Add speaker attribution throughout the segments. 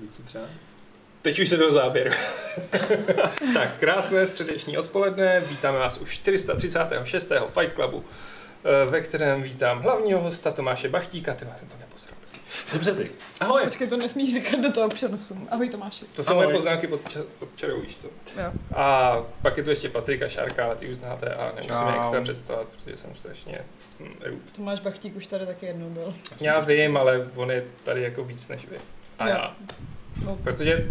Speaker 1: Víc třeba?
Speaker 2: Teď už se do záběru. tak, krásné středeční odpoledne, vítáme vás u 436. Fight Clubu, eh, ve kterém vítám hlavního hosta Tomáše Bachtíka, ty vás jsem to neposral.
Speaker 1: Dobře ty. Ahoj.
Speaker 3: Počkej, to nesmíš říkat do toho přenosu. Ahoj Tomáši.
Speaker 2: To jsou
Speaker 1: Ahoj.
Speaker 2: moje poznámky pod, ča- pod čarou, víš co?
Speaker 3: Jo.
Speaker 2: A pak je tu ještě Patrika Šárka, ale ty už znáte a nemusíme
Speaker 1: Čau.
Speaker 2: extra představovat, protože jsem strašně hm, root.
Speaker 3: Tomáš Bachtík už tady taky jednou byl.
Speaker 2: Já vím, ale on je tady jako víc než vy. A
Speaker 3: Jo.
Speaker 2: já.
Speaker 3: No.
Speaker 2: Protože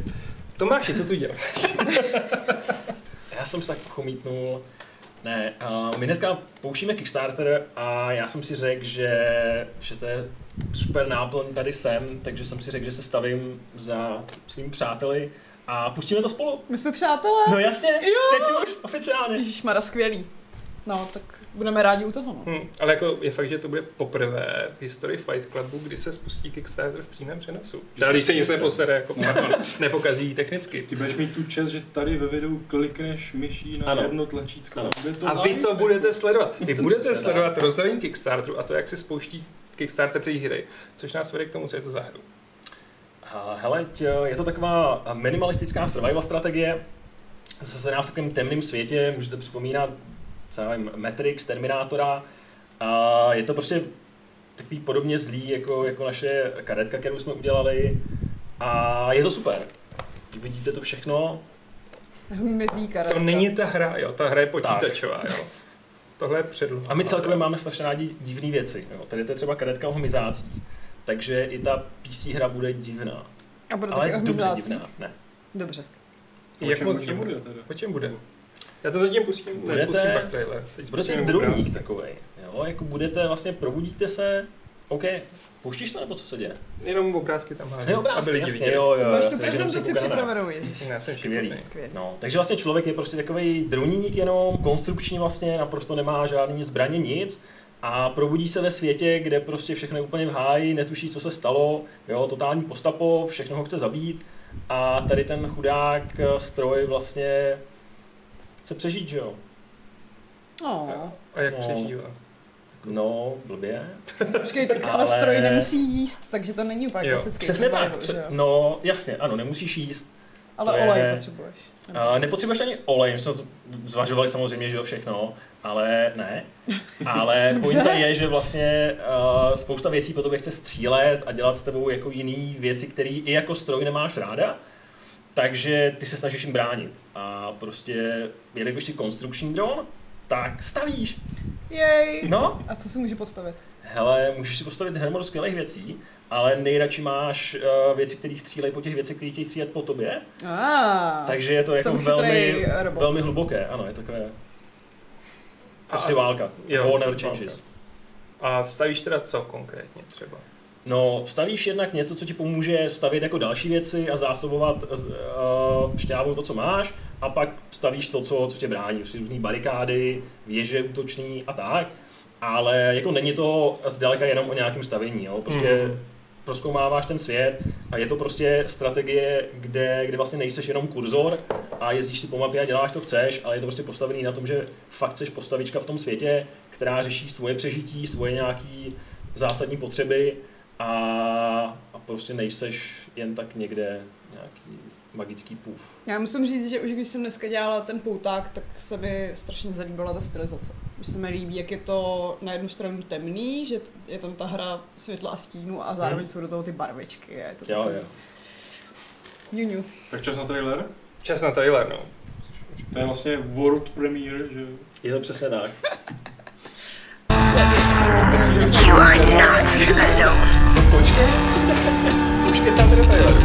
Speaker 2: Tomáši, co tu děláš?
Speaker 4: Já jsem se tak pochomítnul. Ne, uh, my dneska poušíme Kickstarter a já jsem si řekl, že, že to je super náplň tady sem, takže jsem si řekl, že se stavím za svým přáteli a pustíme to spolu.
Speaker 3: My jsme přátelé.
Speaker 4: No jasně,
Speaker 3: Jo.
Speaker 4: teď už, oficiálně.
Speaker 3: Ježíš Mara, skvělý. No, tak budeme rádi u toho, no.
Speaker 2: Hm, ale jako je fakt, že to bude poprvé v historii Fight Clubu, kdy se spustí Kickstarter v přímém přenosu. Teda když se nic neposere, jako
Speaker 4: No.
Speaker 2: pardon, nepokazí technicky.
Speaker 5: Ty budeš mít tu čest, že tady ve videu klikneš myší na
Speaker 4: Ano.
Speaker 5: jedno tlačítko.
Speaker 4: Ano.
Speaker 5: Bude to
Speaker 2: A vy to
Speaker 5: live.
Speaker 2: budete sledovat. Vy
Speaker 4: To
Speaker 2: budete
Speaker 4: přesně
Speaker 2: sledovat rozhraní Kickstarteru a to, jak se spouští Kickstarter té hry, což nás vede k tomu, co je to za hru.
Speaker 4: A hele, tě- je to taková minimalistická survival strategie, zasená v takovém temném světě, můžete připomínat, co já nevím, Matrix, Terminátora. A je to prostě takový podobně zlý, jako, jako naše karetka, kterou jsme udělali. A je to super. Vidíte to všechno.
Speaker 3: Mizí karetka.
Speaker 2: To není ta hra, jo, ta hra je počítačová,
Speaker 4: Tak.
Speaker 2: jo. Tohle je předloha.
Speaker 4: A my celkově máme strašně rádi divné věci. Jo. Tady to je třeba karetka o hmyzácích. Takže i ta PC hra bude divná.
Speaker 3: A bude
Speaker 4: Ale
Speaker 3: taky
Speaker 4: dobře
Speaker 3: ohnivácí.
Speaker 4: divná. Ne.
Speaker 3: Dobře.
Speaker 5: O
Speaker 2: Jak
Speaker 5: čem-
Speaker 2: moc
Speaker 5: o čem
Speaker 2: bude?
Speaker 5: bude teda?
Speaker 2: O čem bude? Já to zatím pustím,
Speaker 4: Budete-
Speaker 2: budete, pustím pak trailer. Teď
Speaker 4: Budete
Speaker 2: pustím
Speaker 4: ten
Speaker 2: obrázek.
Speaker 4: druhý takový. Jo, jako budete, vlastně probudíte se, OK, pouštíš to nebo co se děje?
Speaker 2: Jenom obrázky tam hážu,
Speaker 4: Ne, obrázky, jasně, jo, jo.
Speaker 3: To máš
Speaker 4: já
Speaker 3: tu
Speaker 4: jsem jenom
Speaker 3: prezentaci
Speaker 4: koukal na nás.
Speaker 3: připravenou, Ježíš.
Speaker 2: Já jsem
Speaker 4: Skvělý.
Speaker 2: šikovnej.
Speaker 3: Skvělý.
Speaker 4: No, takže vlastně člověk je prostě takový droník jenom, konstrukční vlastně, naprosto nemá žádný zbraně, nic. A probudí se ve světě, kde prostě všechno je úplně v háji, netuší, co se stalo, jo, totální postapo, všechno ho chce zabít. A tady ten chudák eh, stroj vlastně chce přežít, že jo?
Speaker 3: No.
Speaker 2: A jak
Speaker 4: No.
Speaker 2: přežívá?
Speaker 4: No, blbě.
Speaker 3: Počkej, tak ale
Speaker 4: Ale-
Speaker 3: stroj nemusí jíst, takže to není úplně
Speaker 2: Jo.
Speaker 3: klasický
Speaker 4: Přesně tak.
Speaker 3: survival, že
Speaker 4: Pře-
Speaker 3: jo?
Speaker 4: no, jasně, ano, nemusíš jíst, to
Speaker 3: Ale
Speaker 4: je-
Speaker 3: olej potřebuješ.
Speaker 4: Uh, nepotřebuješ ani olej, my jsme to zvažovali samozřejmě, že jo, všechno, ale ne. Ale
Speaker 3: Dobře.
Speaker 4: pointa je, že vlastně uh, spousta věcí po tobě chce střílet a dělat s tebou jako jiný věci, které i jako stroj nemáš ráda, takže ty se snažíš jim bránit. A prostě, jelikož jsi konstrukční dron, tak stavíš.
Speaker 3: Jej.
Speaker 4: No,
Speaker 3: A co si může postavit?
Speaker 4: hele, můžeš si postavit hromadu skvělých věcí, ale nejradši máš uh, věci, které střílejí po těch věcech, které chtějí střílet po tobě.
Speaker 3: Ah,
Speaker 4: Takže je to jako
Speaker 3: jsem
Speaker 4: velmi,
Speaker 3: chytrý robot.
Speaker 4: velmi hluboké, ano, je takové. Prostě
Speaker 2: A-
Speaker 4: válka.
Speaker 2: jo,
Speaker 4: War never
Speaker 2: válka.
Speaker 4: changes.
Speaker 2: A stavíš teda co konkrétně třeba?
Speaker 4: No, stavíš jednak něco, co ti pomůže stavět jako další věci a zásobovat uh, šťávou to, co máš, a pak stavíš to, co, co tě brání. Prostě různé barikády, věže útoční a tak. Ale jako není to zdaleka jenom o nějakém stavění, jo. Prostě
Speaker 2: Mhm.
Speaker 4: proskoumáváš ten svět a je to prostě strategie, kde, kde vlastně nejseš jenom kurzor a jezdíš si po mapě a děláš, co chceš, ale je to prostě postavený na tom, že fakt seš postavička v tom světě, která řeší svoje přežití, svoje nějaký zásadní potřeby a, a prostě nejseš jen tak někde nějaký magický pův.
Speaker 3: Já musím říct, že už když jsem dneska dělala ten pouták, tak se mi strašně zalíbila ta stylizace. Už se mi líbí, jak je to na jednu stranu temný, že t- je tam ta hra světla a stínu a zároveň
Speaker 2: Mhm.
Speaker 4: Hmm.
Speaker 3: jsou do toho ty barvičky. a Je to
Speaker 4: Jo, jo.
Speaker 3: Ňuňu.
Speaker 5: Tak čas na trailer?
Speaker 2: Čas na trailer, no.
Speaker 5: To je vlastně world premiere, že jo?
Speaker 4: Je to přesně tak.
Speaker 6: You are not alone.
Speaker 2: Počkej. Už kecám teda trailer.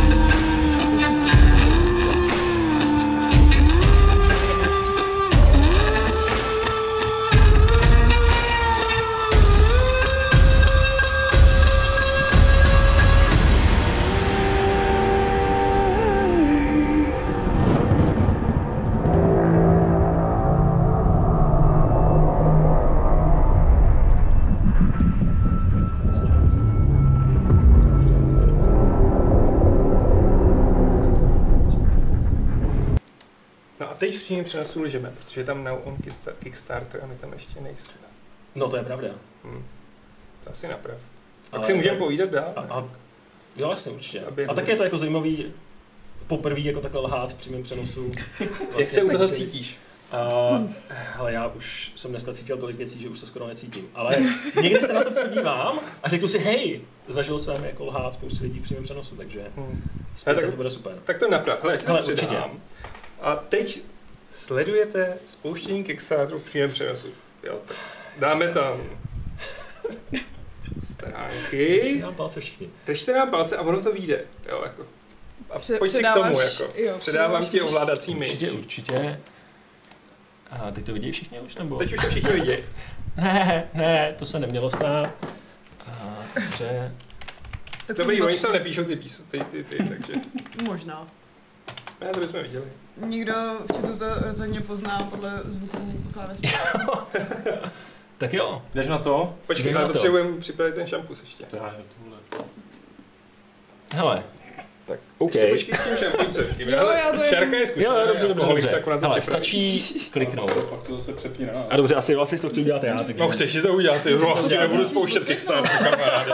Speaker 2: No a teď v přímém přenosu lžeme, protože je tam na on Kicksta- Kickstarter a my tam ještě nejsme.
Speaker 4: No to je pravda.
Speaker 2: Hm. To asi naprav. Tak
Speaker 4: Ale-
Speaker 2: si můžeme povídat dál.
Speaker 4: A,
Speaker 2: ne?
Speaker 4: a Jo, jasně, určitě.
Speaker 2: Aby-
Speaker 4: A tak je to jako zajímavý poprvé jako takhle lhát v přímém přenosu. Vlastně
Speaker 2: Jak se u toho
Speaker 4: takže-
Speaker 2: cítíš?
Speaker 4: A, ale já už jsem dneska cítil tolik věcí, že už se skoro necítím. Ale někdy se na to podívám a řeknu si, hej, zažil jsem jako lhát spousty lidí v přímém přenosu, takže
Speaker 2: Ale
Speaker 4: zpět
Speaker 2: tak-
Speaker 4: to bude super.
Speaker 2: Hm. Tak to naprav, hele,
Speaker 4: Hele,
Speaker 2: hele určitě. A teď sledujete spouštění Kickstarteru v přímém přenosu. Jo, tak dáme tam
Speaker 4: Držte
Speaker 2: stránky,
Speaker 4: nám Prostě palce všichni.
Speaker 2: držte nám palce a ono to vyjde. Jo, jako. A
Speaker 3: Pře-
Speaker 2: pojď si k
Speaker 3: předáváš-
Speaker 2: tomu, jako.
Speaker 3: jo,
Speaker 2: Předávám
Speaker 3: předáváš
Speaker 2: ti
Speaker 3: míč.
Speaker 2: ovládací myš.
Speaker 4: Určitě, určitě. A teď to vidí všichni už nebo?
Speaker 2: Teď už to všichni vidějí.
Speaker 4: Ne, ne, to se nemělo stát. A, dobře.
Speaker 3: Tak
Speaker 2: Dobrý,
Speaker 3: to-
Speaker 2: oni tam nepíšou ty písmo, ty, ty, ty, takže.
Speaker 3: Možná.
Speaker 2: Ne, to bychom viděli.
Speaker 3: Někdo v chatu to rozhodně pozná podle zvuku klávesnice.
Speaker 4: Tak jo,
Speaker 5: Jdeš na to?
Speaker 2: Počkej,
Speaker 4: Jdeme
Speaker 2: ale
Speaker 4: na to.
Speaker 2: potřebujeme připravit ten šampus ještě.
Speaker 5: To já, tohle.
Speaker 4: hele.
Speaker 2: Tak,
Speaker 4: OK.
Speaker 2: Ještě počkej s tím šampusem. tím,
Speaker 3: Jo,
Speaker 2: ale
Speaker 3: já to jen-
Speaker 2: Šárka je
Speaker 4: Jo,
Speaker 2: zkušená.
Speaker 4: jo, dobře,
Speaker 2: já
Speaker 4: dobře,
Speaker 2: pomalu
Speaker 4: dobře.
Speaker 2: Tak ona to
Speaker 4: Hele,
Speaker 2: připraví.
Speaker 4: stačí kliknout.
Speaker 5: A No, pak to zase no. přepni na nás.
Speaker 4: A dobře, asi vlastně to chci udělat já, takže...
Speaker 2: No chceš si to udělat, ty jo, já nebudu spouštět Kickstarter, kamaráde.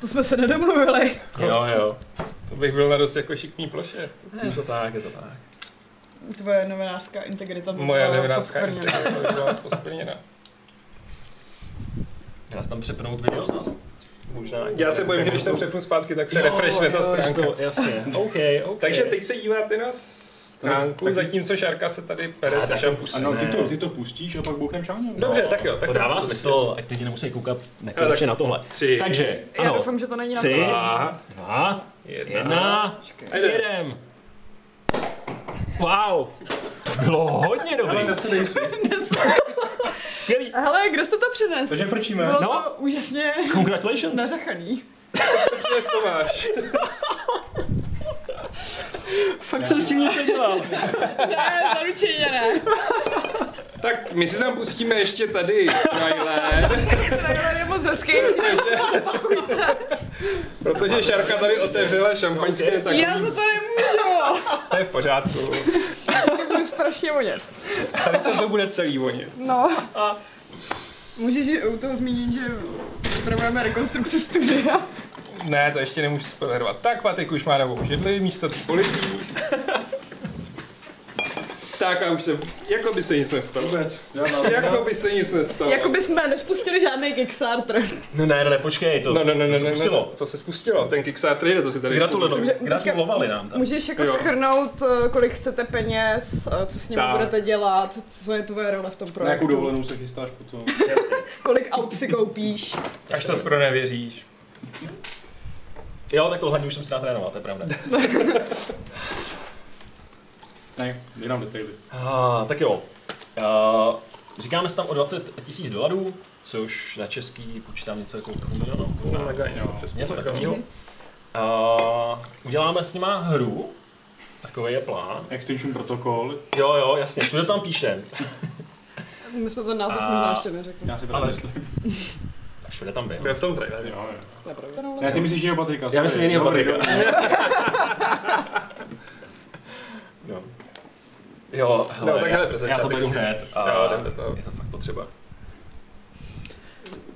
Speaker 3: To jsme se nedomluvili.
Speaker 4: Jo, jo.
Speaker 2: To bych byl na dost jako šikmý ploše.
Speaker 4: Je to tak, je to tak.
Speaker 3: Tvoje novinářská integrita by
Speaker 2: Moje
Speaker 3: byla
Speaker 2: nevinářská
Speaker 3: poskvrněna.
Speaker 2: integrita byla poskvrněna.
Speaker 4: Dá se tam přepnout video z nás? Možná.
Speaker 2: Já se bojím, že když tam přepnu zpátky, tak se
Speaker 4: Jo,
Speaker 2: refreshne ta
Speaker 4: jo,
Speaker 2: stránka.
Speaker 4: to- Jasně, OK, OK.
Speaker 2: Takže teď se díváte na stránku,
Speaker 5: Tak-
Speaker 2: zatímco Šárka se tady
Speaker 4: A,
Speaker 2: pere se
Speaker 4: tak-
Speaker 2: šampusem.
Speaker 5: Ano, no, ty to, ty to pustíš a pak bouchnem šáně.
Speaker 4: No,
Speaker 2: Dobře, tak jo, tak
Speaker 4: to
Speaker 2: tak
Speaker 4: dává
Speaker 2: prostě.
Speaker 4: smysl, ať lidi nemusí koukat nekonečně na tohle.
Speaker 2: Tři,
Speaker 4: Takže,
Speaker 3: Já
Speaker 4: ano,
Speaker 3: doufám, že to není na
Speaker 4: Tři.
Speaker 2: dva,
Speaker 4: dva,
Speaker 2: jedna.
Speaker 4: jedna,
Speaker 2: A jdem.
Speaker 4: jedem. Wow, to bylo hodně dobrý,
Speaker 5: Ale nesmí si.
Speaker 4: skvělý.
Speaker 3: Hele, kdo jste to přinesl?
Speaker 5: Takže frčíme.
Speaker 3: Bylo
Speaker 4: No.
Speaker 3: to úžasně
Speaker 4: Congratulations.
Speaker 3: nařachaný.
Speaker 2: Přes to máš.
Speaker 4: Fakt jsem s tím nic nedělal.
Speaker 3: Ne, zaručeně ne.
Speaker 2: Tak my si tam pustíme ještě tady trailer,
Speaker 3: Trailer je moc hezký.
Speaker 2: protože Šárka tady otevřela šampaňské, tak
Speaker 3: Já za to nemůžu.
Speaker 2: to je v pořádku.
Speaker 3: To budu strašně vonět.
Speaker 2: Tady to, to bude celý voně.
Speaker 3: No. A můžeš u toho zmínit, že připravujeme rekonstrukci studia.
Speaker 2: Ne, to ještě nemůžu spoilerovat. Tak, Patrik už má novou židli, místo polití. tak a už se, jako by se nic nestalo.
Speaker 5: Vůbec. Já na-
Speaker 2: Jako by se nic nestalo.
Speaker 3: Jakoby jsme nespustili žádný Kickstarter.
Speaker 4: No ne, ne, ne, počkej, to,
Speaker 2: No, no, no,
Speaker 4: to
Speaker 2: no,
Speaker 4: se
Speaker 2: no,
Speaker 4: spustilo.
Speaker 2: no, to se spustilo, ten Kickstarter jde, to si tady...
Speaker 4: Gratulovali,
Speaker 3: Dobře, teďka-
Speaker 4: gratulovali nám tam.
Speaker 3: Můžeš jako
Speaker 2: Jo.
Speaker 3: schrnout, eh, kolik chcete peněz, eh, co s nimi
Speaker 2: Tak.
Speaker 3: budete dělat, co je tvoje role v tom
Speaker 5: Na jakou
Speaker 3: projektu,
Speaker 5: dovolenou se chystáš potom?
Speaker 3: kolik aut si koupíš.
Speaker 2: Až to skoro nevěříš.
Speaker 4: Jo, tak tohle už jsem se natrénoval, to je pravda.
Speaker 5: Ne, jenom detaily.
Speaker 4: Ah, tak jo. Uh, říkáme si tam o 20 tisíc dolarů, což na český počítám něco jako půl milionu.
Speaker 2: No, tak jo, něco přes
Speaker 4: Něco
Speaker 2: půl milionu.
Speaker 4: takového. Uh, uděláme s nima hru. Takový je plán.
Speaker 5: Extinction protokol.
Speaker 4: Jo, jo, jasně, všude tam píšem.
Speaker 3: My jsme ten název
Speaker 4: A-
Speaker 3: možná ještě neřekli.
Speaker 5: Já
Speaker 4: Ale-
Speaker 5: si právě myslím.
Speaker 4: Všude tam byl.
Speaker 2: Bude v tom traileru.
Speaker 5: Jo, jo.
Speaker 3: To je pravda.
Speaker 5: Ne, ty myslíš jiného Patrika.
Speaker 4: Já myslím
Speaker 5: sorry.
Speaker 4: jinýho
Speaker 5: Dobrý,
Speaker 4: Patrika.
Speaker 5: dobrý.
Speaker 4: No. Jo, hele,
Speaker 2: No, tak hele, pro
Speaker 4: já to
Speaker 2: začátek
Speaker 4: beru
Speaker 2: už-
Speaker 4: hned.
Speaker 2: Jo, jdem do toho.
Speaker 4: Je to fakt potřeba.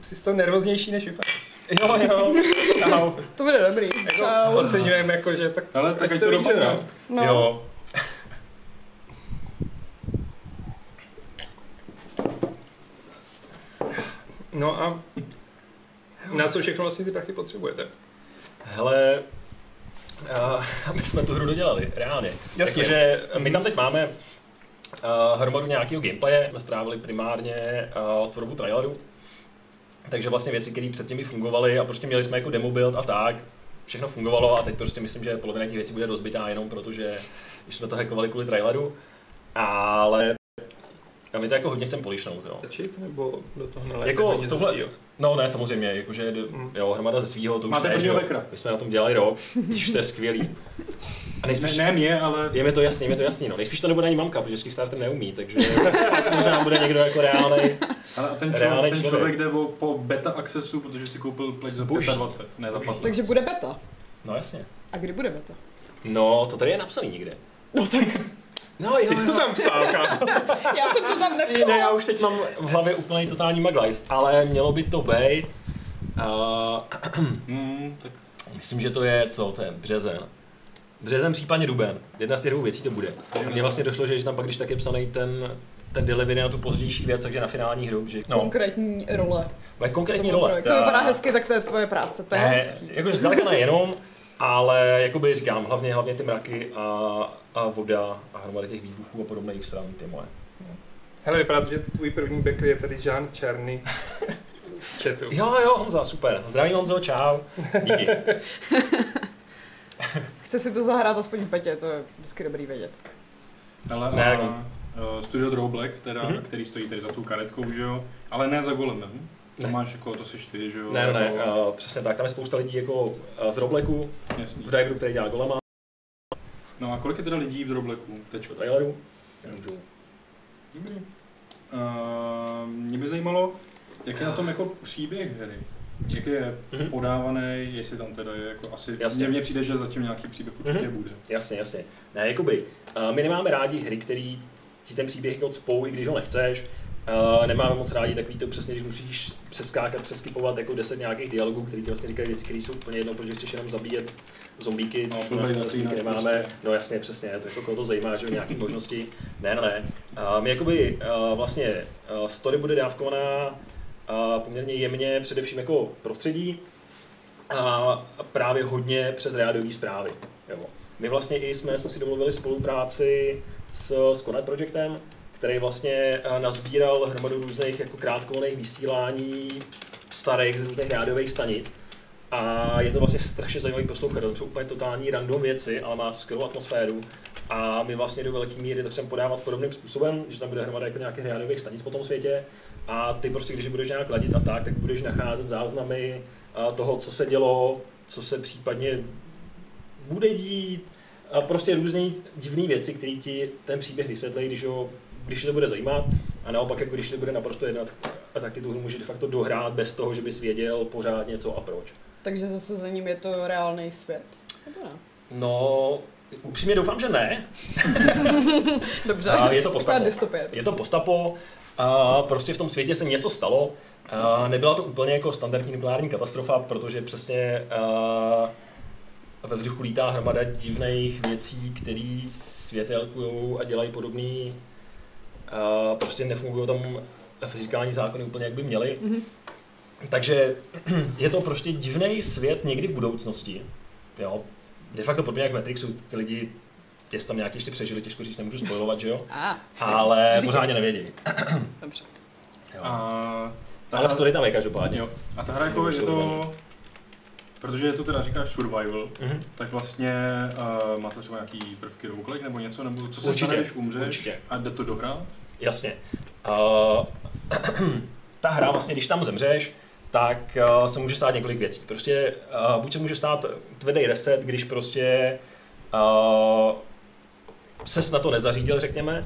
Speaker 2: Jsi to nervóznější než vypadá.
Speaker 4: Jo, jo. Čau.
Speaker 3: To bude dobrý.
Speaker 2: Jako, oceňujeme jako, že tak...
Speaker 5: Ale tak ať to
Speaker 2: vyjde,
Speaker 5: dopadne.
Speaker 2: no.
Speaker 3: No,
Speaker 4: Jo.
Speaker 2: No a na co všechno vlastně ty prachy potřebujete?
Speaker 4: Hele, uh, aby jsme tu hru dodělali, reálně.
Speaker 2: Jasně.
Speaker 4: Takže my tam teď máme uh, hromadu nějakého gameplaye, jsme strávili primárně uh, tvorbu traileru, takže vlastně věci, které předtím i fungovaly a prostě měli jsme jako demo build a tak, všechno fungovalo a teď prostě myslím, že polovina těch věcí bude rozbitá jenom protože když jsme to hackovali kvůli traileru, ale my to jako hodně chceme polišnout, jo.
Speaker 2: Začít nebo do toho nalézt?
Speaker 4: Jako
Speaker 2: hodně
Speaker 4: s touhle-
Speaker 2: svýho?
Speaker 4: No ne, samozřejmě, jakože d- jo, hromada ze svýho, to už
Speaker 5: Hmm. Máte
Speaker 4: ne,
Speaker 5: prvního
Speaker 4: že jo.
Speaker 5: backera.
Speaker 4: My jsme na tom dělali rok, když to je skvělý. A
Speaker 5: Ne,
Speaker 4: nejspíš,
Speaker 5: ne mě, ale...
Speaker 4: je mi to jasný, je mi to jasný, no. Nejspíš to nebude ani mamka, protože s Kickstarter neumí, takže možná bude někdo jako reálnej.
Speaker 5: Ale a ten,
Speaker 4: Reálný
Speaker 5: člověk, ten
Speaker 4: člověk.
Speaker 5: člověk jde o, po beta accessu, protože si koupil pleť za
Speaker 4: Bush.
Speaker 5: 25, ne za 15.
Speaker 3: takže bude beta.
Speaker 4: No jasně.
Speaker 3: A kdy bude beta?
Speaker 4: No, to tady je napsaný někde.
Speaker 3: No tak,
Speaker 4: No jo,
Speaker 2: Ty jsi to tam psal, kámo.
Speaker 3: já jsem to tam
Speaker 4: Ne, já
Speaker 3: nepsala.
Speaker 4: už teď mám v hlavě úplný totální maglajs, ale mělo by to být... Uh,
Speaker 5: Hmm, tak
Speaker 4: Myslím, že to je, co, to je březen. Březen, případně duben. Jedna z těch dvou věcí to bude. Mně vlastně došlo, že že tam pak, když tak je psaný ten, ten delivery na tu pozdější věc, takže na finální hru, že no,
Speaker 3: Konkrétní role.
Speaker 4: bude konkrétní
Speaker 3: tohoto
Speaker 4: role. Eh.
Speaker 3: projektu. To vypadá hezky, tak to je tvoje práce, to je
Speaker 4: Ne,
Speaker 3: hezký.
Speaker 4: Jakože zdaleka nejenom, ale jakoby říkám, hlavně, hlavně ty mraky a, a voda a hromady těch výbuchů a podobných stran, ty moje.
Speaker 2: Hele, vypadá to, že tvůj první backer je tady Žán Černý z chatu.
Speaker 4: Jo, jo, Honza, super. Zdravím Honzo, čau. Díky.
Speaker 3: Chce si to zahrát aspoň v betě, to je vždycky dobrý vědět.
Speaker 5: Ale
Speaker 4: Ne,
Speaker 5: ne,
Speaker 4: jako-
Speaker 5: a, eh, Studio Draw Black, teda,
Speaker 4: Mhm.
Speaker 5: mm-hmm. který stojí tady za tou karetkou, že jo? Ale ne za golemem. To
Speaker 4: Ne.
Speaker 5: máš jako, to seš ty, že jo?
Speaker 4: Ne, ne,
Speaker 5: Nebo-
Speaker 4: uh, přesně tak. Tam je spousta lidí jako uh, v Robleku,
Speaker 5: Jasný.
Speaker 4: v Driveru, který dělá golema,
Speaker 5: No a kolik je teda lidí v Drobleku teď?
Speaker 4: v traileru. Já můžu.
Speaker 5: Dobrý. Uh, mě by zajímalo, jak je na tom jako příběh hry. Jak je
Speaker 4: Mhm.
Speaker 5: podávaný, jestli tam teda je jako asi...
Speaker 4: Jasně.
Speaker 5: Mně- Mně přijde, že zatím nějaký příběh určitě
Speaker 4: Mhm.
Speaker 5: bude.
Speaker 4: Jasně, jasně. Ne, jakoby, uh, my nemáme rádi hry, který ti ten příběh jako cpou, i když ho nechceš. Uh, nemáme moc rádi takový to přesně, když musíš přeskákat, přeskypovat jako deset nějakých dialogů, který ti vlastně říkají věci, které jsou úplně jedno, protože chceš jenom zabíjet zombíky,
Speaker 5: No,
Speaker 4: což
Speaker 5: to
Speaker 4: u nás
Speaker 5: bývají
Speaker 4: zombíky
Speaker 5: taky náš
Speaker 4: nemáme.
Speaker 5: prostě.
Speaker 4: No jasně, přesně, to jako koho to zajímá, že jo, nějaký možnosti. Ne, ne, ne. Uh, my jakoby uh, vlastně uh, story bude dávkovaná uh, poměrně jemně, především jako prostředí, a právě hodně přes rádiové zprávy. Jo. My vlastně i jsme, jsme si domluvili spolupráci s, s Konat Projectem, který vlastně eh, nazbíral hromadu různých jako krátkovolných vysílání starých z různých rádiových stanic. A je to vlastně strašně zajímavý poslouchat, to jsou úplně totální random věci, ale má to skvělou atmosféru. A my vlastně do velké míry to chceme podávat podobným způsobem, že tam bude hromada jako nějakých rádiových stanic po tom světě. A ty prostě, když je budeš nějak ladit a tak, tak budeš nacházet záznamy a toho, co se dělo, co se případně bude dít, a prostě různé divné věci, které ti ten příběh vysvětlí, když, ho, když tě to bude zajímat, a naopak, jako když to bude naprosto jednat, a tak ty tu hru můžeš de facto dohrát bez toho, že bys věděl pořád něco a proč.
Speaker 3: Takže zase za ním je to reálný svět. Nebo ne?
Speaker 4: No, upřímně doufám, že ne.
Speaker 3: Dobře,
Speaker 4: A je to
Speaker 3: taková
Speaker 4: postapo.
Speaker 3: dystopie.
Speaker 4: Je to postapo, a prostě v tom světě se něco stalo. A nebyla to úplně jako standardní nukleární katastrofa, protože přesně a, ve vzduchu lítá hromada divných věcí, které světelkují a dělají podobný. A prostě nefungují tam fyzikální zákony úplně, jak by měly.
Speaker 3: Mhm.
Speaker 4: Takže je to prostě divný svět někdy v budoucnosti. Jo. De facto podobně jak v Matrixu, ty lidi, jestli tam nějaký ještě přežili, těžko říct, nemůžu spojovat, že jo?
Speaker 3: A,
Speaker 4: Ale
Speaker 3: Říkej.
Speaker 4: pořádně nevědí.
Speaker 3: dobře.
Speaker 4: Jo.
Speaker 5: A ta
Speaker 4: Ale
Speaker 5: hra-
Speaker 4: story tam je každopádně.
Speaker 5: Jo. A ta hra jako je to... Protože je to teda říkáš survival,
Speaker 4: Mhm.
Speaker 5: tak vlastně uh, má to třeba nějaký prvky roguelike nebo něco, nebo co se
Speaker 4: Určitě,
Speaker 5: stane, když umřeš
Speaker 4: určitě.
Speaker 5: a jde to dohrát?
Speaker 4: Jasně. Uh, ta hra vlastně, když tam zemřeš, tak uh, se může stát několik věcí. Prostě uh, buď se může stát tvrdý reset, když prostě uh, ses na to nezařídil, řekněme,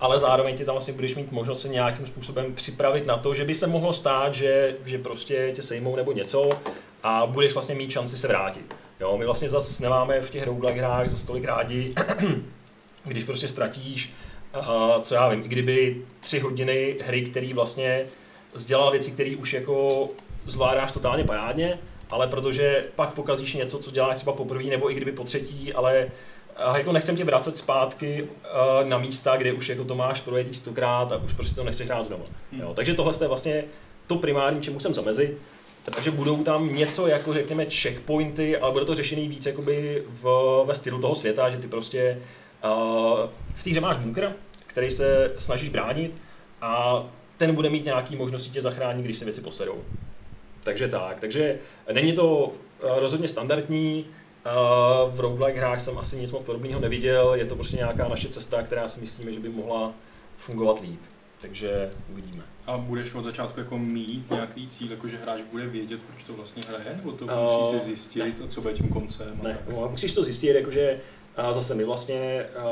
Speaker 4: ale zároveň ty tam vlastně budeš mít možnost se nějakým způsobem připravit na to, že by se mohlo stát, že, že prostě tě sejmou nebo něco a budeš vlastně mít šanci se vrátit. Jo, my vlastně zase nemáme v těch roguelike hrách za tolik rádi, když prostě ztratíš, a co já vím, i kdyby tři hodiny hry, který vlastně sdělal věci, které už jako zvládáš totálně parádně, ale protože pak pokazíš něco, co děláš třeba poprvé nebo i kdyby po třetí, ale a jako nechcem tě vracet zpátky eh, na místa, kde už jako to máš projetý stokrát a už prostě to nechceš hrát znovu.
Speaker 5: Hmm.
Speaker 4: Jo, takže tohle je vlastně to primární, čemu jsem zamezit. Takže budou tam něco jako řekněme checkpointy, ale bude to řešený víc jakoby v, ve stylu toho světa, že ty prostě uh, v té hře máš bunkr, který se snažíš bránit a ten bude mít nějaký možnosti tě zachránit, když se věci posedou. Takže tak, takže není to eh, rozhodně standardní, eh, v roguelike hrách jsem asi nic moc podobného neviděl, je to prostě nějaká naše cesta, která si myslíme, že by mohla fungovat líp. Takže uvidíme.
Speaker 5: A budeš od začátku jako mít nějaký cíl, jako že hráč bude vědět, proč to vlastně hraje, nebo to
Speaker 4: Eh,
Speaker 5: musí si zjistit, a co bude tím koncem? a
Speaker 4: Ne,
Speaker 5: tak?
Speaker 4: no, musíš to zjistit, jakože a zase my vlastně, a,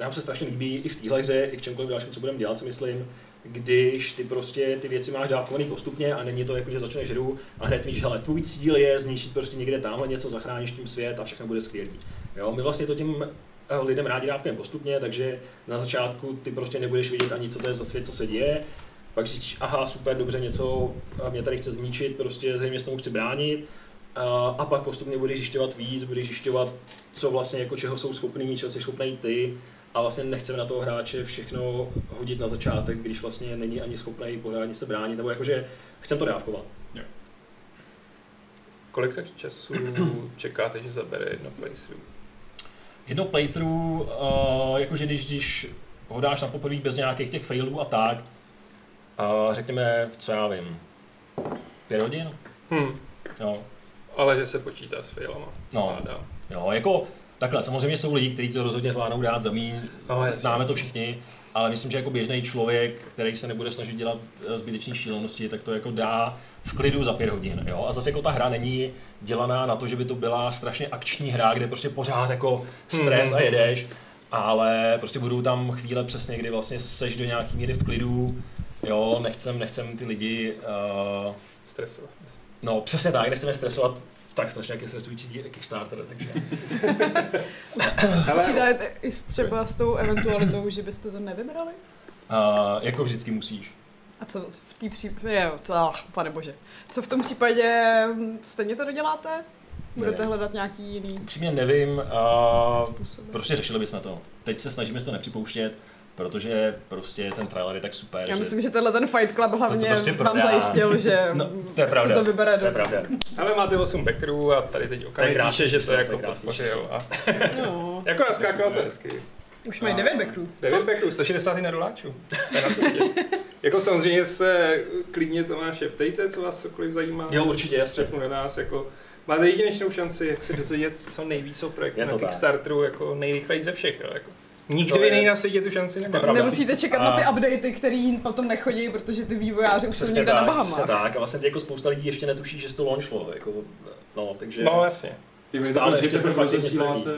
Speaker 4: nám se strašně líbí i v téhle hře, i v čemkoliv dalším, co budeme dělat, si myslím, když ty prostě ty věci máš dávkovaný postupně a není to jako, že začneš hru a hned víš, hele, tvůj cíl je zničit prostě někde tamhle něco, zachráníš tím svět a všechno bude skvělý. Jo, my vlastně to tím eh, lidem rádi dávkujeme postupně, takže na začátku ty prostě nebudeš vědět ani, co to je za svět, co se děje, pak říkáš, aha, super, dobře, něco eh, mě tady chce zničit, prostě zřejmě se tomu chci bránit, A, a pak postupně budeš zjišťovat víc, budeš zjišťovat, co vlastně jako čeho jsou schopný, čeho jsi schopný ty. A vlastně nechceme na toho hráče všechno hodit na začátek, když vlastně není ani schopný pořádně se bránit, nebo jakože chcem to dávkovat.
Speaker 2: Kolik tak času čekáte, že zabere jedno playthrough?
Speaker 1: Jedno playthrough, uh, jakože když, když ho dáš na poprvé bez nějakých těch failů a tak, uh, řekněme, co já vím, pět hodin?
Speaker 2: Hm,
Speaker 1: No,
Speaker 2: ale že se počítá s failama.
Speaker 1: no,
Speaker 2: Hádám.
Speaker 1: jo, jako takhle, samozřejmě jsou lidi, kteří to rozhodně zvládnou dát za míň,
Speaker 2: No, jasně.
Speaker 1: známe to všichni, ale myslím, že jako běžný člověk, který se nebude snažit dělat eh, zbytečný šílenosti, tak to jako dá v klidu za pět hodin. Jo? A zase jako ta hra není dělaná na to, že by to byla strašně akční hra, kde prostě pořád jako stres a
Speaker 2: Hmm.
Speaker 1: jedeš, ale prostě budou tam chvíle přesně, kdy vlastně seš do nějaký míry v klidu, jo, nechcem, nechcem ty lidi eh,
Speaker 2: Stresovat.
Speaker 1: No přesně tak, nechceme stresovat tak strašně, jak je stresující Kickstarter, takže
Speaker 3: Počítáte i s- třeba s tou eventualitou, že byste to nevybrali?
Speaker 1: uh, jako vždycky musíš.
Speaker 3: A co v té případě, jo, to, ah, pane bože, co v tom případě hm, stejně to doděláte? Budete
Speaker 1: Nevím.
Speaker 3: hledat nějaký jiný
Speaker 1: Upřímně nevím, uh,
Speaker 3: způsob?
Speaker 1: prostě řešili bychom to. Teď se snažíme si to nepřipouštět, protože prostě ten trailer je tak super,
Speaker 3: Já
Speaker 1: že...
Speaker 3: myslím, že tenhle ten Fight Club hlavně
Speaker 1: prostě
Speaker 3: vám
Speaker 1: prodá.
Speaker 3: zajistil, že
Speaker 1: No, to je
Speaker 3: se
Speaker 1: pravda.
Speaker 3: to vybere.
Speaker 4: To je pravda.
Speaker 2: Ale máte 8 backerů a tady teď okamžitě
Speaker 4: krásný
Speaker 2: píše, že to
Speaker 4: číslo,
Speaker 2: je
Speaker 4: to
Speaker 2: jako
Speaker 4: je krásný
Speaker 2: podpořil.
Speaker 4: číslo.
Speaker 2: A
Speaker 3: No,
Speaker 2: jako naskákal to je hezky.
Speaker 3: už
Speaker 4: No.
Speaker 3: mají 9 backrů.
Speaker 2: 9 backerů, 160 na doláčů. Jste na cestě. jako samozřejmě se klidně Tomáše ptejte, co vás cokoliv zajímá.
Speaker 4: Jo, určitě, jasně.
Speaker 2: Střepnu na nás jako Máte jedinečnou šanci, jak se dozvědět co nejvíc o projektu
Speaker 4: Je
Speaker 2: na
Speaker 4: to tak.
Speaker 2: Kickstarteru, jako nejrychleji ze všech. Jo, jako. No,
Speaker 4: To
Speaker 2: Nikdo
Speaker 4: je-
Speaker 2: jiný na světě tu šanci nemá.
Speaker 4: pravda.
Speaker 3: Nemusíte čekat
Speaker 4: A-
Speaker 3: na ty updaty, který potom nechodí, protože ty vývojáři už jsou
Speaker 4: Přesně
Speaker 3: někde na
Speaker 4: tak, přesně
Speaker 3: Bahamách.
Speaker 4: tak. A vlastně jako spousta lidí ještě netuší, že se to launchlo. Jako, no, takže...
Speaker 2: No jasně.
Speaker 5: Ty vy
Speaker 4: Stále
Speaker 5: teprve-
Speaker 4: ještě
Speaker 5: vy teprve
Speaker 4: jsme fakt
Speaker 5: rozesíláte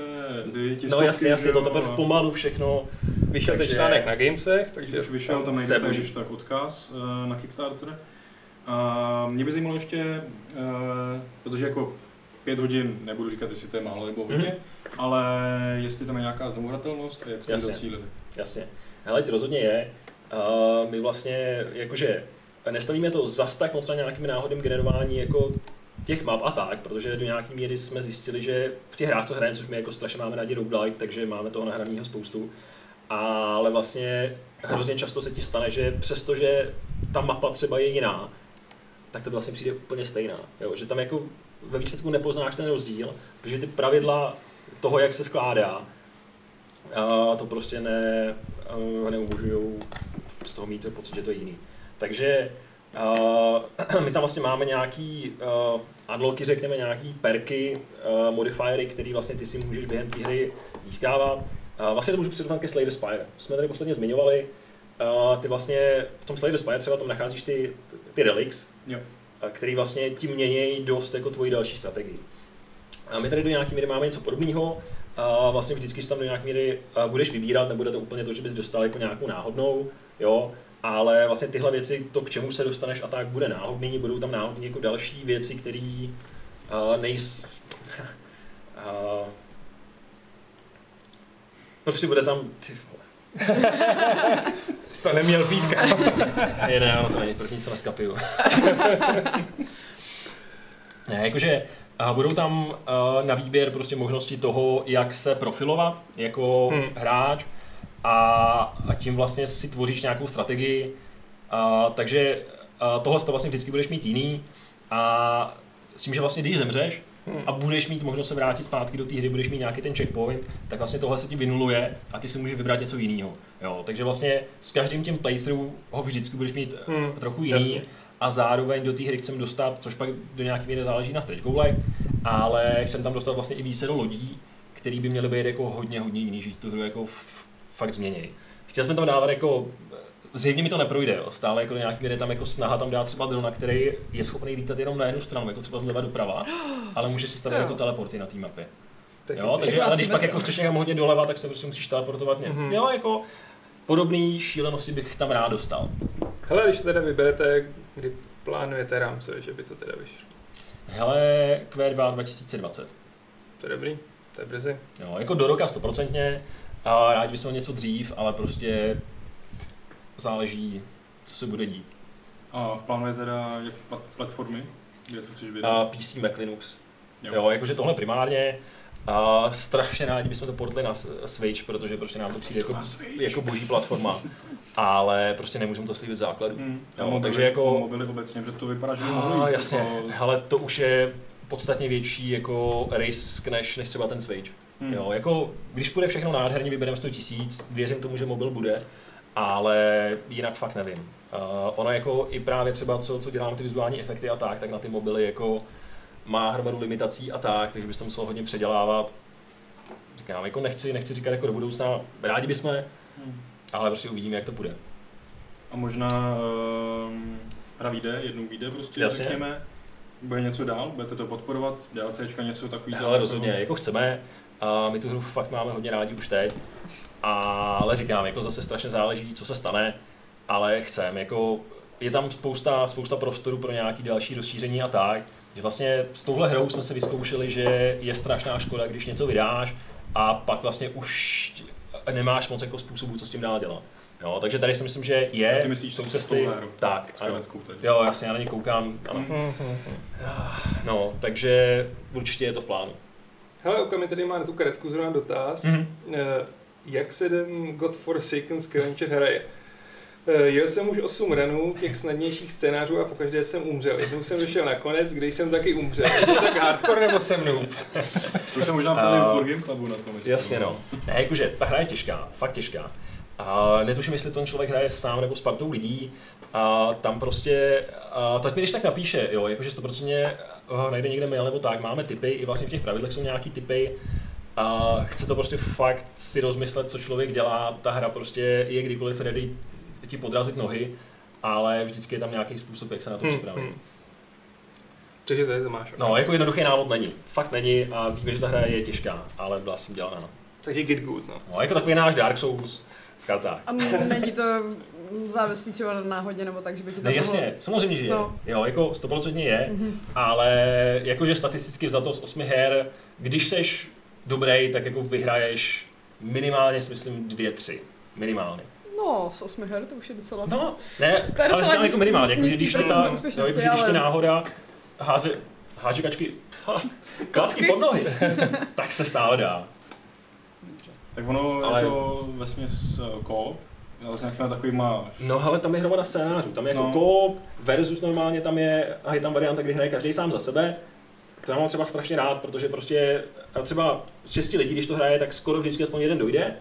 Speaker 5: ty
Speaker 4: no
Speaker 5: tiskovky,
Speaker 4: jasně, jasně,
Speaker 5: že
Speaker 4: to
Speaker 5: jo,
Speaker 4: teprve
Speaker 5: a-
Speaker 4: pomalu všechno.
Speaker 2: Vyšel teď
Speaker 4: Takže-
Speaker 2: článek na Gamesech, takže
Speaker 5: Takže už vyšel, tam
Speaker 4: To
Speaker 5: najdete
Speaker 4: je boží.
Speaker 5: když tak odkaz eh, na Kickstarter. A mě by zajímalo ještě, eh, protože jako pět hodin, nebudu říkat, jestli to je málo nebo hodně, ale jestli tam je nějaká zdomovatelnost a jak jste ji
Speaker 4: Mhm. Jasně.
Speaker 5: docílili.
Speaker 4: Jasně. Hele, to rozhodně je. Uh, my vlastně, jakože, nestavíme to zas tak moc na nějakým náhodem generování jako těch map a tak, protože do nějaké míry jsme zjistili, že v těch hrách, co hrajeme, což my jako strašně máme rádi roguelike, takže máme toho nahraného spoustu, ale vlastně hrozně často se ti stane, že přestože ta mapa třeba je jiná, tak to vlastně přijde úplně stejná. Jo? Že tam jako ve výsledku nepoznáš ten rozdíl, protože ty pravidla toho, jak se skládá, a to prostě ne, eh, neumožňují z toho mít pocit, že to je jiný. Takže eh, my tam vlastně máme nějaký eh, unlocky, řekněme, nějaký perky, eh, modifiery, který vlastně ty si můžeš během té hry získávat. Eh, Vlastně to můžu předovat ke Slay the Spire. Jsme tady posledně zmiňovali, eh, ty vlastně v tom Slay the Spire třeba tam nacházíš ty, ty relics,
Speaker 5: Jo.
Speaker 4: a který vlastně ti měnějí dost jako tvoji další strategii. A my tady do nějaké míry máme něco podobného. A vlastně vždycky si tam do nějaké míry a budeš vybírat, nebude to úplně to, že bys dostal jako nějakou náhodnou, jo, ale vlastně tyhle věci, to k čemu se dostaneš a tak bude náhodný, budou tam náhodný jako další věci, které
Speaker 1: Eh,
Speaker 4: nejs... a, prostě bude tam... Ty vole.
Speaker 2: Jsi to neměl být, kámo.
Speaker 1: Je ne, ono to není, proto nic neskapiju. ne, jakože a budou tam uh, na výběr prostě možnosti toho, jak se profilovat jako
Speaker 2: Hmm.
Speaker 1: hmm. hráč a, a tím vlastně si tvoříš nějakou strategii. A, takže a tohle to vlastně vždycky budeš mít jiný a s tím, že vlastně když zemřeš, a budeš mít možnost se vrátit zpátky do té hry, budeš mít nějaký ten checkpoint, tak vlastně tohle se ti vynuluje a ty si můžeš vybrat něco jiného. Jo, takže vlastně s každým tím playthrough ho vždycky budeš mít
Speaker 2: Hmm,
Speaker 1: hmm, trochu jiný
Speaker 2: jasně.
Speaker 1: a zároveň do té hry chcem dostat, což pak do nějaké míry záleží na stretch goalech, ale chcem tam dostat vlastně i více do lodí, který by měly být jako hodně, hodně jiný, že tu hru jako f- fakt změní. Chtěli jsme tam dávat jako Zřejmě mi to neprojde, jo. stále jako do nějaký míry je tam jako snaha tam dát třeba drona, který je schopný lítat jenom na jednu stranu, jako třeba zleva doprava, ale může si stavět
Speaker 3: Jo.
Speaker 1: jako teleporty na té mapě.
Speaker 2: Tak
Speaker 1: Jo, takže
Speaker 3: Jako
Speaker 1: ale když pak
Speaker 3: asymetrie.
Speaker 1: jako chceš někam hodně doleva, tak se prostě musíš teleportovat někam.
Speaker 2: Mhm.
Speaker 1: Mm-hmm. Jo, jako podobný šílenosti bych tam rád dostal.
Speaker 2: Hele, když teda vyberete, kdy plánujete rámce, že by to teda vyšlo.
Speaker 1: Hele, Q2 2020.
Speaker 2: To je dobrý, to je brzy.
Speaker 1: Jo, jako do roka stoprocentně, a rádi bychom něco dřív, ale prostě záleží, co se bude dít.
Speaker 5: A v plánu je teda jak plat- platformy, kde to chceš vydat?
Speaker 1: A PC Mac Linux.
Speaker 5: Jo.
Speaker 4: Jo. jo, jakože tohle primárně. A strašně rádi bychom to portli na s- Switch, protože prostě nám to přijde jako, jako boží platforma. Ale prostě nemůžeme to slíbit v základu.
Speaker 5: Hmm.
Speaker 4: Jo, takže jako-
Speaker 5: Mobily obecně, že to vypadá, že by mohlo
Speaker 4: Ah,
Speaker 5: jít,
Speaker 4: jasně,
Speaker 5: jako-
Speaker 4: hele, to už je podstatně větší jako risk než, než třeba ten Switch.
Speaker 5: Hmm.
Speaker 4: Jo, jako, když bude všechno nádherně, vybereme 100 tisíc, věřím tomu, že mobil bude, ale jinak fakt nevím. Uh, ono jako i právě třeba, co, co děláme ty vizuální efekty a tak, tak na ty mobily jako má hromadu limitací a tak, takže bys to musel hodně předělávat. Říkám, jako nechci, nechci říkat jako do budoucna, rádi bychom,
Speaker 5: Hmm.
Speaker 4: ale prostě uvidíme, jak to bude.
Speaker 5: A možná um, hra vyjde, jednou vyjde prostě,
Speaker 4: Jasně.
Speaker 5: řekněme. Bude něco dál, budete to podporovat, DLCčka, něco takového.
Speaker 4: Ale rozhodně, jako chceme. A my tu hru fakt máme hodně rádi už teď. A- Ale říkám, jako zase strašně záleží, co se stane, ale chceme. Jako, je tam spousta, spousta prostoru pro nějaké další rozšíření a tak. Že vlastně s touhle hrou jsme se vyzkoušeli, že je strašná škoda, když něco vydáš a pak vlastně už nemáš moc jako způsobů, co s tím dál dělat. Jo, takže tady si myslím, že
Speaker 5: A
Speaker 4: je,
Speaker 5: ty myslíš
Speaker 4: jsou
Speaker 5: s
Speaker 4: cesty.
Speaker 5: touhle hrou?
Speaker 4: Tak, ano.
Speaker 5: Skyletkou teď.
Speaker 4: Jo, jasně, já na ně koukám. Ano.
Speaker 2: Mhm,
Speaker 4: No, takže určitě je to v plánu.
Speaker 2: Hele, Okami tady má na tu karetku zrovna dotaz. Mm-hmm. Jak se ten God Forsaken Scavenger hraje? Eh, Jel jsem už 8 ranů těch snadnějších scénářů a pokaždé jsem umřel. Jednou jsem došel na konec, kde jsem taky umřel. Je to tak hardcore nebo jsem noob?
Speaker 5: To se možná ptali
Speaker 4: A-
Speaker 5: v Board Game Clubu na tom.
Speaker 4: Jasně no. Ne, jakože ta hra je těžká, fakt těžká. A netuším, jestli ten člověk hraje sám nebo s partou lidí. A tam prostě, a tak mi když tak napíše, jo, jakože 100% a najde někde mail nebo tak, máme typy, i vlastně v těch pravidlech jsou nějaký typy. A chce to prostě fakt si rozmyslet, co člověk dělá. Ta hra prostě je kdykoliv ready ti podrazit nohy, ale vždycky je tam nějaký způsob, jak se na to připravit.
Speaker 2: Hmm, hmm. Takže tady to máš.
Speaker 4: No, jako jednoduchý návod není. Fakt není a víme, že ta hra je těžká, ale byla s tím dělaná. no.
Speaker 2: Takže get good, no.
Speaker 4: No, jako takový náš Dark Souls v kartách.
Speaker 3: A n- není to závislý třeba na náhodě nebo tak, že by ti to
Speaker 4: Ne, No, jasně, samozřejmě, že je.
Speaker 3: No. Mhm.
Speaker 4: Jo, jako stoprocentně je, ale jakože statisticky za to z osmi her, když seš dobrý, tak jako vyhraješ minimálně, si myslím, dvě, tři. Minimálně.
Speaker 3: No, z osmi her to už je docela...
Speaker 4: No, ne,
Speaker 3: To je
Speaker 4: ale
Speaker 3: docela
Speaker 4: říkám jako
Speaker 3: nízký-
Speaker 4: minimálně, jako, že
Speaker 3: nízký
Speaker 4: když ti
Speaker 3: procento
Speaker 4: ta, no,
Speaker 3: úspěšnosti,
Speaker 4: jako, že když ti
Speaker 3: ale-
Speaker 4: náhoda háže, háže kačky, ha, klacky pod nohy, tak se stále dá.
Speaker 5: Tak ono
Speaker 4: Ale-
Speaker 5: je to vesměs koop, ale s nějakýma takovýma...
Speaker 4: No ale tam je hromada scénářů, tam je jako
Speaker 5: No.
Speaker 4: koop versus normálně tam je, a je tam varianta, kdy hraje každý sám za sebe. To já mám třeba strašně rád, protože prostě a třeba z šesti lidí, když to hraje, tak skoro vždycky aspoň jeden dojde.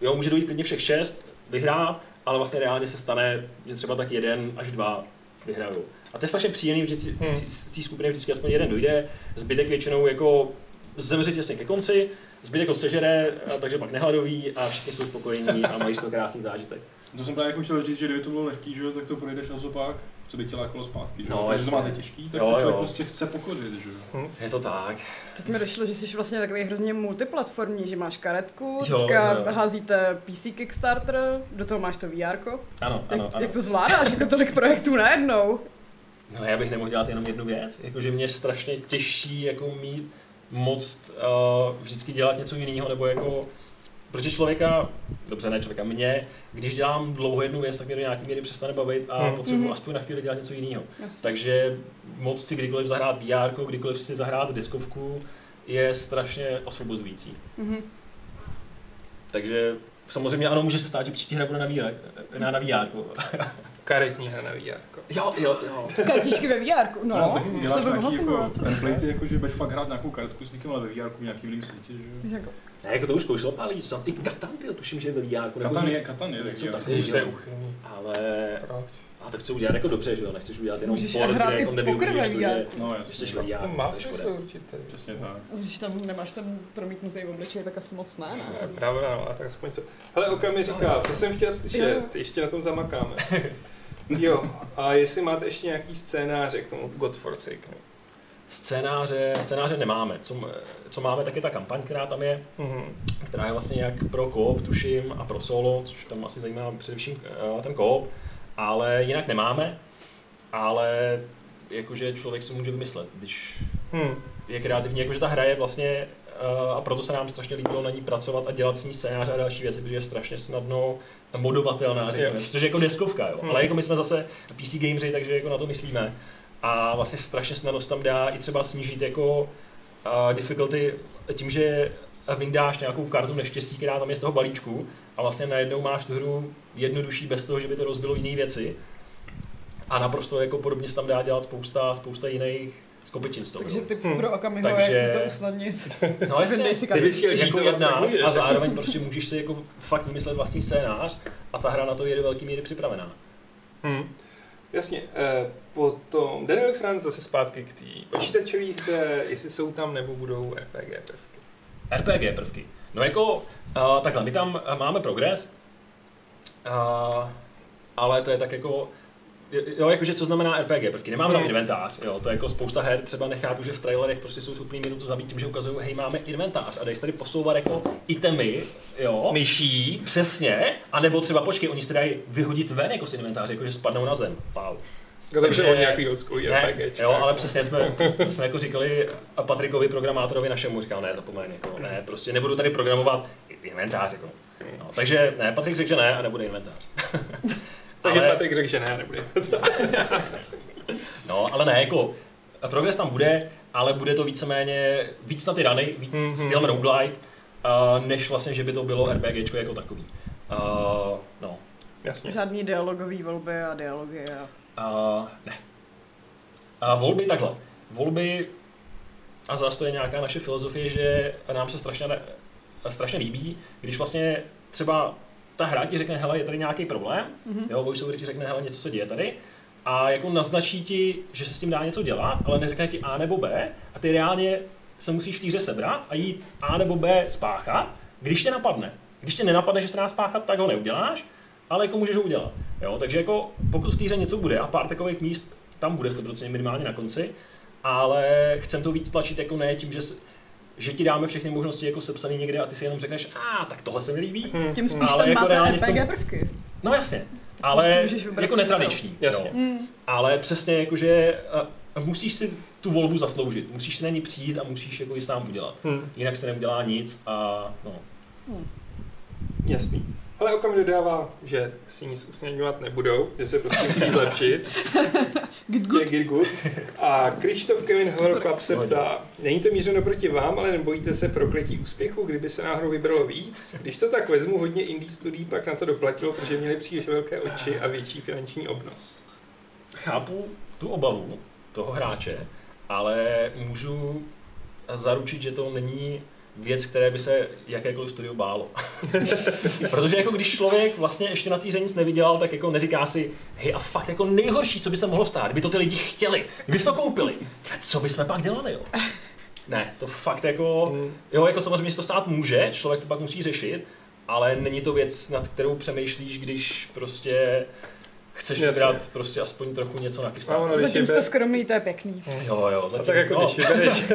Speaker 4: Jo, může dojít klidně všech šest, vyhrá, ale vlastně reálně se stane, že třeba tak jeden až dva vyhrajou. A to je strašně příjemný, že z-
Speaker 2: Hmm.
Speaker 4: z- z té skupiny vždycky aspoň jeden dojde, zbytek většinou jako zemře těsně ke konci, zbytek ho sežere, a takže pak nehladový a všichni jsou spokojení a mají z toho krásný zážitek.
Speaker 5: To jsem právě jako chtěl říct, že kdyby to bylo lehký, že jo, tak to projdeš a zopak, co by tě lákalo zpátky, že
Speaker 4: No,
Speaker 5: jo. Takže to
Speaker 4: jasně.
Speaker 5: máte těžký, tak
Speaker 4: Jo,
Speaker 5: to člověk
Speaker 4: jo.
Speaker 5: prostě chce pokořit, že jo.
Speaker 4: Je to tak.
Speaker 3: Teď mi došlo, že jsi vlastně takový hrozně multiplatformní, že máš karetku,
Speaker 4: Jo,
Speaker 3: teďka
Speaker 4: jo.
Speaker 3: házíte PC Kickstarter, do toho máš to VR. ko.
Speaker 4: Ano,
Speaker 3: Jak,
Speaker 4: ano, ano.
Speaker 3: jak to zvládáš, jako tolik projektů najednou?
Speaker 4: No, já bych nemohl dělat jenom jednu věc. Jakože mě strašně těší jako mít moc uh, vždycky dělat něco jiného, nebo jako Protože člověka, dobře ne člověka, mě, když dělám dlouho jednu věc, tak mě do nějaký míry přestane bavit a
Speaker 2: Hmm.
Speaker 4: potřebuji
Speaker 3: Mhm.
Speaker 4: aspoň na chvíli dělat něco jiného.
Speaker 3: Jasně.
Speaker 4: Takže moc si kdykoliv zahrát VR, kdykoliv si zahrát diskovku, je strašně osvobozující.
Speaker 3: Mhm.
Speaker 4: Takže samozřejmě ano, může se stát, že příští hra bude na VR. Na, na VR.
Speaker 2: Karetní hra na VR.
Speaker 4: Jo, jo, jo.
Speaker 3: Kartičky ve VR, no,
Speaker 5: Ale tak
Speaker 3: to
Speaker 5: děláš
Speaker 3: by mohlo
Speaker 5: nějaký jako
Speaker 3: fungovat.
Speaker 5: templatey, jako že budeš fakt hrát nějakou karetku s někým, ale ve VR v nějakým jiným světě, že jo.
Speaker 3: Víš, Jako,
Speaker 4: Ne, jako to už zkoušel pár lidí, co tam i Katan, ty tuším, že je ve VR. nebo-
Speaker 5: Katan je, Katan je ve
Speaker 4: Něco
Speaker 5: VR.
Speaker 4: takového. Ježiš, to je
Speaker 2: uchylný.
Speaker 4: Ale
Speaker 2: Proč?
Speaker 4: A to chci udělat jako dobře, že jo? Nechceš udělat jenom
Speaker 3: Můžeš
Speaker 4: port,
Speaker 3: hrát
Speaker 4: kde
Speaker 3: i
Speaker 4: jako nevyužiješ
Speaker 3: pokrvé
Speaker 4: to,
Speaker 3: VR.
Speaker 4: že
Speaker 5: No
Speaker 4: jsi
Speaker 5: jasně,
Speaker 4: švadí.
Speaker 2: To má smysl určitě.
Speaker 5: přesně tak.
Speaker 3: když tam nemáš ten promítnutý obličej, tak asi moc ne, ne?
Speaker 2: Právě ano, no, a tak aspoň to. Hele, Oka mi říká, to jsem chtěl slyšet, ještě na tom zamakáme. Jo, a jestli máte ještě nějaký scénáře k tomu God Forsaken.
Speaker 4: Scénáře, scénáře nemáme. Co, m- co máme, tak je ta kampaň, která tam je,
Speaker 2: Mhm.
Speaker 4: která je vlastně jak pro koop, tuším, a pro solo, což tam asi zajímá především eh, ten koop, ale jinak nemáme, ale jakože člověk si může vymyslet, když
Speaker 2: Hmm.
Speaker 4: je kreativní, jakože ta hra je vlastně, eh, a proto se nám strašně líbilo na ní pracovat a dělat s ní scénáře a další věci, protože je strašně snadno modovatelná, řekněme,
Speaker 2: Jo.
Speaker 4: což je jako deskovka, jo.
Speaker 2: Hmm.
Speaker 4: ale jako my jsme zase PC gameři, takže jako na to myslíme. A vlastně strašně snadno se tam dá i třeba snížit jako a difficulty tím, že vyndáš nějakou kartu neštěstí, která tam je z toho balíčku a vlastně najednou máš tu hru jednodušší bez toho, že by to rozbilo jiné věci. A naprosto jako podobně se tam dá dělat spousta, spousta jiných skopičin s tou
Speaker 3: Takže
Speaker 4: hrou.
Speaker 3: typ pro Akamiho,
Speaker 4: Hm, Takže-
Speaker 3: jak si to usnadnit.
Speaker 2: Jako
Speaker 4: No jasně,
Speaker 3: Vyndej si
Speaker 2: Ty
Speaker 3: kartu.
Speaker 2: bys chtěl žít
Speaker 4: jako
Speaker 2: to
Speaker 4: jedná
Speaker 2: tak můžeš.
Speaker 4: a zároveň prostě můžeš si jako fakt vymyslet vlastní scénář a ta hra na to je do velký míry připravená. Mm.
Speaker 2: Hmm. Jasně, eh, potom Daniel Franz zase zpátky k té počítačové hře, jestli jsou tam nebo budou RPG prvky.
Speaker 4: RPG prvky. No jako, uh, takhle, my tam eh, máme progres, uh, ale to je tak jako, jo, jakože co znamená RPG prvky, nemáme tam
Speaker 2: Hmm.
Speaker 4: inventář, jo, to je jako spousta her, třeba nechápu, že v trailerech prostě jsou schopný minutu zabít tím, že ukazují, hej, máme inventář a dají se tady posouvat jako itemy, jo.
Speaker 2: Myší.
Speaker 4: Přesně, anebo třeba počkej, oni se dají vyhodit ven jako z inventáře, jakože spadnou na zem, pál.
Speaker 2: No, takže
Speaker 4: Takže-
Speaker 2: on nějaký old school
Speaker 4: Ne,
Speaker 2: RPG.
Speaker 4: jo, ale přesně jsme, jsme jako říkali a Patrikovi, programátorovi našemu, říkal, ne, zapomeň, jako, ne, prostě nebudu tady programovat inventář, jako. No, takže ne, Patrik řekl, že ne a nebude inventář.
Speaker 2: Takže
Speaker 4: ale-
Speaker 2: Patrik řekl, že ne, nebude.
Speaker 4: No, ale ne, jako, a progres tam bude, ale bude to víceméně víc na ty rany, víc
Speaker 2: Mhm.
Speaker 4: mm-hmm. stylem roguelike, a než vlastně, že by to bylo RPGčko jako takový. A, no,
Speaker 2: Jasně.
Speaker 3: Žádný dialogový volby a dialogy a...
Speaker 4: A ne. A volby takhle. Volby, a zase to je nějaká naše filozofie, že nám se strašně, ne- strašně líbí, když vlastně třeba ta hra ti řekne, hele, je tady nějaký problém, mm-hmm. jo, voiceover ti řekne, hele, něco se děje tady, a jako naznačí ti, že se s tím dá něco dělat, ale neřekne ti A nebo B, a ty reálně se musíš v té hře sebrat a jít A nebo B spáchat, když tě napadne. Když tě nenapadne, že se dá spáchat, tak ho neuděláš, ale jako můžeš ho udělat. Jo? Takže jako pokud v té hře něco bude a pár takových míst tam bude 100% minimálně na konci, ale chcem to víc tlačit jako ne tím, že, s- že ti dáme všechny možnosti jako sepsané někde a ty si jenom řekneš, a tak tohle se mi líbí.
Speaker 3: Tím spíš
Speaker 4: Ale
Speaker 3: tam
Speaker 4: jako
Speaker 3: máte
Speaker 4: reálně
Speaker 3: RPG
Speaker 4: s tom-
Speaker 3: prvky.
Speaker 4: No jasně,
Speaker 3: si
Speaker 4: ale
Speaker 3: můžeš vybrat
Speaker 4: jako
Speaker 3: svůj styl. Mm.
Speaker 4: netradiční.
Speaker 2: Jasně.
Speaker 4: Jo. Ale přesně jako, jakože eh, musíš si tu volbu zasloužit, musíš si na ní přijít a musíš jako ji sám udělat.
Speaker 2: Hmm.
Speaker 4: Jinak se neudělá nic a no.
Speaker 2: Jasný. Ale Okam dodává, že si nic usměňovat nebudou, že se prostě musí zlepšit.
Speaker 3: Good,
Speaker 2: Je Git good. A Krištof Kevin Horror Club se ptá, není to mířeno proti vám, ale nebojíte se prokletí úspěchu, kdyby se náhodou vybralo víc? Když to tak vezmu, hodně indie studií pak na to doplatilo, protože měli příliš velké oči a větší finanční obnos.
Speaker 4: chápu tu obavu toho hráče, ale můžu zaručit, že to není věc, které by se jakékoliv studio bálo. Protože jako když člověk vlastně ještě na té hře nic nevydělal, tak jako neříká si, hej a fakt jako nejhorší, co by se mohlo stát, kdyby to ty lidi chtěli, kdyby si to koupili, Tyhle, co by jsme pak dělali, jo? Ne, to fakt jako, jo, jako samozřejmě se to stát může, člověk to pak musí řešit, ale není to věc, nad kterou přemýšlíš, když prostě chceš
Speaker 2: Jasně.
Speaker 4: vybrat prostě aspoň trochu něco na
Speaker 2: No,
Speaker 4: kystátu.
Speaker 2: no,
Speaker 3: Zatím
Speaker 2: když
Speaker 3: jste
Speaker 2: jde-
Speaker 3: skromný, to je pěkný.
Speaker 4: Jo, jo,
Speaker 2: A
Speaker 4: zatím.
Speaker 2: tak jako
Speaker 4: no,
Speaker 2: když vybereš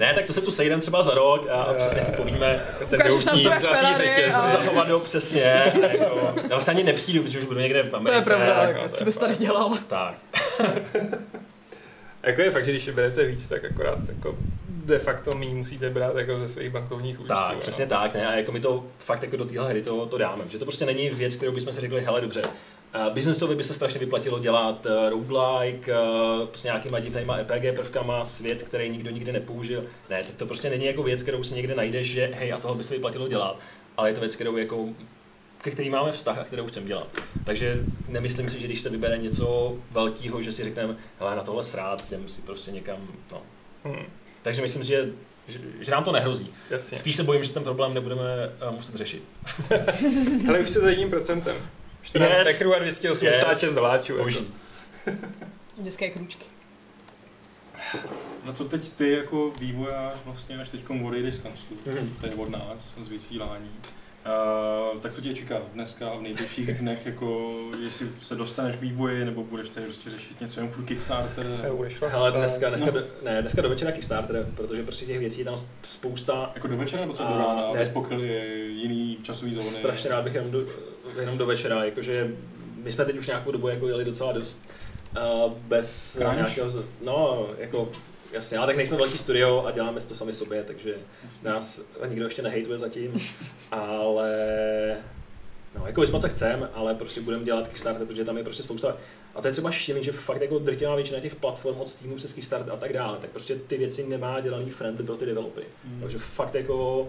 Speaker 4: ne, tak to se tu sejdeme třeba za rok a přesně si povíme, jako
Speaker 2: ten
Speaker 3: Ukážeš
Speaker 2: doutník
Speaker 3: nám své
Speaker 2: zlatý
Speaker 3: Ferrari
Speaker 2: řetěz.
Speaker 3: a-
Speaker 4: zachovat ho přesně. Jako. Já vlastně ani nepřijdu, protože už budu někde v
Speaker 3: To
Speaker 4: Americe.
Speaker 3: je pravda,
Speaker 4: jako,
Speaker 3: jako, co bys tady dělal?
Speaker 4: Tak.
Speaker 2: Jako je fakt, že když vyberete víc, tak akorát jako de facto míň musíte brát jako ze svých bankovních účtů.
Speaker 4: Tak,
Speaker 2: no.
Speaker 4: přesně tak, ne, a jako my to fakt jako do téhle hry to, to dáme, že to prostě není věc, kterou bychom si řekli, hele dobře, eh, businessovi by se strašně vyplatilo dělat eh, roguelike eh, s nějakýma divnýma RPG prvkama, svět, který nikdo nikdy nepoužil. Ne, to- to prostě není jako věc, kterou si někde najdeš, že hej, a tohle by se vyplatilo dělat, ale je to věc, kterou jako ke který máme vztah a kterou chceme dělat. Takže nemyslím si, že když se vybere něco velkého, že si řekneme, hele, na tohle srát, jdem si prostě někam, no.
Speaker 2: Hmm,
Speaker 4: Takže myslím si, že, že, že nám to nehrozí.
Speaker 2: jasně.
Speaker 4: Spíš se bojím, že ten problém nebudeme eh, muset řešit.
Speaker 2: Ale už se za jedním procentem. 14 yes.
Speaker 4: Yes.
Speaker 2: pekrů a 286 yes.
Speaker 4: Yes.
Speaker 2: doláčů. jako.
Speaker 4: Boží.
Speaker 3: Dětské kručky.
Speaker 5: Na co teď ty jako vývojář vlastně, až teď odejdeš z kanclu,
Speaker 2: jako.
Speaker 4: Hmm.
Speaker 5: tady od nás, z vysílání, uh, tak co tě čeká dneska a v nejbližších dnech, jako jestli se dostaneš k vývoji, nebo budeš tady prostě řešit něco jenom furt Kickstarter?
Speaker 2: Eh, odešla.
Speaker 4: Ale jako- dneska, dneska, do, ne, dneska do večera Kickstarter, protože prostě těch věcí je tam spousta.
Speaker 5: Jako do večera nebo třeba
Speaker 4: A,
Speaker 5: do rána,
Speaker 4: ne.
Speaker 5: abys pokryl jiný časový zóny?
Speaker 4: Strašně rád bych jenom do, jenom do večera, jakože my jsme teď už nějakou dobu jako jeli docela dost uh, bez
Speaker 5: Crunch?
Speaker 4: nějakého, z- no jako jasně, ale tak nejsme velký studio a děláme si to sami sobě, takže nás nikdo ještě nehejtuje zatím, ale No, jako vyspat se chcem, ale prostě budeme dělat Kickstarter, protože tam je prostě spousta. A to je třeba štěvin, že fakt jako drtivá většina těch platform od Steamu přes Kickstarter a tak dále, tak prostě ty věci nemá dělaný friendly pro ty developery. Mm. Takže fakt jako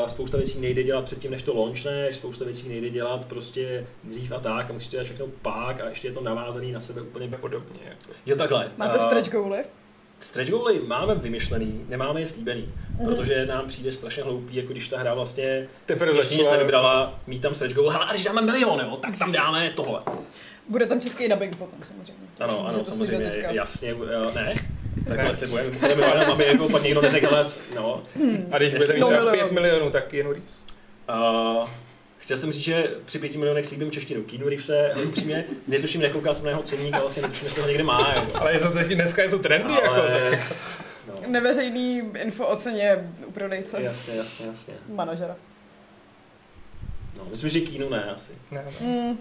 Speaker 4: Uh, spousta věcí nejde dělat předtím, než to launchne, spousta věcí nejde dělat prostě dřív a tak, a musíš to dělat všechno pak a ještě je to navázané na sebe úplně.
Speaker 2: Podobně. Jako.
Speaker 4: Jo takhle.
Speaker 3: Máte
Speaker 4: uh,
Speaker 3: stretch goaly?
Speaker 4: Stretch goaly máme vymyšlený, nemáme je slíbený,
Speaker 3: Mhm.
Speaker 4: mm-hmm. protože nám přijde strašně hloupý, jako když ta hra vlastně
Speaker 2: Teprve
Speaker 4: ještě nic
Speaker 2: začala.
Speaker 4: nevybrala, mít tam stretch goal, ale když dáme milion, jo, tak tam dáme tohle.
Speaker 3: Bude tam český dubbing potom samozřejmě. To už
Speaker 4: Ano,
Speaker 3: můžete
Speaker 4: ano,
Speaker 3: slíbit
Speaker 4: samozřejmě,
Speaker 3: teďka.
Speaker 4: jasně, eh, ne, takhle slibujeme, budeme jenom, aby jako pak někdo neřekl, ale s- no.
Speaker 2: A když budete mít
Speaker 3: No,
Speaker 2: třeba
Speaker 3: milion.
Speaker 2: 5 milionů, tak jen Reeves.
Speaker 4: Uh, chtěl jsem říct, že při pěti milionech slíbím češtinu. Keanu Reevese, ale upřímně, netuším, nekoukal jsem na jeho ceník, ale vlastně netuším, jestli ho někde má, jo.
Speaker 2: Ale je to teď, dneska je to trendy, ale... jako, tak
Speaker 4: Ale... No,
Speaker 3: Neveřejný info o ceně u prodejce.
Speaker 4: jasně, jasně, jasně.
Speaker 3: Manažera.
Speaker 4: No, myslím, že Keanu ne asi.
Speaker 2: ne, ne.
Speaker 3: Mm,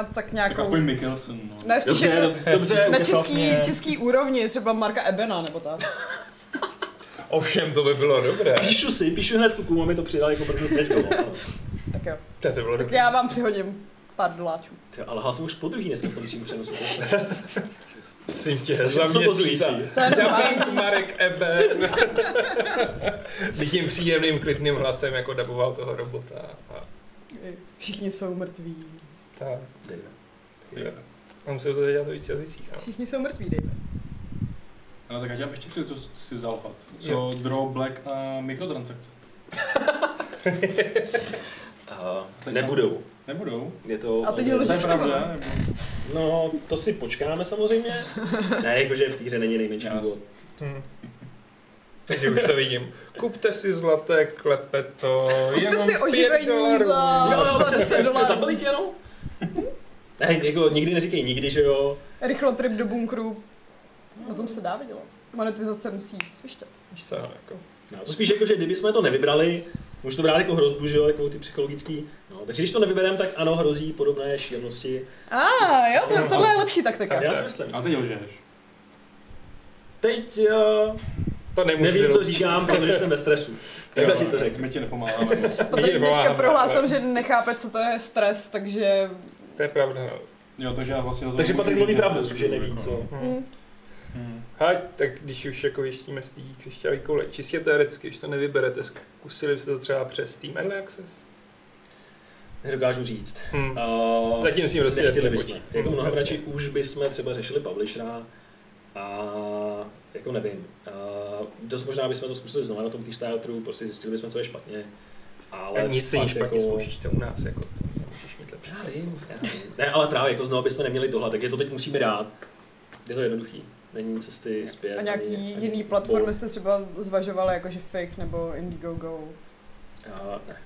Speaker 3: a tak nějakou...
Speaker 5: Tak aspoň Mikkelsen. No.
Speaker 3: Ne, spíš
Speaker 4: Dobře,
Speaker 3: jako
Speaker 4: do- dobře, ukecala
Speaker 3: na český,
Speaker 4: jsi mě. vlastně-
Speaker 3: český úrovni, třeba Marka Ebena nebo tak.
Speaker 2: Ovšem, to by bylo dobré.
Speaker 4: Píšu si, píšu hned klukům, aby to přidali jako první stretch goal. ano.
Speaker 3: Tak jo.
Speaker 2: To, to bylo
Speaker 3: Tak
Speaker 2: dobré.
Speaker 3: já vám přihodím pár doláčů.
Speaker 4: Ty, ale hlas jsem už po druhý dneska v tom přímém přenosu.
Speaker 2: Prosím tě, za
Speaker 4: Strašně
Speaker 2: měsíc.
Speaker 4: pozorující.
Speaker 3: To je normální.
Speaker 2: Dubbing Marek Eben. By tím příjemným, klidným hlasem jako daboval toho robota. A
Speaker 3: Všichni jsou mrtví.
Speaker 2: ta,
Speaker 4: Dejme.
Speaker 2: a musel to dělat ve víc jazycích. No.
Speaker 3: Všichni jsou mrtví, dejme.
Speaker 5: Ale tak já dělám ještě přijde, to si zalhat. Co Draw, Black a mikrotransakce.
Speaker 4: Uh, nebudou.
Speaker 5: Nebudou?
Speaker 4: Je to...
Speaker 3: A teď ho
Speaker 5: To je
Speaker 3: Lžeš nebo
Speaker 5: pravda, nebo...
Speaker 4: No, to si počkáme samozřejmě. ne, jakože v té hře není nejmenší
Speaker 5: Já-
Speaker 4: důvod.
Speaker 2: Hmm. Takže už to vidím. Kupte si zlaté klepeto.
Speaker 3: Kupte
Speaker 2: jenom
Speaker 3: si
Speaker 2: pět
Speaker 3: oživení
Speaker 2: dolarů.
Speaker 3: za...
Speaker 4: Jo, jo,
Speaker 3: za
Speaker 4: přesně,
Speaker 3: 10
Speaker 4: přesně,
Speaker 3: dolarů.
Speaker 4: zabili tě, no. Ne, jako nikdy neříkej nikdy, že jo.
Speaker 3: Rychlo trip do bunkru. Na tom se dá vydělat. Monetizace musí svištět.
Speaker 2: Víš co, jako.
Speaker 4: No, to spíš jako, že kdyby jsme to nevybrali, můžu to brát jako hrozbu, že jo, jako ty psychologický. No, takže když to nevybereme, tak ano, hrozí podobné šílenosti.
Speaker 3: A ah, jo, to, tohle je lepší taktika.
Speaker 4: Já si myslím.
Speaker 5: Ale teď lžeš.
Speaker 4: Teď uh,
Speaker 2: To nemůžu
Speaker 4: nevím, co
Speaker 2: vyloučit.
Speaker 4: říkám, protože jsem ve stresu. Takhle si to řekl.
Speaker 5: My ti nepomáháme. moc.
Speaker 3: Patrik dneska
Speaker 2: Nepomáhá,
Speaker 3: prohlásil,
Speaker 2: ale-
Speaker 3: že nechápe, co to je stres, takže...
Speaker 2: To je pravda, no.
Speaker 5: Jo, takže já vlastně... za to
Speaker 4: Takže
Speaker 5: nemůžu
Speaker 4: Patrik
Speaker 5: říct,
Speaker 4: mluví
Speaker 5: já
Speaker 4: pravdu,
Speaker 5: jsem
Speaker 4: že
Speaker 5: jako-
Speaker 4: neví, co.
Speaker 2: Hmm.
Speaker 3: Hm.
Speaker 5: Hm.
Speaker 2: Hať, tak když už jako věštíme z té křišťálí koule, čistě teoreticky, když to nevyberete, zkusili byste to třeba přes Team Early Access?
Speaker 4: Nedokážu říct.
Speaker 2: Hmm.
Speaker 4: Uh,
Speaker 2: Zatím s tím prostě
Speaker 4: nechtěli
Speaker 2: nepočít.
Speaker 4: bychom. Jako
Speaker 2: Hmm,
Speaker 4: mnohem
Speaker 2: jasně.
Speaker 4: radši už bychom třeba řešili publishera a jako nevím. Uh, dost možná bychom to zkusili znovu na tom Kickstarteru, prostě zjistili bychom, co je špatně. Ale
Speaker 2: A nic
Speaker 4: fakt
Speaker 2: není špatně, zkoušíš to u nás, jako to nemůžeš mít lepší.
Speaker 4: Já vím, já vím. Ne, ale právě jako znovu bychom neměli dohled, takže to teď musíme dát. Je to jednoduchý. Není cesty zpět.
Speaker 3: A nějaký
Speaker 4: ani- ani
Speaker 3: jiný platformy
Speaker 4: bol.
Speaker 3: jste třeba zvažovali, jakože Fake nebo Indiegogo,
Speaker 4: A, ne.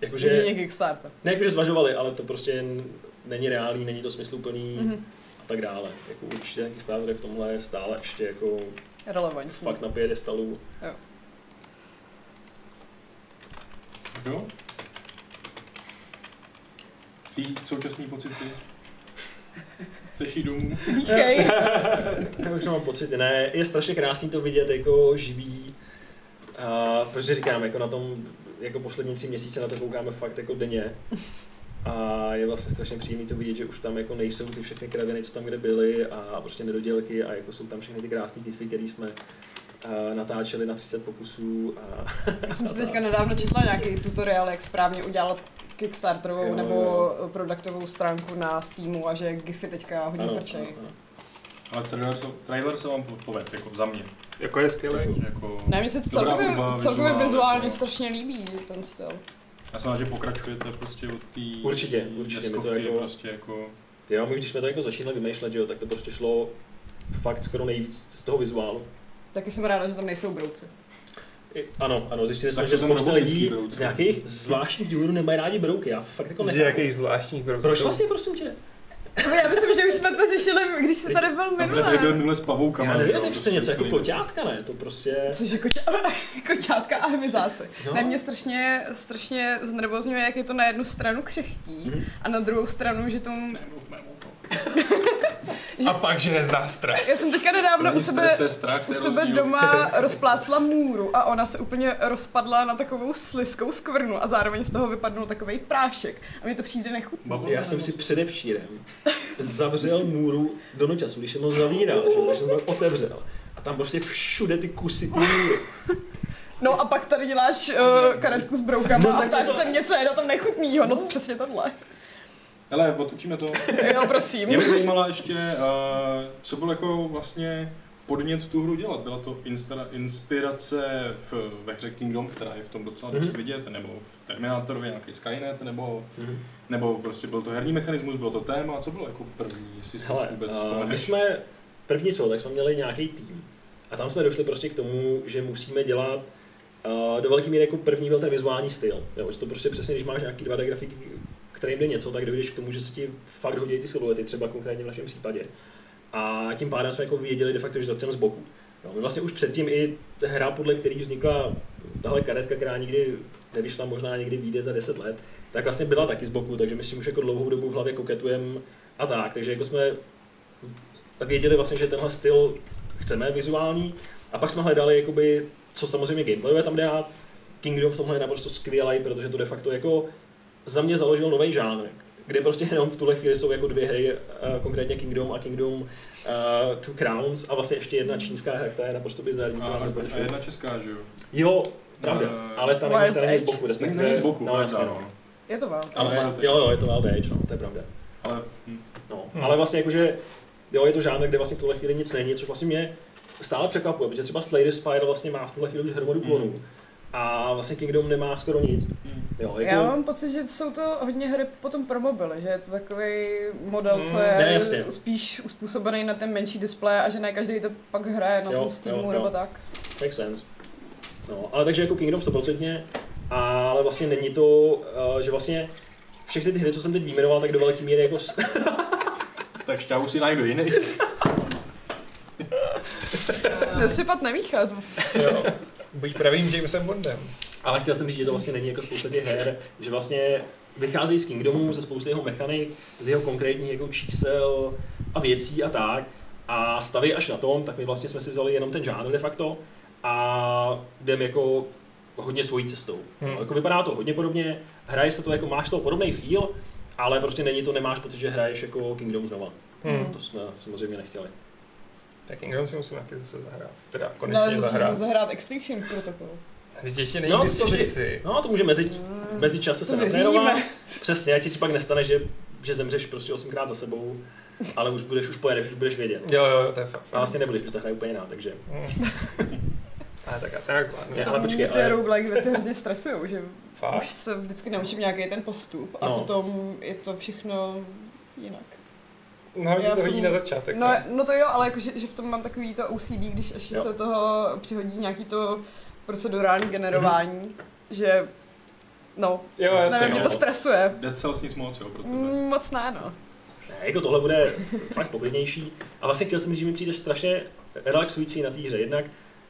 Speaker 4: Jakože,
Speaker 3: jedině Kickstarter.
Speaker 4: ne jakože zvažovali, ale to prostě jen není reálný, není to smysluplný.
Speaker 3: Mhm.
Speaker 4: a tak dále. Jako určitě nějaký Kickstarter je v tomhle stále ještě jako
Speaker 3: Relevantní.
Speaker 4: fakt na piedestalu.
Speaker 5: Jo? Tý současný pocity? Chceš jít domů?
Speaker 3: Dýchej.
Speaker 4: Já už mám pocit, ne, je strašně krásný to vidět jako živý, a, protože říkám, jako na tom, jako poslední tři měsíce na to koukáme fakt jako denně. A je vlastně strašně příjemný to vidět, že už tam jako nejsou ty všechny kraviny, co tam kde byly a prostě nedodělky a jako jsou tam všechny ty krásné diffy, které jsme a, natáčeli na 30 pokusů a
Speaker 3: Já jsem si teďka nedávno četla nějaký tutoriál, jak správně udělat Kickstarterovou
Speaker 4: Jo,
Speaker 3: nebo
Speaker 4: jo.
Speaker 3: produktovou stránku na Steamu a že Giphy teďka hodně
Speaker 4: Ano,
Speaker 3: frčej.
Speaker 4: ano, ano.
Speaker 5: Ale trailer se, trailer se vám povedl, jako za mě.
Speaker 2: Jako je skvělý.
Speaker 5: Jako,
Speaker 3: Ne, mně se
Speaker 5: dobrá
Speaker 3: celkově,
Speaker 5: hudba,
Speaker 3: celkově
Speaker 5: vizuál,
Speaker 3: vizuálně
Speaker 5: jako.
Speaker 3: strašně líbí ten styl.
Speaker 5: Já jsem rád, že pokračujete prostě od té
Speaker 4: Určitě, určitě, my to
Speaker 5: deskovky,
Speaker 4: jako-
Speaker 5: prostě jako...
Speaker 4: Jo, my když jsme to jako začínali vymýšlet, že jo, tak to prostě šlo fakt skoro nejvíc z toho vizuálu.
Speaker 3: Taky jsem ráda, že tam nejsou brouci.
Speaker 4: I, ano, ano, zjistili jsme,
Speaker 5: Tak
Speaker 4: že
Speaker 5: jsou tam
Speaker 4: spousta
Speaker 5: robotický
Speaker 4: lidí
Speaker 5: brouci.
Speaker 4: z nějakých zvláštních důvodů nemají rádi brouky. Já fakt jako
Speaker 2: Z
Speaker 4: nechápu.
Speaker 2: jakých zvláštních brouků.
Speaker 4: Proč vlastně, prosím tě?
Speaker 3: Jako Já myslím, že už jsme to řešili, když jsi tady byl
Speaker 5: Dobře, tady byl
Speaker 3: minulé.
Speaker 5: minule s pavoukama.
Speaker 4: Já nevím,
Speaker 5: že
Speaker 4: to
Speaker 5: jo,
Speaker 4: je
Speaker 5: prostě
Speaker 4: prostě něco jako
Speaker 5: úplný-
Speaker 4: koťátka, ne? To prostě...
Speaker 3: Což je koťa, koťátka a hemizáci.
Speaker 4: No.
Speaker 3: No. Ne, mě strašně, strašně znervozňuje, jak je to na jednu stranu křehký
Speaker 4: Mhm.
Speaker 3: a na druhou stranu, že tomu
Speaker 5: Nemluv mému, no.
Speaker 2: A pak, že nezná stres.
Speaker 3: Já jsem teďka nedávno u sebe,
Speaker 5: to je strach, to
Speaker 3: u
Speaker 5: je
Speaker 3: sebe
Speaker 5: rozdíl.
Speaker 3: doma rozplásla můru a ona se úplně rozpadla na takovou sliskou skvrnu a zároveň z toho vypadnul takový prášek. A mně to přijde nechutné.
Speaker 5: Bavlna
Speaker 4: Já
Speaker 5: nebo
Speaker 4: jsem si předevčírem zavřel můru do noťasu, když jsem ho zavíral, že jo, když jsem ho otevřel. A tam prostě všude ty kusy ty můry.
Speaker 3: No a pak tady děláš uh, karetku s broukama
Speaker 4: No,
Speaker 3: no, a
Speaker 4: tak
Speaker 3: ptáš
Speaker 4: to-
Speaker 3: se mě, co je na tom nechutnýho. No přesně tohle.
Speaker 5: Hele, otočíme to.
Speaker 3: Jo, prosím.
Speaker 5: Mě by zajímala ještě, eh, co byl jako vlastně podnět tu hru dělat. Byla to instra- inspirace v, ve hře Kingdom, která je v tom docela dost vidět, nebo v Terminátorovi nějaký Skynet, nebo, nebo prostě byl to herní mechanismus, bylo to téma, co bylo jako první, jestli si
Speaker 4: Hele,
Speaker 5: vůbec
Speaker 4: eh, my
Speaker 5: vzpomeneš?
Speaker 4: jsme první co, tak jsme měli nějaký tým. A tam jsme došli prostě k tomu, že musíme dělat eh, do velké míry jako první byl ten vizuální styl. Jo, že to prostě přesně, když máš nějaký 2D grafiky, kterým jde něco, tak dojdeš k tomu, že se ti fakt hodí ty siluety, třeba konkrétně v našem případě. A tím pádem jsme jako věděli de facto, že to chceme z boku. Jo, my vlastně už předtím i hra, podle který vznikla tahle karetka, která nikdy nevyšla, možná někdy vyjde za 10 let, tak vlastně byla taky z boku, takže my s tím už jako dlouhou dobu v hlavě koketujeme a tak. Takže jako jsme věděli vlastně, že tenhle styl chceme vizuální a pak jsme hledali, jakoby, co samozřejmě gameplayové tam jde a Kingdom v tomhle je naprosto skvělý, protože to de facto jako za mě založil nový žánr, kde prostě jenom v tuhle chvíli jsou jako dvě hry, eh, konkrétně Kingdom a Kingdom uh, Two Crowns a vlastně ještě jedna čínská hra, která je naprosto bizarní.
Speaker 5: a,
Speaker 4: která
Speaker 5: a, a
Speaker 4: doporučuji.
Speaker 5: jedna česká, že jo?
Speaker 4: Jo, pravda,
Speaker 5: Eh,
Speaker 4: ale ta
Speaker 3: Wild
Speaker 4: není, ta není z
Speaker 3: Edge.
Speaker 4: boku, respektive.
Speaker 5: Není z boku,
Speaker 4: no,
Speaker 5: ale
Speaker 4: jasně,
Speaker 5: ano.
Speaker 4: no.
Speaker 3: Je to vám.
Speaker 5: Ale,
Speaker 4: Ale, jo, jo, je to Wild Edge, no, to je pravda.
Speaker 5: ale hm,
Speaker 4: No,
Speaker 2: Hmm.
Speaker 4: ale vlastně jakože, jo, je to žánr, kde vlastně v tuhle chvíli nic není, což vlastně mě stále překvapuje, protože třeba Slay the Spire vlastně má v tuhle chvíli už hromadu klonů. A vlastně Kingdom nemá skoro nic.
Speaker 5: hm.
Speaker 4: Jo, jako,
Speaker 3: Já mám pocit, že jsou to hodně hry potom pro mobily, že je to takový model, co je
Speaker 4: Mm, ne, jasně.
Speaker 3: spíš uspůsobený na ten menší displej a že ne každý to pak hraje na
Speaker 4: Jo,
Speaker 3: tom
Speaker 4: jo,
Speaker 3: Steamu
Speaker 4: jo.
Speaker 3: nebo tak.
Speaker 4: make sense. No, ale takže jako Kingdom 100%, ale vlastně není to, uh, že vlastně všechny ty hry, co jsem teď vyjmenoval, tak do velké míry jako s-
Speaker 5: tak šťávu si najdu jiný.
Speaker 3: Netřepat nemíchat.
Speaker 2: Buď pravým Jamesem Bondem.
Speaker 4: Ale chtěl jsem říct, že to vlastně není jako spousta těch her, že vlastně vycházejí z Kingdomu, ze spousty jeho mechanik, z jeho konkrétních jako čísel a věcí a tak. A staví až na tom, tak my vlastně jsme si vzali jenom ten žánr de facto a jdem jako hodně svojí cestou.
Speaker 2: Hmm.
Speaker 4: Hmm. Jako vypadá to hodně podobně, hraje se to jako máš to podobný feel, ale prostě není to, nemáš pocit, že hraješ jako Kingdom znova.
Speaker 2: Hmm.
Speaker 4: To jsme samozřejmě nechtěli.
Speaker 2: Tak Ingram si musím taky zase zahrát. Teda konečně
Speaker 3: No,
Speaker 2: no,
Speaker 3: musíš
Speaker 2: zahrát.
Speaker 3: zahrát Extinction Protocol.
Speaker 2: Vždyť ještě není
Speaker 4: No,
Speaker 2: k dispozici.
Speaker 4: No a to může mezi, mezi čase se
Speaker 3: To vyřídíme.
Speaker 4: natrénovat. Přesně, ať se ti pak nestane, že, že zemřeš prostě osmkrát za sebou, ale už budeš, už pojedeš, už budeš vědět.
Speaker 2: Jo, jo, jo, to je fakt.
Speaker 4: A vlastně nebudeš, protože ta hra je úplně jiná, takže.
Speaker 2: Hmm. Ale tak já se nějak zvládnu.
Speaker 4: Já-
Speaker 3: To
Speaker 4: ale
Speaker 3: mě
Speaker 4: počkej,
Speaker 3: ty
Speaker 4: ale-
Speaker 3: roguelike věci hrozně stresujou, že
Speaker 2: Fakt.
Speaker 3: už se vždycky naučím nějaký ten postup a
Speaker 4: No.
Speaker 3: potom je to všechno jinak.
Speaker 2: No, ale
Speaker 3: Já
Speaker 2: to
Speaker 3: v tom-
Speaker 2: hodí na začátek.
Speaker 3: No, no to jo, ale jako, že, že v tom mám takový to OCD, když ještě
Speaker 4: Jo.
Speaker 3: se do toho přihodí nějaký to procedurální generování,
Speaker 4: Mhm.
Speaker 3: mm-hmm. že no,
Speaker 2: Jo, jasně.
Speaker 3: nevím,
Speaker 2: no.
Speaker 3: mě to stresuje.
Speaker 5: Dead Cells nic moc, jo, pro tebe.
Speaker 3: Mm, Moc ne, no.
Speaker 4: Ne, jako tohle bude fakt poklidnější. A vlastně chtěl jsem říct, že mi přijde strašně relaxující na té hře. Jednak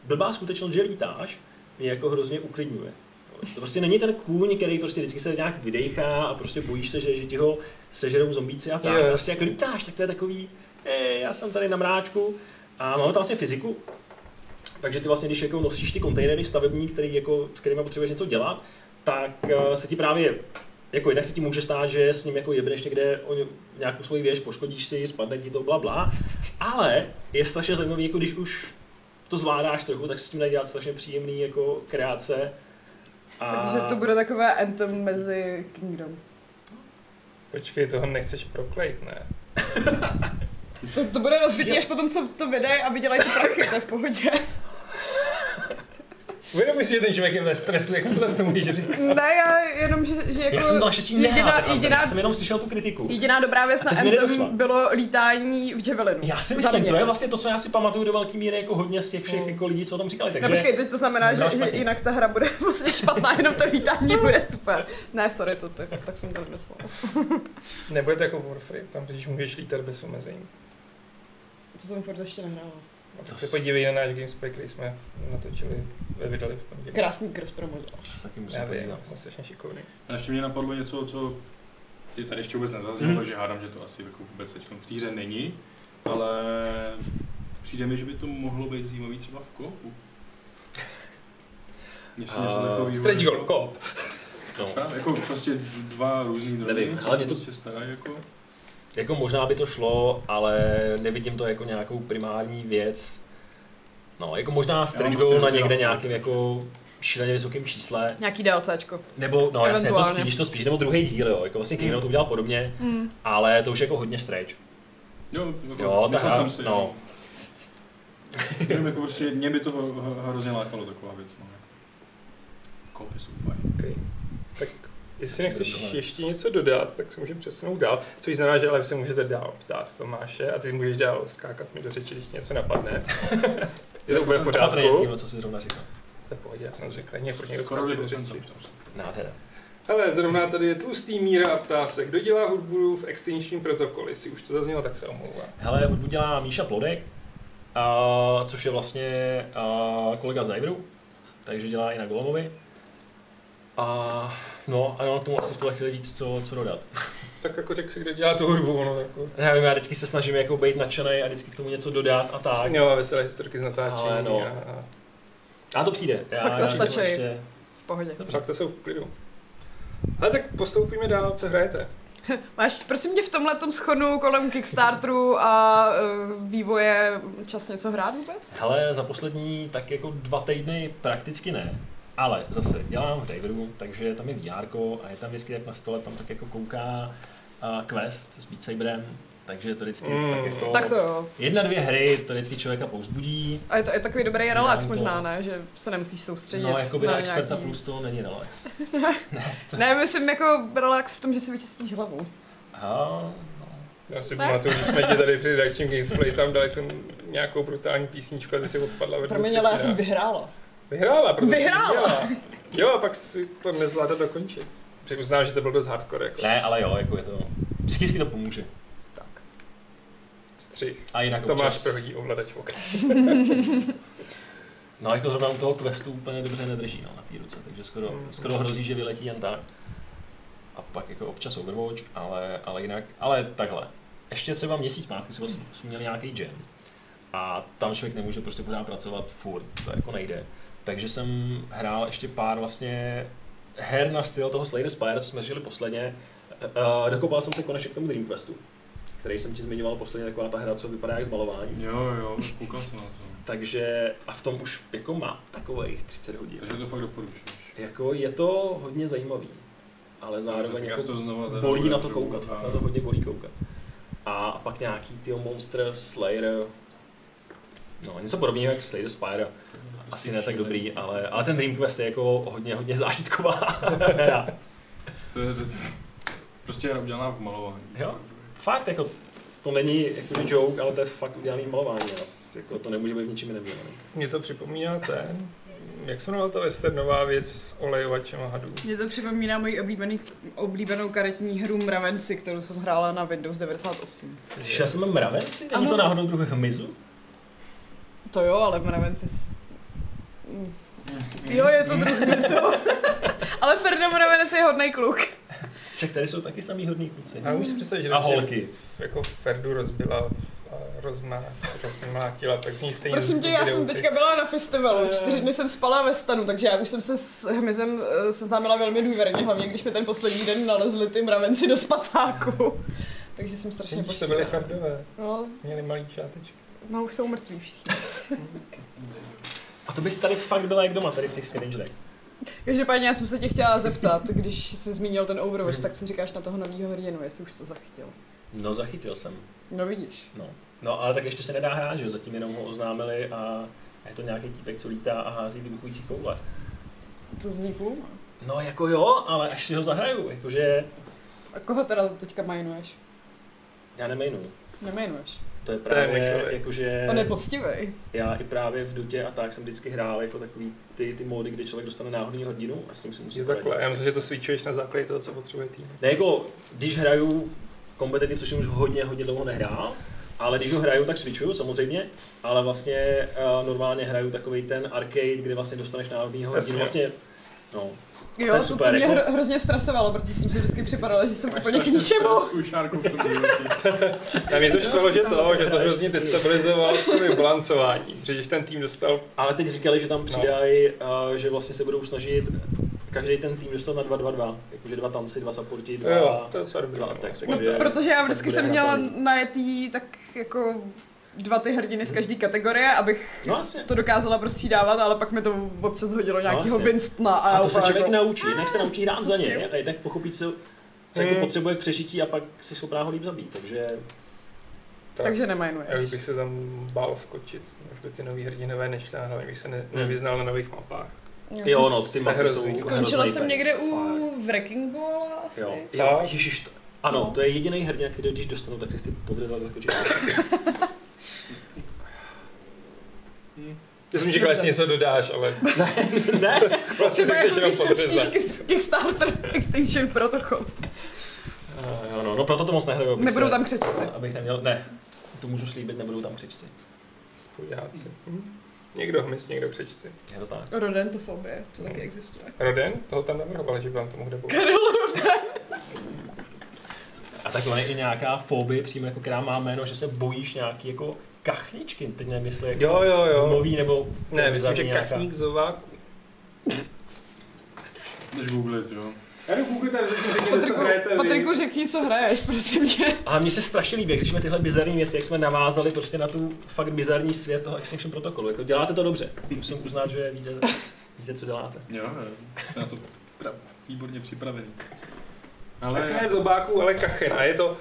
Speaker 4: blbá skutečnost, že lítáš, mě jako hrozně uklidňuje. To prostě není ten kůň, který prostě vždycky se nějak vydechá a prostě bojíš se, že, že ti ho sežerou zombíci a tak.
Speaker 2: Jo, jo.
Speaker 4: Yeah. Prostě jak lítáš, tak to je takový, "Ej, já jsem tady na mráčku a máme tam vlastně fyziku. Takže ty vlastně, když jako nosíš ty kontejnery stavební, který jako, s kterými potřebuješ něco dělat, tak eh, se ti právě jako jednak se ti může stát, že s ním jako jebneš někde o ně- nějakou svoji věž, poškodíš si, spadne ti to, bla, bla. Ale je strašně zajímavý, jako když už to zvládáš trochu, tak se s tím dají dělat strašně příjemný jako kreace. A...
Speaker 3: Takže to bude takové anthem mezi Kingdom.
Speaker 2: Počkej, toho nechceš proklejt, ne?
Speaker 3: To, to bude rozbitý až potom, co to vydají a vydělají ty prachy, to je v pohodě.
Speaker 2: Uvědomuji si, že ten člověk je ve stresu, jak tohle to můžeš říct.
Speaker 3: Ne, já jenom, že, že jako
Speaker 4: Já jsem to naštěstí
Speaker 3: jediná,
Speaker 4: nehrál, jediná...
Speaker 3: jediná,
Speaker 4: já jsem jenom slyšel tu kritiku.
Speaker 3: jediná dobrá věc na
Speaker 4: Tak mi nedošla.
Speaker 3: Anthem bylo lítání v Javelinu.
Speaker 4: Já si
Speaker 3: Za
Speaker 4: myslím,
Speaker 3: mě.
Speaker 4: to je vlastně to, co já si pamatuju do velké míry jako hodně z těch všech jako lidí, co o tom říkali.
Speaker 3: No
Speaker 4: Takže...
Speaker 3: počkej, teď to znamená, že,
Speaker 4: Byla
Speaker 3: že
Speaker 4: špatně.
Speaker 3: jinak ta hra bude vlastně špatná, jenom to lítání bude super. Ne, sorry, to tak, tak jsem to nemyslela.
Speaker 2: Nebude to jako Warframe, tam totiž můžeš lítat bez omezení.
Speaker 3: To jsem furt ještě nehrála.
Speaker 2: A tak se podívej na náš gamesplay, který jsme natočili, vydali v pondělí.
Speaker 3: Krásný cross promo dělala.
Speaker 4: Já se taky musím
Speaker 2: Já vím, No.
Speaker 4: podívat.
Speaker 2: jsem strašně šikovný.
Speaker 5: A ještě mě napadlo něco, co ty tady ještě vůbec nezaznělo,
Speaker 4: Hmm.
Speaker 5: takže hádám, že to asi jako vůbec teď v týře není. ale přijde mi, že by to mohlo být zajímavý třeba v koopu. Něco něco
Speaker 4: A-
Speaker 5: takového.
Speaker 2: Stretch goal, koop.
Speaker 4: No.
Speaker 5: Právě, Jako prostě dva různý druhy,
Speaker 4: Nevím,
Speaker 5: co
Speaker 4: ale
Speaker 5: se
Speaker 4: mě to-
Speaker 5: prostě starají jako.
Speaker 4: Jako možná by to šlo, ale nevidím to jako nějakou primární věc. No, jako možná stretch
Speaker 5: prostě
Speaker 4: goal na
Speaker 5: rozdělám.
Speaker 4: někde nějakým jako šíleně vysokým čísle.
Speaker 3: Nějaký DLCčko.
Speaker 4: Nebo, no jasně, to
Speaker 3: Eventuálně.
Speaker 4: spíš, to spíš, nebo druhý díl, jo. Jako vlastně Kingdom to udělal podobně,
Speaker 3: Hmm.
Speaker 4: ale to už je jako hodně stretch.
Speaker 5: Jo, jako,
Speaker 4: Jo,
Speaker 5: myslel
Speaker 4: tak
Speaker 5: jsem si.
Speaker 4: no.
Speaker 5: Nevím, jako prostě mě by to ho- ho- hrozně lákalo taková věc. No. Koopy jsou fajn.
Speaker 2: Okay. Tak jestli nechceš
Speaker 4: Dobré.
Speaker 2: ještě něco dodat, tak se můžeme přesunout dál. Což znamená, že ale vy se můžete dál ptát Tomáše a ty můžeš dál skákat mi do řeči, když ti něco napadne. je to úplně v
Speaker 4: Patrně s
Speaker 2: pořádku.
Speaker 4: tím, co si zrovna říkal.
Speaker 2: To je v pohodě, já jsem řekl, mě furt někdo
Speaker 5: Skoro
Speaker 2: skáče
Speaker 5: bych
Speaker 2: do
Speaker 5: jsem
Speaker 2: řeči.
Speaker 5: tam, tam jsem.
Speaker 4: Nádhera.
Speaker 2: Hele, zrovna tady je tlustý míra a ptá se, kdo dělá hudbu v extinčním protokolu, jestli už to zaznělo, tak se omlouvá.
Speaker 4: Hele, hudbu dělá Míša Plodek, a, což je vlastně a, kolega z Niveru, takže dělá i na Golemovi. A no, a nemám k tomu asi v tuhle chvíli víc, co, co dodat.
Speaker 2: Tak jako řekl si, kdo dělá tu hudbu, ono jako...
Speaker 4: Já vím, já vždycky se snažím jako být nadšený a vždycky k tomu něco dodat a tak.
Speaker 2: Měla veselé historky z natáčení
Speaker 4: Ale no.
Speaker 2: a, a,
Speaker 4: A to přijde. Já,
Speaker 3: Fakt to
Speaker 4: já-
Speaker 3: stačí.
Speaker 4: Ještě...
Speaker 3: V pohodě.
Speaker 2: fakt to jsou v klidu. Ale tak postoupíme dál, co hrajete.
Speaker 3: Máš, prosím tě, v tomhle tom schonu kolem Kickstarteru a uh, vývoje čas něco hrát vůbec?
Speaker 4: Hele, za poslední tak jako dva týdny prakticky ne. Ale zase dělám v Daveru, takže tam je VR a je tam vždycky jak na stole, tam tak jako kouká a quest s Beat Saberem, takže je to vždycky
Speaker 2: Mm.
Speaker 4: tak jako...
Speaker 3: Tak to jo.
Speaker 4: Jedna, dvě hry, to vždycky člověka pouzbudí.
Speaker 3: A je to je takový dobrý relax
Speaker 4: Dám to.
Speaker 3: možná, ne? Že se nemusíš soustředit
Speaker 4: No, jako by na experta
Speaker 3: nějaký-
Speaker 4: plus to není relax.
Speaker 3: Ne, myslím jako relax v tom, že si vyčistíš hlavu.
Speaker 4: Aha, no.
Speaker 2: Já si
Speaker 3: Ne.
Speaker 2: pamatuju, když jsme ti tady při redakčním Gamesplay tam dali tu nějakou brutální písničku a ty si odpadla ve dvou
Speaker 3: Promiň, ale já jsem
Speaker 2: třetinách.
Speaker 3: vyhrála.
Speaker 2: Vyhrála, protože jsi
Speaker 3: Vyhrála!
Speaker 2: viděla. Jo, a pak si to nezvládla dokončit. Protože uznám, že to bylo dost hardcore, jako
Speaker 4: Ne, ale jo, jako je to... Psychicky to pomůže.
Speaker 2: střih.
Speaker 4: A jinak
Speaker 2: Tomáš
Speaker 4: občas...
Speaker 2: prohodí ovladač v okně.
Speaker 4: No, jako zrovna u toho questu úplně dobře nedrží no, na té ruce, takže skoro,
Speaker 2: Mm.
Speaker 4: skoro hrozí, že vyletí jen tak. A pak jako občas Overwatch, ale, ale jinak, ale takhle. Ještě třeba měsíc zpátky třeba jsme- jsme měli nějaký jam a tam člověk nemůže prostě pořád pracovat furt, to jako nejde. Takže jsem hrál ještě pár vlastně her na styl toho Slay the Spire, co jsme řešili posledně. Uh, dokopal jsem se konečně k tomu Dreamquestu, který jsem ti zmiňoval posledně, taková ta hra, co vypadá jak zmalování.
Speaker 5: Jo, jo, koukal jsem na to.
Speaker 4: Takže a v tom už jako má takových 30 hodin.
Speaker 5: Takže to fakt doporučuješ.
Speaker 4: Jako je to hodně zajímavý, ale zároveň
Speaker 5: Já
Speaker 4: jako
Speaker 5: si to znova teda
Speaker 4: bolí na to
Speaker 5: otevřu
Speaker 4: koukat,
Speaker 5: a-
Speaker 4: fakt na to hodně bolí koukat. A pak nějaký ty Monster Slayer, no něco podobného jak Slayer Spire, asi ne tak dobrý, ale, ale ten Dream Quest je jako hodně, hodně zážitková hra.
Speaker 5: To je, to, to, prostě hra udělaná v malování.
Speaker 4: Jo. Fakt jako to není jako joke, ale to je fakt udělaný malování, já s- jako to nemůže být ničím jiným dělaný.
Speaker 2: Mě to připomíná ten, jak se jmenovala ta westernová věc s olejovačem hadů.
Speaker 3: Mě to připomíná moji oblíbený, oblíbenou karetní hru Mravenci, kterou jsem hrála na Windows 98.
Speaker 4: Slyšel jsem mravenci? Není
Speaker 3: Ano.
Speaker 4: to náhodou druh hmyzu?
Speaker 3: To jo, ale Mravenci... S...
Speaker 2: Mhm.
Speaker 3: Mm. Jo, je
Speaker 2: Mm.
Speaker 3: to druhý Ale Ferdo Mravenec je hodný kluk.
Speaker 4: Však tady jsou taky samý hodný kluci.
Speaker 2: A už si představit, že
Speaker 4: A
Speaker 2: by si
Speaker 4: holky.
Speaker 2: jako Ferdu rozbila a rozmá, rozmlátila, tak z ní stejně
Speaker 3: Prosím tě, já
Speaker 2: zbudou
Speaker 3: jsem
Speaker 2: ty-
Speaker 3: teďka byla na festivalu, čtyři dny jsem spala ve stanu, takže já už jsem se s hmyzem eh, seznámila velmi důvěrně, hlavně když mi ten poslední den nalezli ty mravenci do spacáku. Takže jsem strašně
Speaker 2: Vidíš, to byly
Speaker 3: poštěná.
Speaker 2: Ferdové,
Speaker 3: No,
Speaker 2: měli malý šátečky.
Speaker 3: no už jsou mrtví všichni.
Speaker 4: A to bys tady fakt byla jak doma, tady v těch scavengech.
Speaker 3: Každopádně já jsem se tě chtěla zeptat, když jsi zmínil ten Overwatch, tak co říkáš na toho novýho hrdinu, jestli už to zachytil.
Speaker 4: No zachytil jsem.
Speaker 3: No vidíš.
Speaker 4: No. no ale tak ještě se nedá hrát, že jo? Zatím jenom ho oznámili a je to nějaký týpek, co lítá a hází vybuchující koule.
Speaker 3: To zní pluma.
Speaker 4: No jako jo, ale až si ho zahraju, jakože
Speaker 3: A koho teda teďka majnuješ?
Speaker 4: já nemejnu.
Speaker 3: Nemajnuješ.
Speaker 4: To je
Speaker 2: To je můj
Speaker 4: právě,
Speaker 2: člověk.
Speaker 4: jakože
Speaker 3: On je poctivej.
Speaker 4: já i právě v Dutě a tak jsem vždycky hrál jako takový ty, ty módy, kdy člověk dostane náhodný hodinu a s tím si musí
Speaker 2: Je takhle, já myslím, že to svíčuješ na základě toho, co potřebuje tým.
Speaker 4: Ne, jako, když hraju kompetitiv, což jsem už hodně, hodně dlouho nehrál, ale když ho hraju, tak switchuju samozřejmě, eh, ale vlastně uh, normálně hraju takový ten arcade, kde vlastně dostaneš národního
Speaker 2: Jasně.
Speaker 4: hodinu, vlastně No.
Speaker 3: Jo,
Speaker 4: To je
Speaker 3: to,
Speaker 4: super,
Speaker 3: to mě
Speaker 4: jako-
Speaker 3: hro, hrozně stresovalo, protože jsem si vždycky připadala, že jsem
Speaker 5: Máš
Speaker 3: úplně k
Speaker 5: strašný
Speaker 3: ničemu.
Speaker 5: stres u šárku v tom životě.
Speaker 2: A mě to štvalo, že to, že to hrozně destabilizovalo kvůli balancování. Protože když ten tým dostal
Speaker 4: Ale teď říkali, že
Speaker 2: No.
Speaker 4: tam přidají, a že vlastně se budou snažit každý ten tým dostat na 2-2-2. Jakože dva tanci, dva supporti, dva...
Speaker 2: Jo, to je docela dobrý.
Speaker 4: dva
Speaker 2: no.
Speaker 4: tak,
Speaker 2: No,
Speaker 4: takže-
Speaker 3: Protože já vždycky
Speaker 4: bude
Speaker 3: jsem měla
Speaker 4: napadný.
Speaker 3: najetý tak jako dva ty hrdiny z každé kategorie, abych
Speaker 4: No asi.
Speaker 3: to dokázala prostřídávat, ale pak mi to občas hodilo nějakého
Speaker 4: No, asi.
Speaker 3: Winstona a,
Speaker 4: A
Speaker 3: já
Speaker 4: to se
Speaker 3: úplně
Speaker 4: člověk
Speaker 3: jako-
Speaker 4: naučí, jednak se naučí hrát
Speaker 3: co
Speaker 4: za
Speaker 3: s tím?
Speaker 4: ně a jednak pochopí, co, co jako
Speaker 2: Hmm.
Speaker 4: potřebuje k přežití a pak si schopná ho líp zabít, takže
Speaker 2: tak.
Speaker 3: Takže
Speaker 2: Já už
Speaker 3: nemajnuješ.
Speaker 2: bych se tam bál skočit. Už by ty nový hrdinové nešly, a hlavně bych se ne, nevyznal na nových mapách.
Speaker 3: Já jsem
Speaker 4: jo no,
Speaker 3: s-
Speaker 4: ty
Speaker 2: to
Speaker 4: mapy
Speaker 2: hrozný.
Speaker 4: jsou hrozný
Speaker 3: Skončila jsem
Speaker 4: tady.
Speaker 3: někde u Wrecking Balla asi. No.
Speaker 4: Jo.
Speaker 2: Jo.
Speaker 4: jo. Ježiš, to, ano, to je jediný hrdina, který když dostanu, tak si chci podřezat zakočit.
Speaker 2: Já jsem čekal, jestli něco dodáš, ale
Speaker 4: ne, Prostě
Speaker 2: vlastně si
Speaker 3: Třeba
Speaker 2: chceš
Speaker 3: jako
Speaker 2: jenom
Speaker 3: když
Speaker 2: podřezat.
Speaker 3: pustíš Kickstarter Extinction Protocol.
Speaker 4: A jo, no, no proto to moc nehraju. abych
Speaker 3: Nebudou
Speaker 4: se-
Speaker 3: tam křečci.
Speaker 4: Abych neměl, ne, to můžu slíbit, nebudou tam křičci.
Speaker 2: Chudáci. Hm? Někdo hmyz, někdo křečci.
Speaker 4: Je to tak.
Speaker 3: Rodentofobie, to taky existuje.
Speaker 2: Roden, toho tam navrhoval, že by vám to mohl být.
Speaker 3: Karel Roden.
Speaker 4: A takhle je i nějaká fobie, přímo jako která má jméno, že se bojíš nějaký jako kachničky, teď nemyslím jako
Speaker 2: Jo, jo, jo.
Speaker 4: nový nebo...
Speaker 2: Ne, myslím, že
Speaker 4: bizarní nějaká-
Speaker 2: kachník zováku.
Speaker 5: Jdeš googlit, jo. Já jdu googlit a řeknu, řekněte, co
Speaker 3: Patriku,
Speaker 5: hrajete vy.
Speaker 3: Patriku, řekni, co hraješ, prosím tě.
Speaker 4: Ale mně se strašně líbí, jak když jsme tyhle bizarní věci, jak jsme navázali prostě na tu fakt bizarní svět toho Extinction protokolu. Jako děláte to dobře. Musím uznat, že víte, víte co děláte.
Speaker 5: Jo, jo, jsme na to pra- výborně připravený.
Speaker 2: Tak ne
Speaker 5: Ale
Speaker 2: zobáku, ale kachen. A je to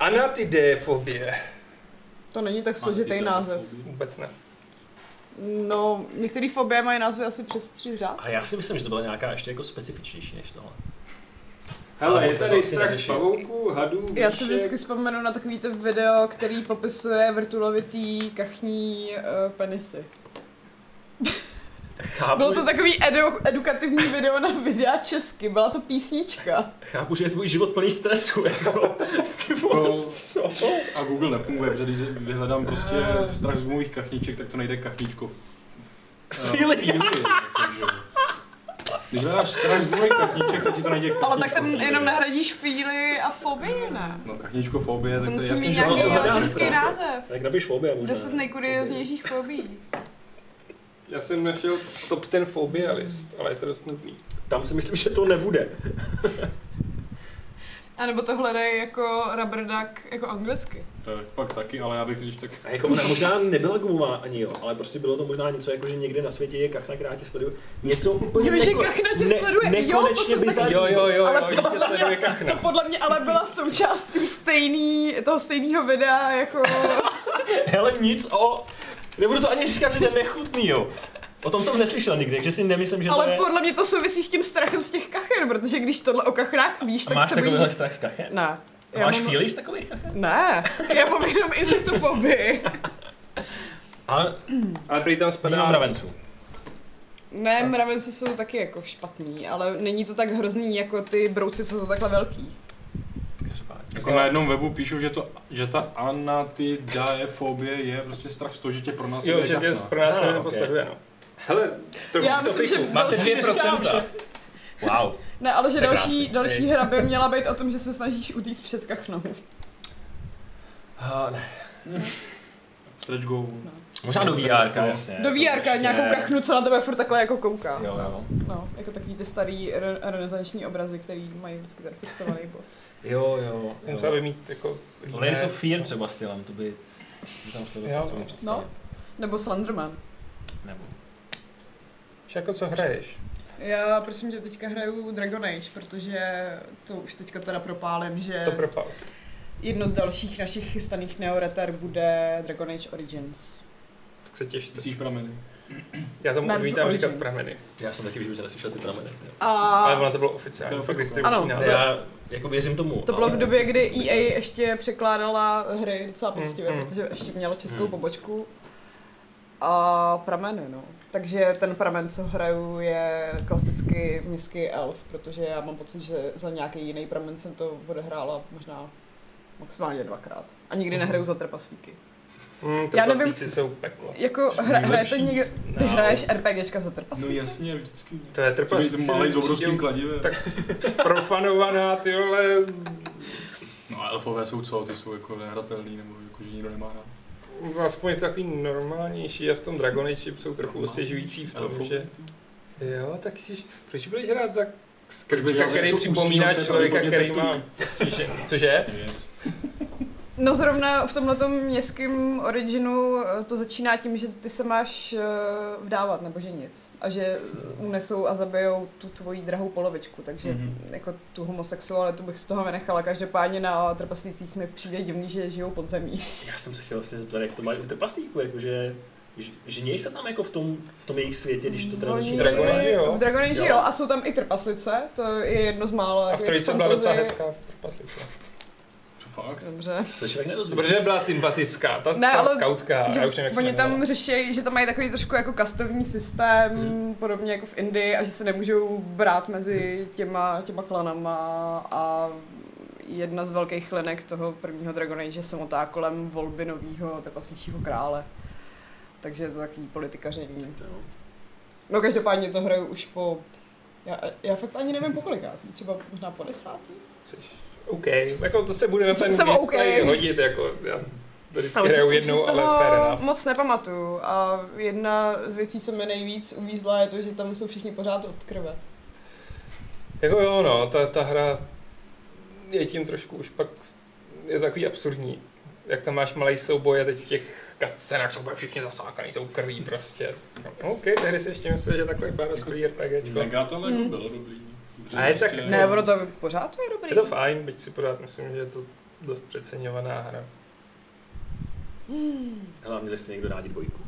Speaker 2: anatidéfobie.
Speaker 3: To není tak složitý název.
Speaker 2: Vůbec ne.
Speaker 3: No, některé fobie mají názvy asi přes tři řád.
Speaker 4: A já si myslím, že to byla nějaká ještě jako specifičnější než tohle.
Speaker 2: Hele,
Speaker 4: Ale
Speaker 2: je
Speaker 4: to
Speaker 2: tady
Speaker 4: asi
Speaker 2: strach z
Speaker 4: neřešil.
Speaker 2: pavouků, hadů,
Speaker 3: Já si
Speaker 2: výšek.
Speaker 3: vždycky vzpomenu na takový to video, který popisuje vrtulovitý kachní uh, penisy.
Speaker 4: Chápu,
Speaker 3: Bylo to takový edu- edukativní video na videa česky, byla to písnička.
Speaker 4: chápu, že je tvůj život plný stresu. Jako. Ty vole,
Speaker 5: No.
Speaker 4: co?
Speaker 5: a Google nefunguje, protože když vyhledám prostě strach z gumových kachniček, tak to nejde kachničko. v- v- eh,
Speaker 4: Chvíli.
Speaker 5: chvíli, jakože. Když hledáš strach z gumových kachniček, tak ti to nejde kachničko.
Speaker 3: Ale tak tam
Speaker 5: chvíli.
Speaker 3: jenom nahradíš fíly a fobii, ne?
Speaker 5: No kachničko fobie,
Speaker 3: To
Speaker 5: tak to je
Speaker 3: musí mít
Speaker 5: jasný, že
Speaker 3: nějaký
Speaker 5: ono hledá
Speaker 3: logický
Speaker 5: strach.
Speaker 3: název.
Speaker 4: Tak napiš fobie možná.
Speaker 3: Deset nejkurioznějších fobií.
Speaker 2: Já jsem našel top ten fobia list, ale je to dost nudný.
Speaker 4: Tam si myslím, že to nebude.
Speaker 3: A nebo to hledají jako rubber duck, jako anglicky.
Speaker 5: Tak, Pak taky, ale já bych když tak...
Speaker 4: A jako ona možná nebyla gumová ani jo, ale prostě bylo to možná něco jako, že někde na světě je kachna, která tě sleduje. Něco úplně
Speaker 3: Jo, že
Speaker 4: neko-
Speaker 3: kachna tě sleduje, jo, to
Speaker 4: nekonečně
Speaker 3: jsem taky-
Speaker 4: bizarního.
Speaker 2: Jo, jo, jo,
Speaker 3: Ale
Speaker 2: jo,
Speaker 3: to
Speaker 2: že tě
Speaker 3: podle mě-
Speaker 2: sleduje
Speaker 3: To
Speaker 2: kachna.
Speaker 3: podle mě ale byla součást tý stejný, toho stejného videa, jako...
Speaker 4: Hele, nic o... Nebudu to ani říkat, že to je nechutný, jo. O tom jsem neslyšel nikdy, takže si nemyslím, že to
Speaker 3: Ale
Speaker 4: je...
Speaker 3: podle mě to souvisí s tím strachem z těch kachen, protože když tohle o kachrách víš,
Speaker 4: A
Speaker 3: tak
Speaker 4: máš
Speaker 3: se bojíš...
Speaker 4: takovýhle strach z kachen?
Speaker 3: Ne.
Speaker 4: A máš mám... fíliš takových kachen?
Speaker 3: Ne, já mám jenom insektofobii.
Speaker 4: A
Speaker 2: Ale prý tam
Speaker 4: jenom
Speaker 2: spadá
Speaker 4: mravenců.
Speaker 3: Ne, mravenci jsou taky jako špatný, ale není to tak hrozný, jako ty brouci, co jsou takhle velký.
Speaker 4: Každopádně.
Speaker 5: Jako na jednom webu píšou, že, to, že ta anatidiafobie je prostě strach z toho, že tě pro nás
Speaker 2: Jo, že tě pro nás
Speaker 4: Ah,
Speaker 2: no,
Speaker 4: ok.
Speaker 2: posleduje, no. Hele, to
Speaker 3: Já myslím, že-
Speaker 2: Máte
Speaker 3: Já
Speaker 2: 2%.
Speaker 4: Wow.
Speaker 3: Ne, ale že
Speaker 4: To je
Speaker 3: další,
Speaker 4: krásný.
Speaker 3: další hra by měla být o tom, že se snažíš utíct před kachnou.
Speaker 4: A, ne.
Speaker 5: Stretch goal.
Speaker 4: Možná do VR, jasně. prostě-
Speaker 3: Do VR nějakou kachnu, co na tebe furt takhle jako kouká.
Speaker 4: Jo, jo.
Speaker 3: No, jako takový ty starý re- renesanční obrazy, který mají vždycky ten fixovaný bod.
Speaker 4: Jo, jo,
Speaker 2: Musela
Speaker 4: jo.
Speaker 2: by mít jako
Speaker 4: Layers of Fear třeba stylem, to by... by Tam šlo docela
Speaker 2: Jo.
Speaker 4: co mi
Speaker 3: No. Nebo Slenderman.
Speaker 4: Nebo.
Speaker 2: Že jako co hraješ?
Speaker 3: Já prosím tě teďka hraju Dragon Age, protože to už teďka teda propálím, že
Speaker 2: To propal.
Speaker 3: jedno z dalších našich chystaných neoreter bude Dragon Age Origins.
Speaker 2: Tak se těšte.
Speaker 5: Psíš prameny.
Speaker 2: Já tomu
Speaker 3: Nerds
Speaker 2: odmítám
Speaker 3: Origins.
Speaker 2: říkat prameny.
Speaker 4: Já jsem taky v životě neslyšel ty prameny. jo.
Speaker 3: A
Speaker 2: Ale ona to bylo
Speaker 5: To
Speaker 2: oficiální,
Speaker 5: je
Speaker 2: fakt
Speaker 5: fakt-
Speaker 2: distribuční
Speaker 3: Ano.
Speaker 2: název.
Speaker 4: Já jako věřím tomu.
Speaker 3: to bylo v
Speaker 4: ale-
Speaker 3: době, kdy EA ještě překládala hry docela
Speaker 2: Hmm,
Speaker 3: poctivě,
Speaker 2: hmm.
Speaker 3: protože ještě měla českou
Speaker 4: Hmm.
Speaker 3: pobočku. A prameny, no. Takže ten pramen, co hraju, je klasicky městský elf, protože já mám pocit, že za nějaký jiný pramen jsem to odehrála možná maximálně dvakrát. A nikdy
Speaker 2: Mhm.
Speaker 3: nehraju za trpasvíky.
Speaker 2: Mm,
Speaker 3: Já nevím-
Speaker 2: trpaslíci jsou peklo.
Speaker 3: Jako hra, hrajete někdo, ty
Speaker 2: No.
Speaker 3: hraješ RPGčka za trpasy.
Speaker 5: No jasně, vždycky.
Speaker 2: To je
Speaker 5: Co je ten
Speaker 2: trpaslíci.
Speaker 5: malý s obrovským
Speaker 2: přijdou
Speaker 5: kladivem?
Speaker 2: tak- Profanovaná, ty vole.
Speaker 5: No a elfové jsou co? Ty jsou jako nehratelný, nebo jako, že nikdo nemá rád.
Speaker 2: Aspoň je to takový normálnější a v tom Dragon Age jsou trochu osvěžující v tom,
Speaker 5: Elfů.
Speaker 2: že... Jo, tak ježiš, proč budeš hrát za
Speaker 5: Protože já
Speaker 2: skrčka,
Speaker 5: jsem
Speaker 2: který
Speaker 5: co
Speaker 2: připomíná
Speaker 5: usínal, se
Speaker 2: člověka,
Speaker 5: pravděpodobně
Speaker 2: který
Speaker 5: tak to
Speaker 2: má postižení. Cože?
Speaker 5: Yes.
Speaker 3: No zrovna v tomhle městském originu eh, to začíná tím, že ty se máš eh, vdávat nebo ženit. A že unesou a zabijou tu tvoji drahou polovičku, takže
Speaker 5: Mhm.
Speaker 3: mm-hmm. jako tu homosexualitu bych z toho vynechala. Každopádně na trpaslících mi přijde divný, že žijou pod zemí.
Speaker 4: Já jsem se chtěl vlastně zeptat, jak to mají u trpaslíků, jakože ž- ženěj se tam jako v tom, v tom jejich světě, když to teda
Speaker 3: Oni-
Speaker 4: začíná.
Speaker 2: Dragon Age, jo.
Speaker 3: V Dragon Age
Speaker 4: Jo.
Speaker 3: jo. a jsou tam i trpaslice, to je jedno z mála. jako
Speaker 2: A v
Speaker 3: jak
Speaker 2: trojice byla docela
Speaker 3: fantasy-
Speaker 2: hezká trpaslice.
Speaker 5: To fakt.
Speaker 3: Dobře.
Speaker 4: Se člověk nedozví.
Speaker 2: Protože byla sympatická, ta,
Speaker 3: Ne,
Speaker 2: ta
Speaker 3: ale-
Speaker 2: skautka, já už nevím, jak se
Speaker 3: Oni tam
Speaker 2: jmenovala.
Speaker 3: řeší, že tam mají takový trošku jako kastovní systém,
Speaker 4: Hmm.
Speaker 3: hmm. podobně jako v Indii, a že se nemůžou brát mezi těma, těma klanama a jedna z velkých linek toho prvního Dragon Age je samotá kolem volby nového trpasličího krále. Takže je to takový politikaření.
Speaker 4: Jo.
Speaker 3: No každopádně to hraju už po... Já, já fakt ani nevím po kolikátý, třeba možná po desátý?
Speaker 2: Jsi- OK, jako to se budeme ten
Speaker 3: Jsem
Speaker 2: gameplay
Speaker 3: OK.
Speaker 2: hodit, jako já to vždycky
Speaker 3: Ale
Speaker 2: hraju
Speaker 3: už si
Speaker 2: jednou,
Speaker 3: z toho
Speaker 2: ale fair enough.
Speaker 3: moc nepamatuju a jedna z věcí, co mi nejvíc uvízla, je to, že tam jsou všichni pořád od krve.
Speaker 2: Jako jo, no, ta, ta hra je tím trošku už pak, je takový absurdní. Jak tam máš malý souboj a teď v těch scénách jsou úplně všichni zasákaný tou krví prostě. No, OK, tehdy si ještě myslel, že takhle vypadá skvělý RPGčko.
Speaker 5: Mega to ale jako
Speaker 3: Mm.
Speaker 5: bylo dobrý. Dobře, prostě-
Speaker 2: A je tak-
Speaker 5: ještě-
Speaker 3: Ne, ono to pořád to je dobrý.
Speaker 2: Je to fajn, byť si pořád myslím, že je to dost přeceňovaná hra.
Speaker 3: Mm.
Speaker 4: Hele, měli jste někdo rádi dvojku.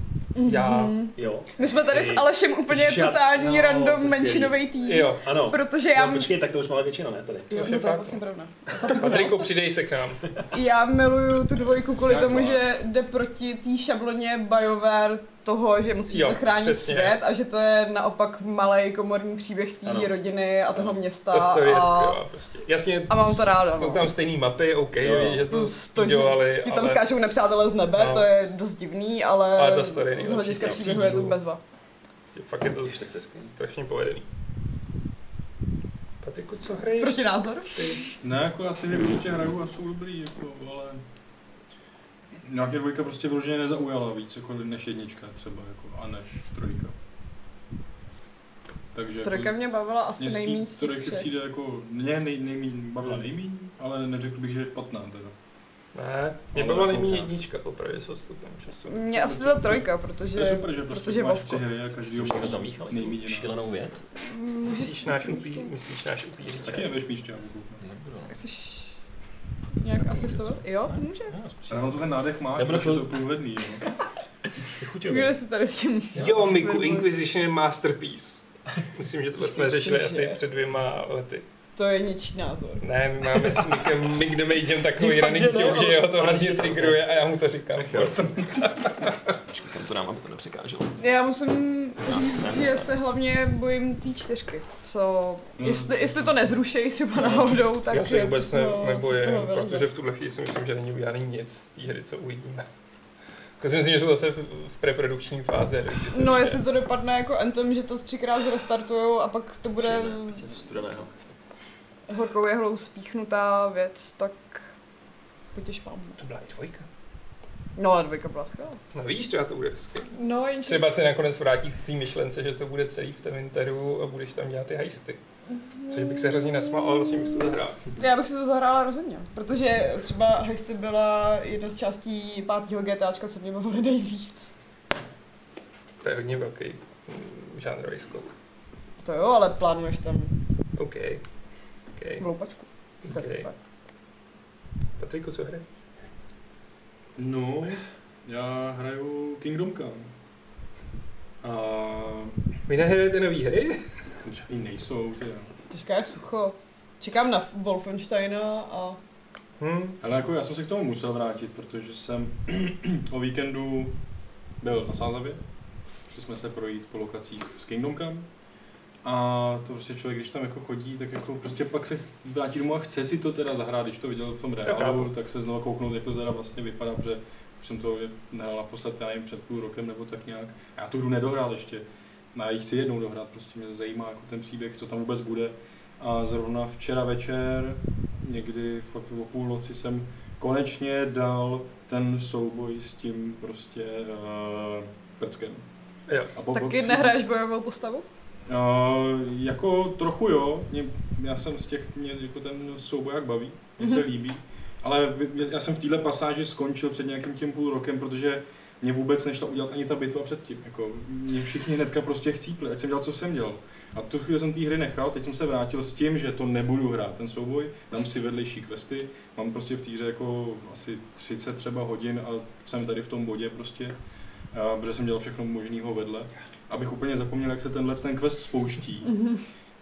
Speaker 2: Já-
Speaker 3: Mhm.
Speaker 4: Jo.
Speaker 3: My jsme tady
Speaker 4: Ej,
Speaker 3: s Alešem úplně
Speaker 4: ježiš, já-
Speaker 3: totální
Speaker 4: no, to je
Speaker 3: random
Speaker 4: skvělý.
Speaker 3: menšinový tým.
Speaker 2: Jo,
Speaker 4: Ano.
Speaker 3: Protože já...
Speaker 4: No, počkej, tak to už máme většina, ne tady.
Speaker 3: Jo,
Speaker 2: což je
Speaker 3: no to je
Speaker 2: fakt,
Speaker 3: vlastně
Speaker 2: no.
Speaker 3: pravda.
Speaker 2: Patriku, přidej se k nám.
Speaker 3: Já miluju tu dvojku kvůli
Speaker 5: Já
Speaker 3: tomu,
Speaker 5: klad.
Speaker 3: že jde proti té šabloně BioWare toho, že musíš
Speaker 2: Jo,
Speaker 3: zachránit
Speaker 2: přesně.
Speaker 3: svět a že to je naopak malý komorní příběh
Speaker 4: Ano.
Speaker 3: té rodiny a toho města.
Speaker 2: Ta story je
Speaker 3: a,
Speaker 2: skvělá prostě. Jasně,
Speaker 3: a mám to ráda.
Speaker 2: jsou
Speaker 3: No.
Speaker 2: tam stejné mapy, OK,
Speaker 4: Jo.
Speaker 2: vím, že to
Speaker 3: Plus to, že
Speaker 2: dělali,
Speaker 3: ti tam
Speaker 2: ale...
Speaker 3: skáčou nepřátelé z nebe,
Speaker 2: No.
Speaker 3: to je dost divný, ale,
Speaker 2: Ale ta story je
Speaker 3: z hlediska
Speaker 2: nejlepší,
Speaker 3: příběhu je to
Speaker 2: příběhu.
Speaker 3: bezva.
Speaker 2: Fakt je to
Speaker 4: Když tak to je skvělý.
Speaker 2: strašně povedený. Patriku, co hraješ?
Speaker 3: Proti názor?
Speaker 5: Ne, jako já ty hry prostě hraju a jsou dobrý, jako, ale... Nějaké dvojka prostě vyloženě nezaujala víc, jako než jednička třeba, jako, a než trojka. Takže jako,
Speaker 3: Trojka mě bavila asi
Speaker 5: mně z té
Speaker 3: nejméně z těch
Speaker 5: trojky
Speaker 3: všech.
Speaker 5: přijde jako, mě nej, nejmín,
Speaker 2: Hmm.
Speaker 5: bavila nejmín, ale neřekl bych, že je špatná teda.
Speaker 2: Ne, mě
Speaker 5: Ale
Speaker 2: bavila
Speaker 5: to
Speaker 2: nejméně
Speaker 5: možná.
Speaker 2: jednička popravdě s odstupem času.
Speaker 3: Mě asi ta trojka,
Speaker 5: To je
Speaker 3: protože
Speaker 5: super, že prostě
Speaker 3: protože
Speaker 5: máš
Speaker 3: Vovko.
Speaker 5: tři hry a každý
Speaker 4: Jste už někdo zamíchal
Speaker 5: nejmín
Speaker 4: jako
Speaker 5: jiná.
Speaker 4: šílenou věc?
Speaker 3: Mm,
Speaker 2: Myslíš
Speaker 3: můžeš...
Speaker 2: náš upí, myslíš náš upíří,
Speaker 5: Taky nebudeš míště, já budu.
Speaker 4: Nebudu. no.
Speaker 3: Chceš
Speaker 4: To si
Speaker 3: nějak
Speaker 4: nepamatuju,
Speaker 3: asistovat? Jo,
Speaker 4: Ne.
Speaker 3: může.
Speaker 4: co. Já
Speaker 5: Ale
Speaker 4: zkusím.
Speaker 5: on to ten nádech má,
Speaker 4: Já budu
Speaker 5: když je to
Speaker 4: chvilku-
Speaker 5: průhledný, jo.
Speaker 3: Chvíli si tady s tím.
Speaker 2: Jo, Miku, Inquisition je masterpiece. Myslím, že tohle jsme
Speaker 3: Myslím,
Speaker 2: řešili
Speaker 3: že-
Speaker 2: asi před dvěma lety.
Speaker 3: To je něčí názor.
Speaker 2: Ne, my máme s Mikem, Mik the Magem takový
Speaker 4: Fakt, že
Speaker 2: running
Speaker 4: ne,
Speaker 2: joke,
Speaker 4: ale
Speaker 2: že jeho
Speaker 4: super,
Speaker 2: to hrozně
Speaker 4: že to-
Speaker 2: triggeruje a já mu to říkám.
Speaker 4: Počkej, kam to dám, aby to nepřekáželo.
Speaker 3: Já musím
Speaker 4: Já
Speaker 3: říct,
Speaker 4: jsem-
Speaker 3: že se hlavně bojím té čtyřky, co...
Speaker 5: Mm.
Speaker 3: Jestli, jestli to nezrušejí
Speaker 5: No.
Speaker 3: třeba náhodou, tak
Speaker 2: já se
Speaker 3: je
Speaker 2: vůbec
Speaker 3: z
Speaker 2: ne,
Speaker 3: toho- co z
Speaker 2: nebojím,
Speaker 3: toho vyleze.
Speaker 2: protože v tuhle chvíli si myslím, že není udělaný nic z té hry, co uvidíme. Já si myslím, že jsou zase v, v preprodukční fázi. takže to
Speaker 3: No,
Speaker 2: je-
Speaker 3: jestli to dopadne jako Anthem, že to třikrát zrestartujou a pak to bude
Speaker 4: Přijeme, ať je studeného.
Speaker 3: horkou jehlou spíchnutá věc, tak potěž pán.
Speaker 2: To byla i dvojka.
Speaker 3: No, ale dvojka byla skvělá.
Speaker 2: No víš, třeba to bude hezky.
Speaker 3: No, jenže...
Speaker 2: Třeba se nakonec vrátí k té myšlence, že to bude celý v tom interu a budeš tam dělat ty hajsty. Což bych se hrozně nasmál, ale vlastně bych to zahrál.
Speaker 3: Já bych si to zahrála rozhodně, protože třeba Heisty byla jedna z částí pátého GTAčka, co mě bavilo nejvíc.
Speaker 2: To je hodně velký mm, žánrový skok.
Speaker 3: To jo, ale plánuješ tam
Speaker 2: OK. OK.
Speaker 3: vloupačku. To je
Speaker 2: okay.
Speaker 3: super.
Speaker 2: Patriku, co hry?
Speaker 5: No, já hraju Kingdom Come. A
Speaker 2: Vy nehrajete nový hry?
Speaker 5: Žádný nejsou, ty jo.
Speaker 3: Teďka je sucho. Čekám na Wolfensteina a...
Speaker 2: Hm.
Speaker 5: Ale jako já jsem se k tomu musel vrátit, protože jsem o víkendu byl na Sázavě. Šli jsme se projít po lokacích s Kingdom Come. A to prostě člověk, když tam jako chodí, tak jako prostě pak se vrátí domů a chce si to teda zahrát, když to viděl v tom
Speaker 2: chápu.
Speaker 5: reálu, tak se znovu kouknout, jak to teda vlastně vypadá, protože Už jsem to nehrál naposled, já nevím, před půl rokem nebo tak nějak. Já tu hru nedohrál ještě. No, Já ji chci jednou dohrát, prostě mě zajímá jako ten příběh, co tam vůbec bude. A zrovna včera večer, někdy fakt o půlnoci jsem konečně dal ten souboj s tím prostě uh, prckem.
Speaker 2: Jo.
Speaker 5: A po,
Speaker 3: Taky nehraješ bojovou postavu?
Speaker 5: Uh, jako trochu jo, mě, já jsem z těch, mě jako ten souboják baví, mě se líbí, ale vy- mě- já jsem v téhle pasáži skončil před nějakým tím půl rokem, protože mě vůbec nešla udělat ani ta bitva předtím. Jako, mě všichni hnedka prostě chcípli, ať jsem dělal, co jsem dělal. A tu chvíli jsem té hry nechal, teď jsem se vrátil s tím, že to nebudu hrát, ten souboj, dám si vedlejší questy, mám prostě v té hře jako asi 30 třeba hodin a jsem tady v tom bodě prostě, a, protože jsem dělal všechno možného vedle, abych úplně zapomněl, jak se tenhle ten quest spouští.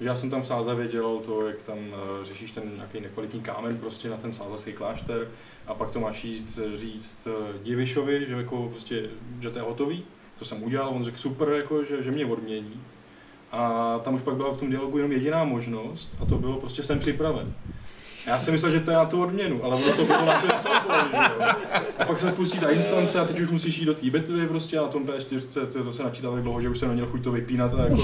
Speaker 5: Že já jsem tam v Sázavě dělal to, jak tam eh, řešíš ten nějaký nekvalitní kámen prostě na ten sázavský klášter a pak to máš jít eh, říct eh, Divišovi, že jako prostě, že to je hotový, to jsem udělal, on řekl super, jako, že, že mě odmění. A tam už pak byla v tom dialogu jenom jediná možnost a to bylo prostě jsem připraven. Já si myslel, že to je na tu odměnu, ale ono to bylo na to A pak se spustí ta instance a teď už musíš jít do té bitvy prostě a na tom P4 to, to se načítá tak dlouho, že už jsem neměl chuť to vypínat a jako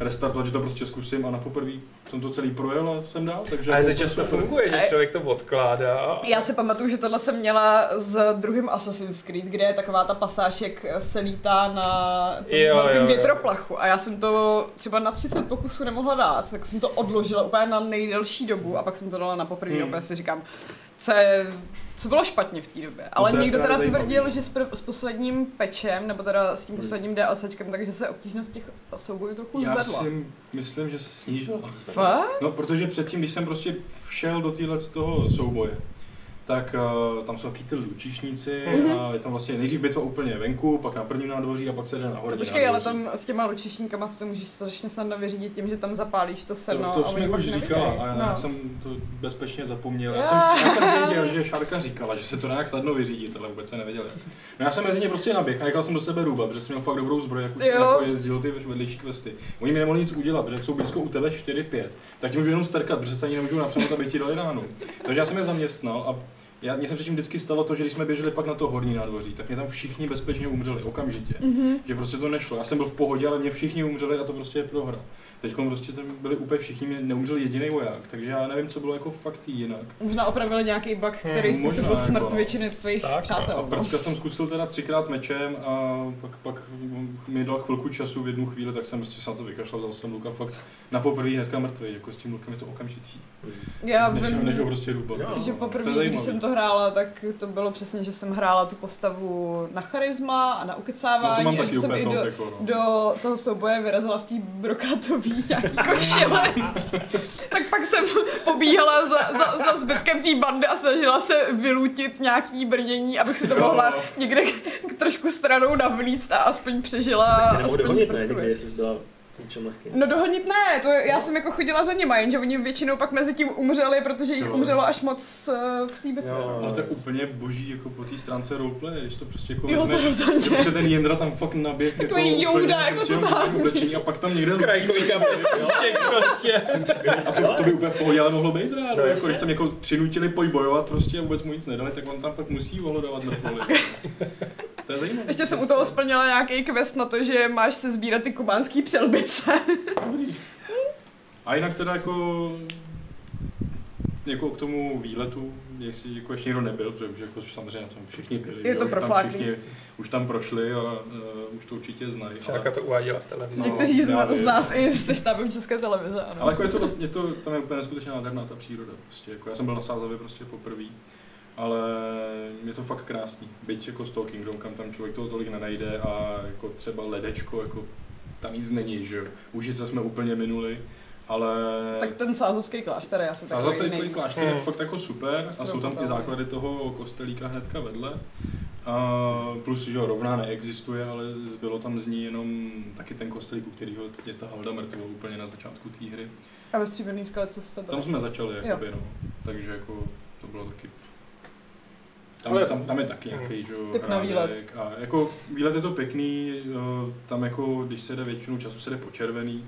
Speaker 5: restartovat, že to prostě zkusím a na poprvé jsem to celý projel a jsem dál, takže...
Speaker 2: Ale to
Speaker 5: jako
Speaker 2: často
Speaker 5: super.
Speaker 2: funguje, že
Speaker 3: A-
Speaker 2: člověk to odkládá.
Speaker 3: Já si pamatuju, že tohle jsem měla s druhým Assassin's Creed, kde je taková ta pasáž, jak se lítá na
Speaker 2: Jo,
Speaker 3: tom
Speaker 2: jo,
Speaker 3: velkém
Speaker 2: jo.
Speaker 3: větroplachu. A já jsem to třeba na 30 pokusů nemohla dát, tak jsem to odložila úplně na nejdelší dobu a pak jsem to dala na poprvé. Hmm. Opět si říkám, co, je, co bylo špatně v té době. Ale
Speaker 5: No, to je
Speaker 3: někdo teda
Speaker 5: právě
Speaker 3: tvrdil,
Speaker 5: zajímavý. Hmm.
Speaker 3: že s, prv, s posledním pečem, nebo teda s tím posledním DLCčkem, takže se obtížnost těch soubojů trochu
Speaker 5: Já
Speaker 3: zvedla.
Speaker 5: si myslím, že se snížila.
Speaker 3: Fakt?
Speaker 5: No, protože předtím, když jsem prostě šel do téhle z toho souboje, tak uh, tam jsou taky ty lučišníci
Speaker 3: Mhm.
Speaker 5: a je tam vlastně nejdřív bitva úplně venku, pak na prvním nádvoří a pak se jde na horní
Speaker 3: No, Počkej, ale
Speaker 5: nádvoří.
Speaker 3: tam s těma lučišníkama si to můžeš strašně snadno vyřídit tím, že tam zapálíš to seno.
Speaker 5: to,
Speaker 3: a
Speaker 5: to
Speaker 3: oni
Speaker 5: jsme
Speaker 3: pak
Speaker 5: už
Speaker 3: nevidějí.
Speaker 5: říkala a já
Speaker 3: No.
Speaker 5: no. jsem to bezpečně zapomněl. Já jsem, já jsem věděl, že Šárka říkala, že se to nějak snadno vyřídit, ale vůbec se nevěděl. jak. No já jsem mezi ně prostě naběh a nechal jsem do sebe růba, protože jsem měl fakt dobrou zbroj, jak už jsem
Speaker 3: Jo.
Speaker 5: jako jezdil ty vedlejší questy. Oni mi nemohli nic udělat, protože jak jsou blízko u tebe 4-5, tak ti můžu jenom strkat, protože se ani nemůžu napřenout, aby ti dali ránu. Takže já jsem je zaměstnal a já, mě se předtím vždycky stalo to, že když jsme běželi pak na to horní nádvoří, tak mě tam všichni bezpečně umřeli okamžitě. Mm-hmm. Že prostě to nešlo. Já jsem byl v pohodě, ale mě všichni umřeli a to prostě je prohra. Teď prostě tam byli úplně všichni, mě neumřel jediný voják, takže já nevím, co bylo jako fakt jinak.
Speaker 3: Možná opravili nějaký bug, který
Speaker 5: Hmm,
Speaker 3: hmm, způsobil
Speaker 5: možná,
Speaker 3: smrt
Speaker 5: jako.
Speaker 3: většiny tvých
Speaker 1: Tak,
Speaker 5: A
Speaker 3: přátel. no.
Speaker 5: prcka jsem zkusil teda třikrát mečem a pak, pak mi dal chvilku času v jednu chvíli, tak jsem prostě se na to vykašlal, dal jsem Luka fakt na poprvé hnedka mrtvý, jako s tím Lukem je to okamžitý.
Speaker 3: Já
Speaker 5: Než,
Speaker 3: vím,
Speaker 5: než ho prostě rubat.
Speaker 3: že
Speaker 5: To je
Speaker 3: poprvé,
Speaker 5: zajímavý.
Speaker 3: když jsem to hrála, tak to bylo přesně, že jsem hrála tu postavu na charisma a na
Speaker 5: No to
Speaker 3: ukecávání
Speaker 5: mám
Speaker 3: a že
Speaker 5: taky
Speaker 3: jsem
Speaker 5: úplně
Speaker 3: i
Speaker 5: top,
Speaker 3: do,
Speaker 5: jako no.
Speaker 3: do toho souboje vyrazila v té brokatový nějaký košile. tak pak jsem pobíhala za, za, za zbytkem té bandy a snažila se vylutit nějaký brnění, abych si to
Speaker 5: Jo.
Speaker 3: mohla někde k, k trošku stranou navlíct a aspoň přežila.
Speaker 4: Ty nebo
Speaker 3: aspoň
Speaker 4: dohodnit, ne?
Speaker 3: prskové.
Speaker 4: Někdy, No. jestli jsi byla něčem lehký.
Speaker 3: No dohodnit ne, to je- já jsem jako chodila za nima, jenže oni většinou pak mezi tím umřeli, protože jich
Speaker 5: Jo.
Speaker 3: umřelo až moc eh, v té bitvě.
Speaker 4: Jo.
Speaker 5: Ale to je úplně boží jako po té stránce roleplay, když to prostě jako
Speaker 3: Jo, to
Speaker 5: vezmeš,
Speaker 3: rozhodně.
Speaker 5: že prostě ten Jendra tam fakt naběh
Speaker 3: Takový jouda, jako
Speaker 5: prostě
Speaker 3: totální.
Speaker 5: úplně oblečený a pak tam někde
Speaker 7: Jako
Speaker 2: Krajkový kapestíček prostě.
Speaker 5: A to, to by úplně v pohodě ale mohlo být rád,
Speaker 4: No,
Speaker 5: no, jako,
Speaker 4: jasně.
Speaker 5: když tam jako přinutili pojď bojovat prostě a vůbec mu nic nedali, tak on tam pak musí vohodovat na poli. To je zajímavé.
Speaker 3: Ještě jsem u toho splnila nějaký quest na to, že máš se sbírat ty kubánský přelbice.
Speaker 5: Dobrý. A jinak teda jako jako k tomu výletu, jestli jako ještě někdo nebyl, protože už jako samozřejmě na tom všichni
Speaker 3: Je
Speaker 5: byli. že
Speaker 3: to
Speaker 5: jo, že tam
Speaker 3: profláklý.
Speaker 5: všichni už tam prošli a uh, už to určitě znají.
Speaker 2: Šárka to uváděla v televizi.
Speaker 5: No,
Speaker 3: Někteří z,
Speaker 5: já
Speaker 3: nás-
Speaker 5: vím.
Speaker 3: z nás i se štábem České televize, ano.
Speaker 5: Ale jako je to, je to, tam je úplně neskutečně nádherná ta příroda. Prostě. Jako já jsem byl na Sázavě prostě poprvé, ale je to fakt krásný. Byť jako z toho Kingdom, kam tam člověk toho tolik nenajde a jako třeba ledečko, jako tam nic není, že jo. Užice jsme úplně minuli, ale...
Speaker 3: Tak ten sázovský klášter, já se
Speaker 5: Sázavě
Speaker 3: takový
Speaker 5: takový
Speaker 3: nejvíc.
Speaker 5: klášter je fakt jako super a jsou tam ty
Speaker 3: Srovnatelný.
Speaker 5: základy toho kostelíka hnedka vedle. A plus, že jo, rovná neexistuje, ale zbylo tam z ní jenom taky ten kostelík, u kterého je ta halda mrtvou úplně na začátku té hry.
Speaker 3: A ve stříbrný skale co jste
Speaker 5: Tam
Speaker 3: byli?
Speaker 5: jsme začali,
Speaker 3: Jo.
Speaker 5: jakoby, no. Takže jako to bylo taky... Tam,
Speaker 2: Ale-
Speaker 5: je, tam, tam je taky nějaký, že jo,
Speaker 3: Typ na výlet.
Speaker 5: hrádek A jako výlet je to pěkný, eh, tam jako, když se jde většinu času, se jde po červený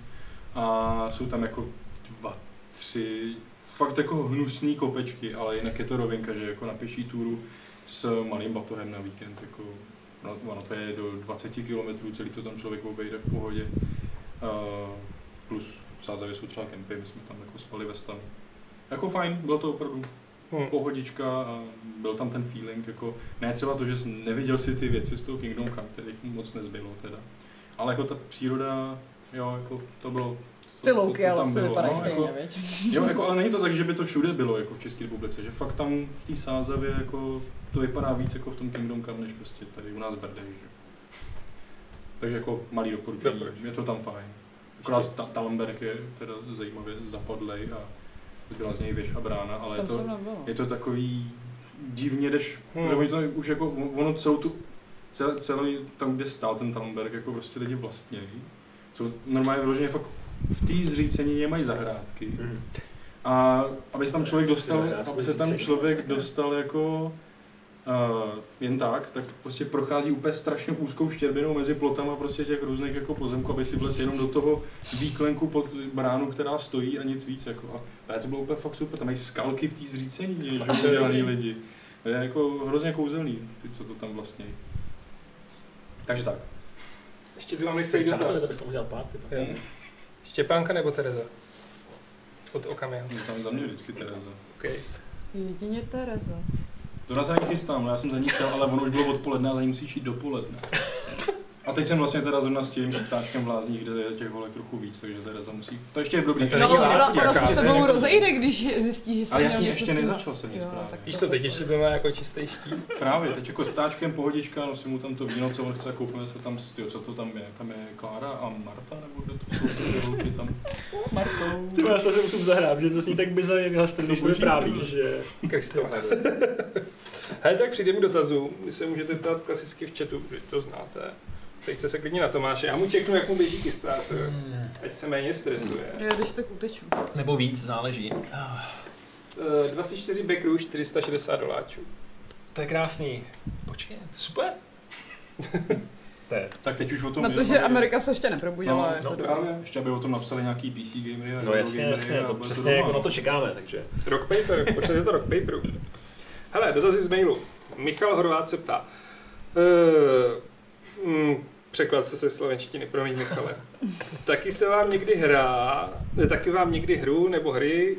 Speaker 5: a jsou tam jako dva, tři, fakt jako hnusný kopečky, ale jinak je to rovinka, že jako na pěší túru s malým batohem na víkend. Jako, no, ono to je do 20 km, celý to tam člověk obejde v pohodě. Uh, plus sázavě jsou třeba kempy, my jsme tam jako spali ve stanu. Jako fajn, bylo to opravdu
Speaker 2: Hm.
Speaker 5: pohodička a byl tam ten feeling, jako ne třeba to, že jsem neviděl si ty věci z toho Kingdom Come, kterých moc nezbylo teda, ale jako ta příroda, jo, jako to bylo, to,
Speaker 3: Ty louky
Speaker 5: tam
Speaker 3: ale asi
Speaker 5: bylo,
Speaker 3: vypadají
Speaker 5: no,
Speaker 3: stejně,
Speaker 5: Jako,
Speaker 3: viď?
Speaker 5: jo, jako, ale není to tak, že by to všude bylo, jako v České republice, že fakt tam v té sázavě, jako to vypadá víc jako v tom Kingdom Come, než prostě tady u nás v Brdech, že? Takže jako malý doporučení,
Speaker 2: Doporučení.
Speaker 5: je to tam fajn. Akorát ta, Talenberg je teda zajímavě zapadlej a zbyla z něj věž a brána, ale
Speaker 3: Tam
Speaker 5: to,
Speaker 3: jsem nebyla.
Speaker 5: je to takový divně, jdeš,
Speaker 2: Hmm.
Speaker 5: hmm. protože oni to už jako, ono celou tu, cel, celý tam, kde stál ten Talmberg, jako prostě lidi vlastně. Jsou normálně vyloženě fakt v té zřícenině mají zahrádky.
Speaker 7: Mhm.
Speaker 5: A aby se tam člověk
Speaker 7: Prostě
Speaker 5: dostal,
Speaker 7: zahrádku
Speaker 5: aby se tam
Speaker 7: zřícení,
Speaker 5: člověk
Speaker 7: vlastně.
Speaker 5: dostal jako Uh, jen tak, tak prostě prochází úplně strašně úzkou štěrbinou mezi plotama prostě těch různých jako pozemků, aby si vlez jenom do toho výklenku pod bránu, která stojí a nic víc. Jako. A to bylo úplně fakt super, tam mají skalky v té zřícenině, že jo, udělaný lidi. To je jako hrozně kouzelný, ty, co to tam vlastně. Takže tak.
Speaker 2: Ještě tu mám
Speaker 7: Jsi
Speaker 2: rychlý
Speaker 7: přátelé,
Speaker 2: dotaz.
Speaker 7: tak bys tam udělal party.
Speaker 4: no.
Speaker 7: tak.
Speaker 2: Jo. Štěpánka nebo Tereza? Od Okamiho.
Speaker 5: Je tam za mě vždycky Tereza.
Speaker 2: Okay.
Speaker 3: Jedině Tereza.
Speaker 5: To já se na ní chystám, no já jsem za ní šel, ale ono už bylo odpoledne a za ní musíš jít dopoledne. A teď jsem vlastně teda zrovna s tím s ptáčkem v lázních, kde je těch holek trochu víc, takže Tereza musí... To ještě je dobrý,
Speaker 2: No,
Speaker 5: že
Speaker 3: No,
Speaker 2: není
Speaker 5: není
Speaker 3: ona,
Speaker 2: lásky,
Speaker 5: lásní,
Speaker 3: ona se
Speaker 5: jaká-
Speaker 2: jaká-
Speaker 3: s tebou rozejde, když zjistí, že jsi
Speaker 5: Ale
Speaker 3: měl
Speaker 5: jasně,
Speaker 3: něco
Speaker 5: ještě
Speaker 3: s ním.
Speaker 5: nezačal jsem nic
Speaker 3: Jo,
Speaker 5: právě.
Speaker 3: tak
Speaker 2: Víš co, teď ještě to má jako čistý štít.
Speaker 5: Právě, teď jako s ptáčkem pohodička, nosím mu tam to víno, co on chce, a koupíme se tam, s- tyjo, co to tam je, tam je Klára a Marta, nebo kdo to jsou ty dvě holky tam.
Speaker 3: S Martou.
Speaker 7: Ty vole, já se asi musím zahrát, že to zní tak bizarně, jak hlas, když
Speaker 5: To
Speaker 7: to
Speaker 5: boží,
Speaker 7: vyprávíš,
Speaker 5: ty
Speaker 7: že...
Speaker 2: Jak si to má Hele, tak přijde mi dotazu, vy se můžete ptát klasicky v chatu, vy to znáte. Ptejte se klidně na Tomáše, já mu čeknu, jak mu běží Kickstarter, ať se méně stresuje.
Speaker 3: Jo, když tak uteču.
Speaker 4: Mm. Nebo víc, záleží.
Speaker 2: Eh, 24 backrů, 460 doláčů.
Speaker 4: To je krásný. Počkej, super. to je,
Speaker 5: Tak teď už o tom
Speaker 3: Na to,
Speaker 5: je-
Speaker 3: že Amerika se ještě neprobudila,
Speaker 5: No,
Speaker 3: je to
Speaker 4: no,
Speaker 3: dobré.
Speaker 5: Právě, ještě aby o tom napsali nějaký PC gamery a
Speaker 4: no jasně,
Speaker 5: gamery
Speaker 4: jasně,
Speaker 5: a
Speaker 4: to
Speaker 5: bude
Speaker 4: přesně
Speaker 5: doma.
Speaker 4: jako na to čekáme, takže.
Speaker 2: Rock paper, pošlete to rock paperu. Hele, dotazy z mailu. Michal Horvát se ptá. Uh, mm, překlad se ze slovenštiny, promiň Michale. taky se vám někdy hra, ne, taky vám někdy hru nebo hry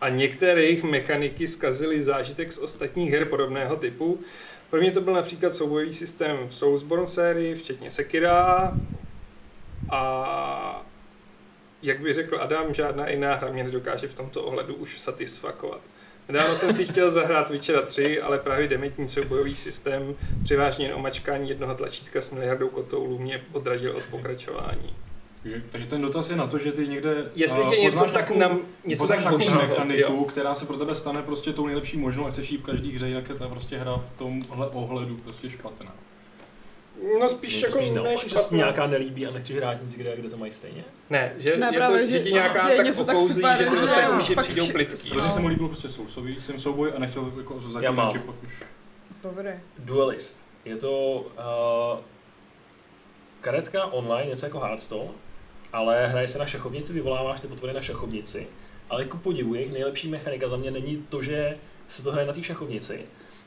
Speaker 2: a některé jejich mechaniky zkazily zážitek z ostatních her podobného typu. Pro mě to byl například soubojový systém v Soulsborne sérii, včetně Sekira a jak by řekl Adam, žádná jiná hra mě nedokáže v tomto ohledu už satisfakovat. Nedávno jsem si chtěl zahrát Witchera 3, ale právě dementní soubojový systém, převážně jen omačkání jednoho tlačítka s miliardou kotoulů, mě odradil od pokračování.
Speaker 5: Takže- Takže ten dotaz je na to, že ty někde
Speaker 2: Jestli
Speaker 5: eh,
Speaker 2: tě něco
Speaker 5: poznáš
Speaker 2: tak
Speaker 5: nějakou-
Speaker 2: nám, něco tak
Speaker 5: poznáš nějakou
Speaker 2: božího,
Speaker 5: mechaniku,
Speaker 2: jo.
Speaker 5: která se pro tebe stane prostě tou nejlepší možnou a chceš jí v každý hře, jak je ta prostě hra v tomhle ohledu prostě špatná.
Speaker 2: No spíš
Speaker 4: Mě to
Speaker 2: jako
Speaker 4: spíš
Speaker 2: ne
Speaker 4: naopak, že se ti
Speaker 2: špatná.
Speaker 4: nějaká nelíbí a nechceš hrát nic, kde, kde to mají stejně.
Speaker 2: Ne, že
Speaker 3: Ne,
Speaker 2: je
Speaker 3: právě,
Speaker 2: to, že
Speaker 3: že-
Speaker 2: ti nějaká
Speaker 3: že je
Speaker 2: tak
Speaker 3: něco tak
Speaker 2: okouzlí,
Speaker 3: super,
Speaker 2: že prostě ty
Speaker 3: že
Speaker 2: ostatní
Speaker 3: už
Speaker 2: ti
Speaker 3: pak
Speaker 2: přijdou
Speaker 3: vše-
Speaker 2: plitký.
Speaker 5: Hrozně se mu líbil prostě sousový, jsem souboj a nechtěl jako
Speaker 4: Já mám.
Speaker 5: zatím, že pak už
Speaker 3: Dobré.
Speaker 4: Duelist. Je to uh, karetka online, něco jako Hearthstone, ale hraje se na šachovnici, vyvoláváš ty potvary na šachovnici, ale ku podivu jejich nejlepší mechanika za mě není to, že se to hraje na té šachovnici,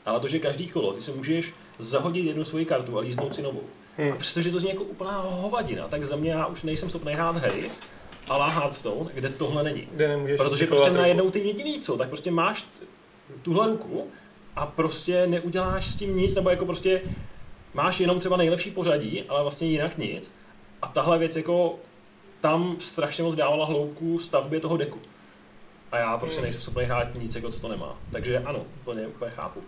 Speaker 4: ale to, že každý kolo ty se můžeš zahodit jednu svoji kartu a líznout si novou.
Speaker 2: Hmm.
Speaker 4: A přestože to zní jako úplná hovadina, tak za mě já už nejsem schopný hrát hry, ale Hearthstone, kde tohle není.
Speaker 2: Kde nemůžeš
Speaker 4: Protože
Speaker 2: typovat
Speaker 4: prostě
Speaker 2: ruku.
Speaker 4: najednou ty jediný co, tak prostě máš t- tuhle ruku a prostě neuděláš s tím nic, nebo jako prostě máš jenom třeba nejlepší pořadí, ale vlastně jinak nic. A tahle věc jako tam strašně moc dávala hloubku stavbě toho deku. A já prostě nejsem schopný hrát nic, jako co to nemá. Takže ano, úplně, úplně chápu.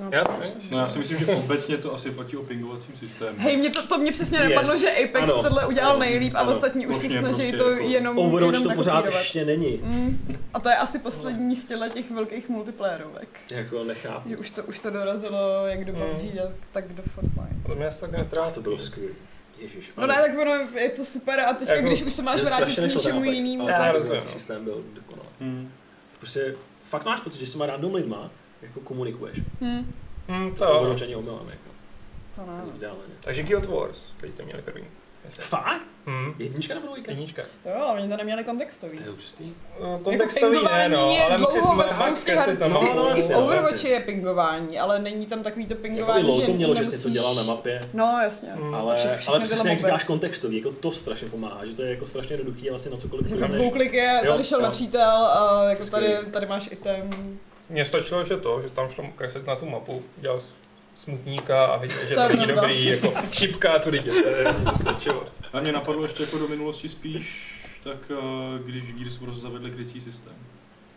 Speaker 3: No,
Speaker 2: Já,
Speaker 3: přesně.
Speaker 5: No já si myslím, že obecně to asi platí o pingovacím systému.
Speaker 3: Hej, mě to, to mě přesně
Speaker 4: Yes.
Speaker 3: napadlo, že Apex
Speaker 4: Ano.
Speaker 3: tohle udělal
Speaker 4: Ano.
Speaker 3: nejlíp a
Speaker 4: Ano.
Speaker 3: ostatní už si
Speaker 5: Plošně
Speaker 3: snaží
Speaker 5: prostě
Speaker 3: to
Speaker 5: jako-
Speaker 3: jenom
Speaker 4: Overwatch
Speaker 3: jenom
Speaker 4: to pořád
Speaker 3: nakopírovat.
Speaker 4: ještě není.
Speaker 3: Mm. A to je asi poslední z těla těch velkých multiplérovek.
Speaker 4: Jako nechápu.
Speaker 3: Že už to, už to dorazilo jak do
Speaker 2: Mm.
Speaker 3: PUBG, tak, tak do Fortnite.
Speaker 2: Ale mě se tak
Speaker 4: A
Speaker 2: netrápí.
Speaker 4: Ah, to bylo skvělé. Ježíš.
Speaker 3: No ne, tak ono, je to super a teďka,
Speaker 2: Jako,
Speaker 3: když už se máš vrátit k něčemu jinému,
Speaker 2: Já
Speaker 4: tak
Speaker 3: tak...
Speaker 2: rozumím.
Speaker 4: systém byl dokonalý.
Speaker 5: Hmm.
Speaker 4: Prostě fakt máš pocit, že s těma random lidma jako komunikuješ.
Speaker 1: No.
Speaker 3: Hm,
Speaker 2: Hm, to.
Speaker 4: To
Speaker 1: Prostě
Speaker 4: Overwatch ani omylem, jako.
Speaker 3: to ne.
Speaker 1: No.
Speaker 3: no.
Speaker 4: Ani vzdáleně.
Speaker 2: Takže Guild Wars, který to měli první.
Speaker 1: Fakt?
Speaker 2: Hm.
Speaker 1: Jednička nebo dvojka?
Speaker 2: Jednička.
Speaker 3: To jo, ale oni to neměli kontextový.
Speaker 1: To je hustý.
Speaker 2: No, Kontextový ne,
Speaker 3: pingování
Speaker 2: no,
Speaker 3: je
Speaker 2: ale musí
Speaker 3: dlouho
Speaker 2: jsme
Speaker 3: ve spoustě
Speaker 2: kreslit na
Speaker 1: her.
Speaker 2: mapu.
Speaker 1: No, no,
Speaker 3: I v
Speaker 1: jasně, no,
Speaker 3: Overwatchi
Speaker 1: jasně.
Speaker 3: je pingování, ale není tam takový to
Speaker 1: Jako by
Speaker 3: pingování,
Speaker 1: logo mělo, že
Speaker 3: nemusíš-
Speaker 1: něco dělá na Mm. mapě.
Speaker 3: No, jasně.
Speaker 2: Hm.
Speaker 1: Ale,
Speaker 3: Vše- všechny
Speaker 1: ale
Speaker 3: tyhle
Speaker 1: přesně jak
Speaker 3: moby.
Speaker 1: říkáš kontextový, jako to strašně pomáhá, že to je jako strašně jednoduchý a vlastně na cokoliv
Speaker 3: Že
Speaker 1: klikneš.
Speaker 3: dvouklik je,
Speaker 1: Jo,
Speaker 3: tady šel
Speaker 1: jo.
Speaker 3: nepřítel, a jako
Speaker 1: Skvělý.
Speaker 3: tady, tady máš item.
Speaker 2: Mně stačilo, že to, že tam šlo kreslit na tu mapu, dělal s- smutníka a viděl, že
Speaker 3: To je
Speaker 2: to není
Speaker 3: pravda.
Speaker 2: dobrý, jako šipka a tu lidi, to je- to stačilo.
Speaker 5: A mě napadlo ještě jako do minulosti spíš, tak eh, když Gears prostě zavedli krycí systém.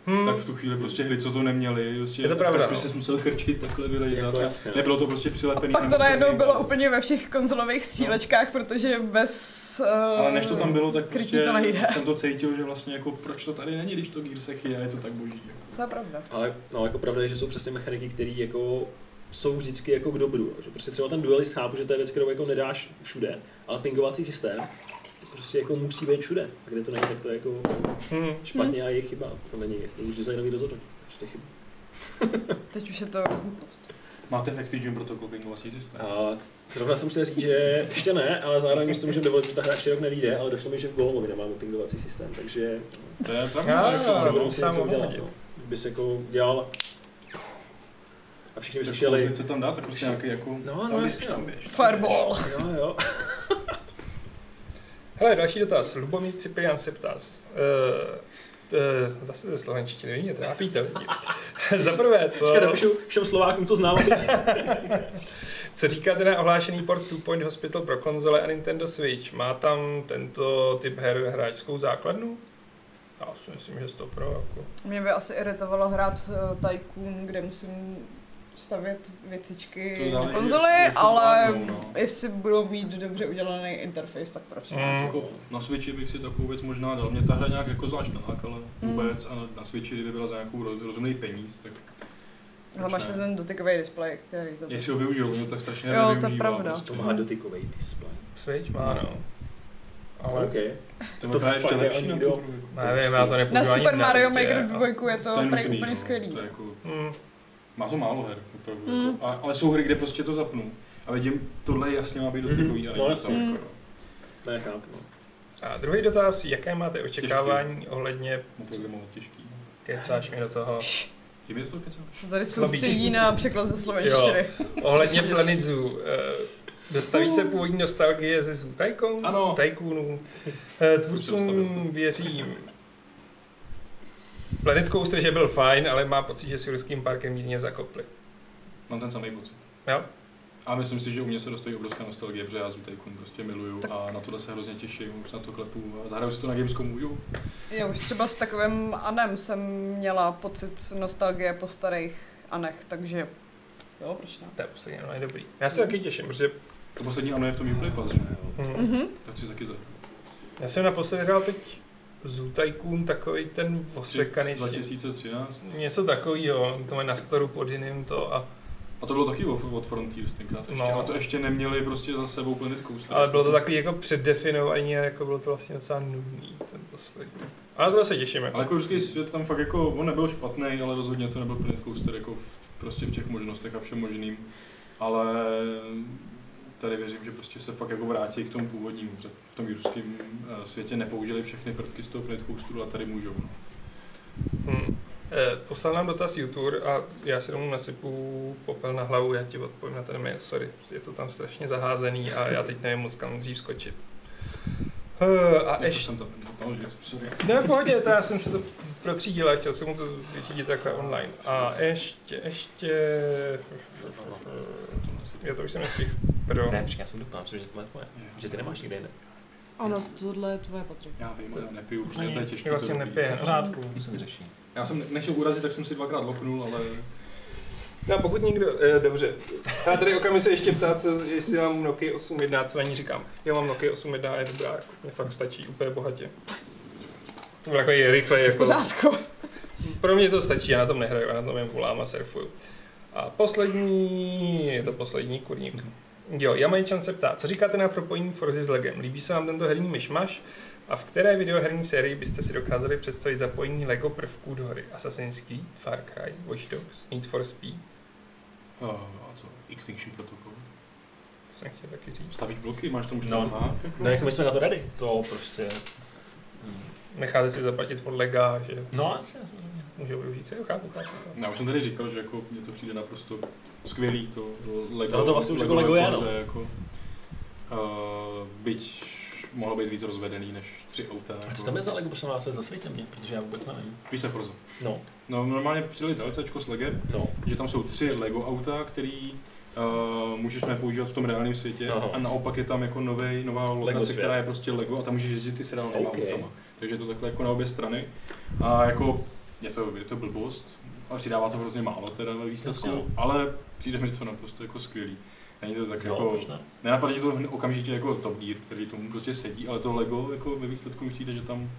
Speaker 2: Hmm.
Speaker 5: Tak v tu chvíli prostě hry, co to neměli, prostě
Speaker 2: Je to pravda, no.
Speaker 5: tak prostě jsi musel krčit, takhle vylejzat.
Speaker 1: Jako jasně, no.
Speaker 5: Nebylo to prostě
Speaker 3: A
Speaker 5: přilepený.
Speaker 3: pak
Speaker 5: na
Speaker 3: to
Speaker 5: něco
Speaker 3: najednou bylo
Speaker 5: zajímavého.
Speaker 3: úplně ve všech konzolových střílečkách, protože bez... eh,
Speaker 5: Ale než to tam bylo, tak
Speaker 3: krytí
Speaker 5: prostě
Speaker 3: to nejde.
Speaker 5: jsem to cítil, že vlastně jako proč to tady není, když to Gearsech je, a je to tak boží.
Speaker 3: To je pravda.
Speaker 1: Ale no, jako pravda je, že jsou přesně mechaniky, které jako jsou vždycky jako k dobru. jo. Že prostě třeba ten duelist chápu, že to je věc, kterou jako nedáš všude, ale pingovací systém to prostě jako musí být všude. A kde to není, tak to je jako
Speaker 2: Hmm.
Speaker 1: špatně a je chyba. To není, to už designový rozhodnutí. Prostě chyba.
Speaker 3: Teď už je to nutnost.
Speaker 5: Máte v Extinction Protocol pingovací systém.
Speaker 1: A zrovna jsem chtěl říct, že ještě ne, ale zároveň si to můžeme dovolit, že ta hra ještě rok nevíde, ale došlo mi, že v Golomovi nemáme pingovací systém, takže
Speaker 5: To je
Speaker 2: A,
Speaker 5: pravda.
Speaker 2: jo.
Speaker 1: si budou si
Speaker 2: sám
Speaker 1: něco
Speaker 2: mohl
Speaker 1: udělat.
Speaker 2: vidět.
Speaker 1: no. Bys jako dělal a všichni by
Speaker 5: Tak
Speaker 1: slyšeli,
Speaker 5: pozice tam dát, tak prostě nějaký jako...
Speaker 1: No, no,
Speaker 5: tam běž,
Speaker 1: jasně.
Speaker 5: tam běž.
Speaker 3: Fireball.
Speaker 1: jo jo,
Speaker 2: Hele, další dotaz. Lubomír Ciprian se ptá. eh, eh, zase ze slovenštiny, vy mě trápíte lidi. Za prvé, co,
Speaker 1: Počkej, napíšu všem Slovákům, co znám.
Speaker 2: co říkáte na ohlášený port Two Point Hospital pro konzole a Nintendo Switch? Má tam tento typ her hráčskou základnu? Já si myslím, že 100 pro. Jako.
Speaker 3: Mě by asi iritovalo hrát eh, Tycoon, kde musím stavět věcičky na konzoli,
Speaker 5: jak to
Speaker 3: ale
Speaker 5: zvládnou, no.
Speaker 3: jestli budou mít dobře udělaný interface, tak proč ne?
Speaker 2: Mm.
Speaker 5: Jako na Switchi bych si takovou věc možná dal. Mě ta hra nějak jako zvlášť nalákala
Speaker 3: Hmm.
Speaker 5: vůbec a na- na Switchi, kdyby byla za nějakou ro- rozumný peníz, tak
Speaker 3: Ale máš
Speaker 5: ne?
Speaker 3: ten dotykový displej, který to...
Speaker 5: jestli ho využijou, mě to tak strašně
Speaker 3: Jo,
Speaker 5: rád
Speaker 3: to je
Speaker 5: nevyužívá
Speaker 3: pravda.
Speaker 5: prostě.
Speaker 1: To má dotykový displej.
Speaker 2: Switch má, no. Ale
Speaker 1: OK.
Speaker 5: To,
Speaker 1: To
Speaker 5: to je ještě
Speaker 1: fakt je
Speaker 5: lepší
Speaker 1: ani
Speaker 5: na
Speaker 1: nikdo-
Speaker 5: tu hru. jako.
Speaker 2: nevím, já to nepůjdu
Speaker 3: Na
Speaker 2: ani
Speaker 3: Super Mario
Speaker 2: Nintendo,
Speaker 3: Maker
Speaker 2: a-
Speaker 3: 2 je to prej
Speaker 5: nutný,
Speaker 3: úplně
Speaker 5: no.
Speaker 3: skvělý.
Speaker 5: To je jako,
Speaker 2: Mm.
Speaker 5: má to málo her, opravdu.
Speaker 3: Mm.
Speaker 5: Jako. A, ale jsou hry, kde prostě to zapnu. A vidím, tohle jasně má být dotykový.
Speaker 1: Mhm.
Speaker 5: Mm.
Speaker 1: No, jasně.
Speaker 5: Jako,
Speaker 1: Ne, chápu. no.
Speaker 2: A druhý dotaz, jaké máte očekávání ohledně...
Speaker 5: no. Programovat těžký.
Speaker 2: Kecáš mi do toho.
Speaker 5: Tím je to kecá.
Speaker 3: Se tady
Speaker 2: Slabý.
Speaker 3: soustředí na překlad ze slovenštiny.
Speaker 2: Ohledně Planidzu. Dostaví se původní nostalgie ze Zoo Tycoon?
Speaker 5: Ano.
Speaker 2: Tycoonů. Eh, Tvůrcům
Speaker 5: Dostavil.
Speaker 2: věřím. Planet Coaster, že byl fajn, ale má pocit, že s Jurským parkem mírně zakopli.
Speaker 5: Mám ten samý pocit.
Speaker 2: Jo?
Speaker 5: A myslím si, že u mě se dostaví obrovská nostalgie, protože já Zutejkun prostě miluju a na tohle se hrozně těším, už na to klepu a zahraju si to na Gamescomu, jo.
Speaker 3: Já už třeba s takovým Anem jsem měla pocit nostalgie po starých Anech, takže jo, proč ne?
Speaker 2: To je poslední, no je dobrý. Já
Speaker 5: Mhm.
Speaker 2: se taky těším, protože
Speaker 5: To poslední ano je v tom Uplay Pass, že jo.
Speaker 2: hm,
Speaker 3: Mhm.
Speaker 5: Tak si taky za.
Speaker 2: já jsem naposledy hrál teď Zoo Tycoon, takový ten osekaný s tím
Speaker 5: 2013.
Speaker 2: Něco takového, to mají na storu pod jiným to a...
Speaker 5: A to bylo taky od od Frontiers tenkrát ještě,
Speaker 2: No.
Speaker 5: no. ale to ještě neměli prostě za sebou Planet Coaster.
Speaker 2: Ale bylo to takový jako předdefinovaný a jako bylo to vlastně docela nudný ten poslední. Ale tohle se těším. Jako.
Speaker 5: Ale jako ruský svět tam fakt jako, on nebyl špatný, ale rozhodně to nebyl Planet Coaster jako v, prostě v těch možnostech a všem možným. Ale tady věřím, že prostě se fakt jako vrátí k tomu původnímu, protože v tom jurském světě nepoužili všechny prvky z toho Planet Coasteru, ale tady můžou. No.
Speaker 2: Hmm. Eh, poslal nám dotaz YouTube a já si domů nasypu popel na hlavu, já ti odpovím na ten mail, sorry, je to tam strašně zaházený a já teď nevím moc kam dřív skočit. Eh, a
Speaker 5: Jako
Speaker 2: ještě...
Speaker 5: jsem tam nechápal, že sorry.
Speaker 2: Ne, v pohodě, to já jsem si to propřídil a chtěl jsem mu to vyčítit takhle online. A ještě, ještě... Já to už jsem nestihl. Pro...
Speaker 1: Ne, počkej, já jsem dokonal, myslím, že to je tvoje. Že ty nemáš nikde jinde.
Speaker 3: Ano, tohle je tvoje Patrik.
Speaker 5: Já vím, ale já nepiju, už to
Speaker 1: Není.
Speaker 5: je těžké.
Speaker 2: Já vlastně
Speaker 5: to
Speaker 2: nepije.
Speaker 5: pít.
Speaker 2: V
Speaker 1: pořádku. To se vyřeší.
Speaker 5: Já jsem ne- nechtěl urazit, tak jsem si dvakrát loknul, ale
Speaker 2: No a pokud někdo, eh, dobře, já tady okamžitě se ještě ptá, co, jestli mám Nokia 811, co na ní říkám. Já mám Nokia 811 a je dobrá, jako, mě fakt stačí úplně bohatě. To byl takový rychle,
Speaker 3: V
Speaker 2: jako,
Speaker 3: pořádku.
Speaker 2: pro mě to stačí, já na tom nehraju, já na tom jen volám a surfuju. A poslední, je to poslední kurník. Jo, Jamajčan se ptá, co říkáte na propojení Forzy s Legem? Líbí se vám tento herní myšmaš? A v které videoherní sérii byste si dokázali představit zapojení Lego prvků do hry? Assassin's Creed, Far Cry, Watch Dogs, Need for Speed?
Speaker 5: Eh, a, a co, Extinction Protocol.
Speaker 1: To
Speaker 2: jsem chtěl taky říct.
Speaker 5: Stavíš bloky, máš tam už
Speaker 1: No.
Speaker 5: hák, jako?
Speaker 1: No, jak my jsme na to ready? To prostě...
Speaker 2: Necháte si zaplatit od lega, že
Speaker 1: No, asi, asi.
Speaker 2: můžou využít se, jo, chápu, chápu. chápu.
Speaker 5: Já už jsem tady říkal, že jako mně to přijde naprosto skvělý, to Lego.
Speaker 1: Tohle to vlastně už jako Lego je, no.
Speaker 5: Forze, Jako, uh, byť mohlo být víc rozvedený než tři auta. jako-
Speaker 1: A co tam je za Lego, prosím vás, zasvětě mě, protože já vůbec nevím.
Speaker 5: Víš, co je Forza.
Speaker 1: No,
Speaker 5: No, normálně přijeli DLCčko s Legem,
Speaker 1: no.
Speaker 5: že tam jsou tři Lego auta, který uh, můžeš používat v tom reálném světě
Speaker 1: Aha.
Speaker 5: a naopak je tam jako novej, nová lokace,
Speaker 1: svět.
Speaker 5: která je prostě Lego a tam můžeš jezdit ty s reálnými
Speaker 1: OK.
Speaker 5: autama. Takže je to takhle jako na obě strany a jako je to, je to blbost a přidává to hrozně málo teda ve výsledku,
Speaker 1: Jasně. no.
Speaker 5: ale přijde mi to naprosto jako skvělý. Není to tak
Speaker 1: Jo,
Speaker 5: jako,
Speaker 1: proč ne?
Speaker 5: nenapadne ti to hned okamžitě jako Top Gear, který tomu prostě sedí, ale to Lego jako ve výsledku mi přijde, že tam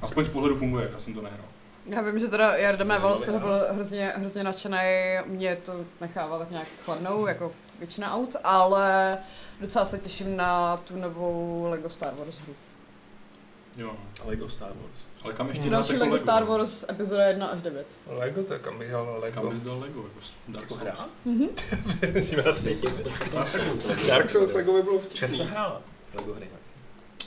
Speaker 5: aspoň z pohledu funguje, já jsem to nehrál.
Speaker 3: Já vím, že teda Jarda
Speaker 1: Jsem
Speaker 3: Méval z
Speaker 1: zajímavý,
Speaker 3: toho byl hrozně, hrozně nadšený, mě to nechává tak nějak chladnou, jako většina aut, ale docela se těším na tu novou Lego Star Wars hru.
Speaker 5: Jo.
Speaker 1: Lego Star Wars.
Speaker 5: Ale kam ještě dát
Speaker 3: Další
Speaker 5: jako
Speaker 3: Lego Star Wars epizoda 1 až 9.
Speaker 2: Lego, to je kam bych dal
Speaker 5: Kam
Speaker 2: Lego.
Speaker 5: bys dal Lego? Jako s- Dark
Speaker 1: Jako
Speaker 5: Souls.
Speaker 1: hra?
Speaker 2: Musíme zase Dark
Speaker 1: Dark
Speaker 2: Souls Lego by bylo
Speaker 1: Čestně
Speaker 2: vtipný.
Speaker 1: hrála. Lego hry. tak.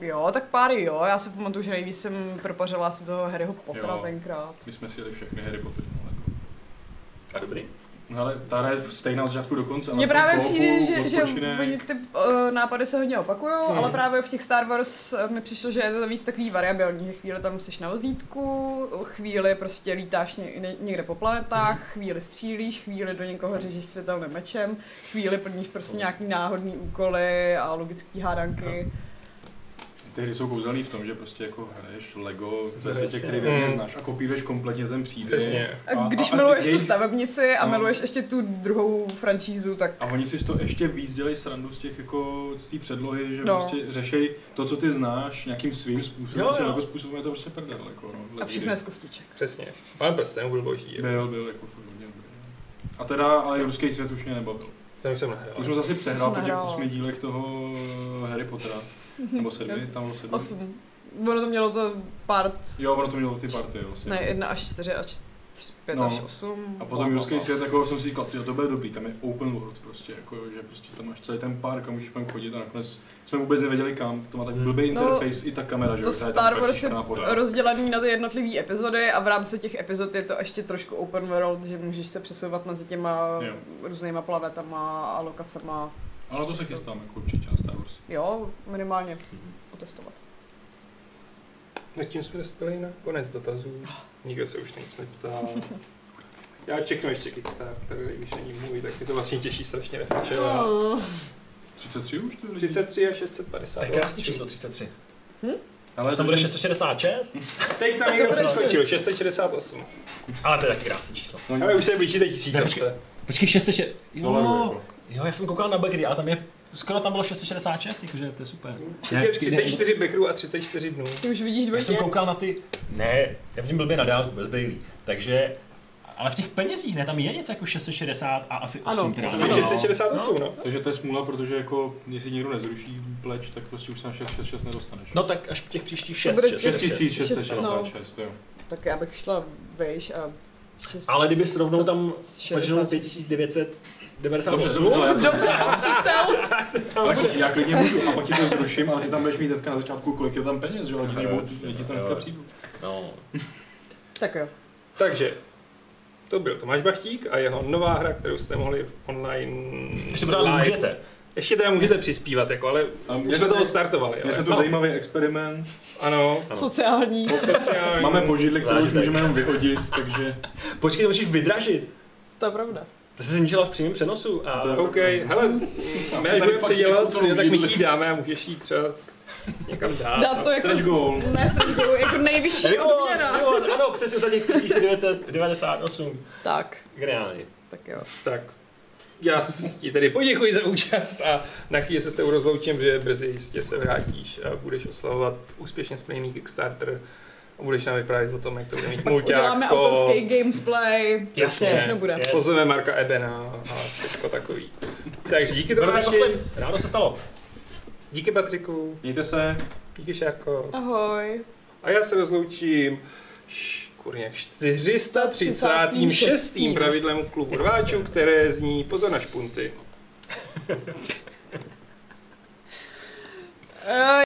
Speaker 3: Jo, tak pár jo, já si pamatuju, že nejvíc jsem propařila asi toho Harryho Pottera
Speaker 5: Jo.
Speaker 3: tenkrát.
Speaker 5: My jsme si jeli všechny Harry Potter na Lego.
Speaker 1: A dobrý.
Speaker 5: No ale ta hra je stejná od začátku do konce. ale
Speaker 3: Mně
Speaker 5: v tom
Speaker 3: právě
Speaker 5: koopu,
Speaker 3: přijde, že, že
Speaker 5: odpočinek.
Speaker 3: oni ty uh, nápady se hodně opakují, hmm. ale právě v těch Star Wars eh, mi přišlo, že je to víc takový variabilní, že chvíli tam jsi na vozítku, chvíli prostě lítáš ně, ně- někde po planetách,
Speaker 5: Hmm.
Speaker 3: chvíli střílíš, chvíli do někoho řežíš světelným mečem, chvíli plníš prostě nějaký náhodný úkoly a logické hádanky.
Speaker 5: Ty hry jsou kouzelný v tom, že prostě jako hraješ Lego
Speaker 1: No,
Speaker 5: ve světě,
Speaker 1: jasně.
Speaker 5: který velmi
Speaker 2: Mm.
Speaker 5: znáš a kopíruješ kompletně ten příběh.
Speaker 2: Přesně.
Speaker 3: A když
Speaker 5: a- a
Speaker 3: miluješ
Speaker 5: jejich-
Speaker 3: tu stavebnici a
Speaker 5: no.
Speaker 3: miluješ ještě tu druhou franšízu, tak
Speaker 5: A oni si z to ještě víc dělají srandu z těch jako z té předlohy, že
Speaker 3: No.
Speaker 5: no. prostě řešej to, co ty znáš nějakým svým způsobem,
Speaker 1: Jo,
Speaker 5: jo,
Speaker 1: jo.
Speaker 5: jo. Lego způsobem je to prostě prdel, jako no.
Speaker 3: a všechno je
Speaker 5: Ledíry.
Speaker 3: z kostiček.
Speaker 2: Přesně. Pán prstenů byl boží. jo.
Speaker 5: Byl, byl, jako furt hodně dobrý. A teda, ale ruský svět už mě nebavil.
Speaker 2: Ten už jsem
Speaker 5: Už jsem
Speaker 2: nahrál.
Speaker 5: zase přehrál po těch
Speaker 3: nahrála.
Speaker 5: osmi dílech toho Harry Pottera. Nebo sedmi, tam bylo sedmi.
Speaker 3: Osm. Ono to mělo to part
Speaker 5: Jo, ono to mělo ty party, vlastně.
Speaker 3: Ne, 1 až 4 až 5
Speaker 5: No.
Speaker 3: až 8.
Speaker 5: A potom Jurský svět, jako jsem si říkal, "Tyjo, to bude dobrý, tam je open world prostě, jako, že prostě tam máš celý ten park a můžeš tam chodit a nakonec jsme vůbec nevěděli kam, to má tak blbý
Speaker 3: No,
Speaker 5: interface i ta kamera, že
Speaker 3: To
Speaker 5: jo, ta je tam
Speaker 3: Star
Speaker 5: tak
Speaker 3: Wars je
Speaker 5: šílená pořád.
Speaker 3: rozdělený na ty jednotlivé epizody a v rámci těch epizod je to ještě trošku open world, že můžeš se přesouvat mezi těma
Speaker 5: Jo.
Speaker 3: různýma planetama a lokacema.
Speaker 5: Ale to se chystám, jako určitě na Star Wars.
Speaker 3: Jo, minimálně otestovat.
Speaker 2: No tím jsme dospěli na konec dotazů. Nikdo se už na nic neptá. Já čeknu ještě Kickstarter, i když není můj, tak mě to vlastně těší strašně refreshovat.
Speaker 3: Mm.
Speaker 5: 33 už to je lidi?
Speaker 2: 33 a 650.
Speaker 1: To je krásný číslo 33.
Speaker 5: Ale
Speaker 1: Ale
Speaker 5: to,
Speaker 1: tam bude
Speaker 5: že-
Speaker 1: 666?
Speaker 2: Teď tam někdo přeskočil, 668.
Speaker 1: Ale to je taky krásné číslo.
Speaker 5: No,
Speaker 2: Ale už se blížíte tisícovce.
Speaker 1: Počkej, 666.
Speaker 5: dolarů,
Speaker 1: Jo,
Speaker 5: jako.
Speaker 1: jo, já jsem koukal na Bakery, ale tam je Skoro tam bylo 666, takže to je super.
Speaker 2: Je 34 backrů a 34 dnů.
Speaker 3: Ty už vidíš
Speaker 1: Já jsem
Speaker 3: dvojitě.
Speaker 1: koukal na ty... Ne, já vidím blbě na dálku, bez Bailey. Takže... Ale v těch penězích, ne? Tam je něco jako 660 a asi 8
Speaker 3: Ano,
Speaker 1: teda.
Speaker 5: ano.
Speaker 2: To je 668, no.
Speaker 5: takže to je smůla, protože jako, jestli někdo nezruší pleč, tak prostě už se na 666 nedostaneš.
Speaker 1: No tak až v těch příštích
Speaker 3: To bude
Speaker 1: 6.
Speaker 5: 6666, jo.
Speaker 3: Tak já bych šla vejš a... šest-
Speaker 1: Ale kdyby srovnou tam
Speaker 3: 60
Speaker 1: počnou
Speaker 5: Dobře,
Speaker 1: 5998.
Speaker 5: dobře, ale já to-
Speaker 3: Dobře, a z čísel.
Speaker 5: Ale jako, já klidně můžu, a pak ti to zruším, ale ty tam budeš mít teďka na začátku, kolik je tam peněz, že jo, lidi, tady budou- lidi tam teďka přijdou.
Speaker 1: No,
Speaker 3: Tak jo.
Speaker 2: Takže, to byl Tomáš Bachtík a jeho nová hra, kterou jste mohli online...
Speaker 1: ještě pořád
Speaker 2: live-
Speaker 1: můžete.
Speaker 2: Ještě teda můžete přispívat, jako, ale
Speaker 5: A
Speaker 2: už
Speaker 5: mě
Speaker 2: jsme
Speaker 5: to-
Speaker 2: toho startovali.
Speaker 5: Měli
Speaker 2: Ale.
Speaker 5: jsme tu zajímavý experiment.
Speaker 2: Ano.
Speaker 3: Sociální.
Speaker 2: Sociální.
Speaker 5: Máme požidly, které už
Speaker 1: Zážitek.
Speaker 5: můžeme jenom vyhodit, takže
Speaker 1: Počkej, to musíš vydražit.
Speaker 3: To je pravda.
Speaker 1: To se zničila v přímém přenosu a...
Speaker 5: To je-
Speaker 2: OK, hele, my až
Speaker 5: tady
Speaker 2: budeme
Speaker 5: fakt
Speaker 2: předělat,
Speaker 5: jako celou
Speaker 2: tak my ti
Speaker 5: židli.
Speaker 2: ji dáme a můžeš jít třeba s- někam dát.
Speaker 3: Dá to
Speaker 5: stretch
Speaker 3: jako...
Speaker 5: goal.
Speaker 3: Ne, stretch goal, jako nejvyšší odměna.
Speaker 1: jo, ano, přesně za těch 1998.
Speaker 3: Tak,
Speaker 1: Geniálně.
Speaker 3: tak jo.
Speaker 2: Tak já s- ti tedy poděkuji za účast a na chvíli se s tebou rozloučím, že brzy jistě se vrátíš a budeš oslavovat úspěšně splněný Kickstarter a budeš nám vyprávět o tom, jak to bude mít
Speaker 3: Pak uděláme
Speaker 2: mulťáko,
Speaker 3: autorský gamesplay.
Speaker 1: Jasně.
Speaker 3: Všechno bude.
Speaker 1: Yes.
Speaker 2: pozveme Marka Ebena a všechno takový. Takže díky
Speaker 1: Bylo tak
Speaker 2: Tomáši,
Speaker 1: Ráno se stalo.
Speaker 2: díky Patriku,
Speaker 5: mějte se.
Speaker 2: díky Šárko
Speaker 3: Ahoj.
Speaker 2: a já se rozloučím š- kurně, 436. pravidlem klubu rváčů, které zní pozor na špunty.
Speaker 3: Eh,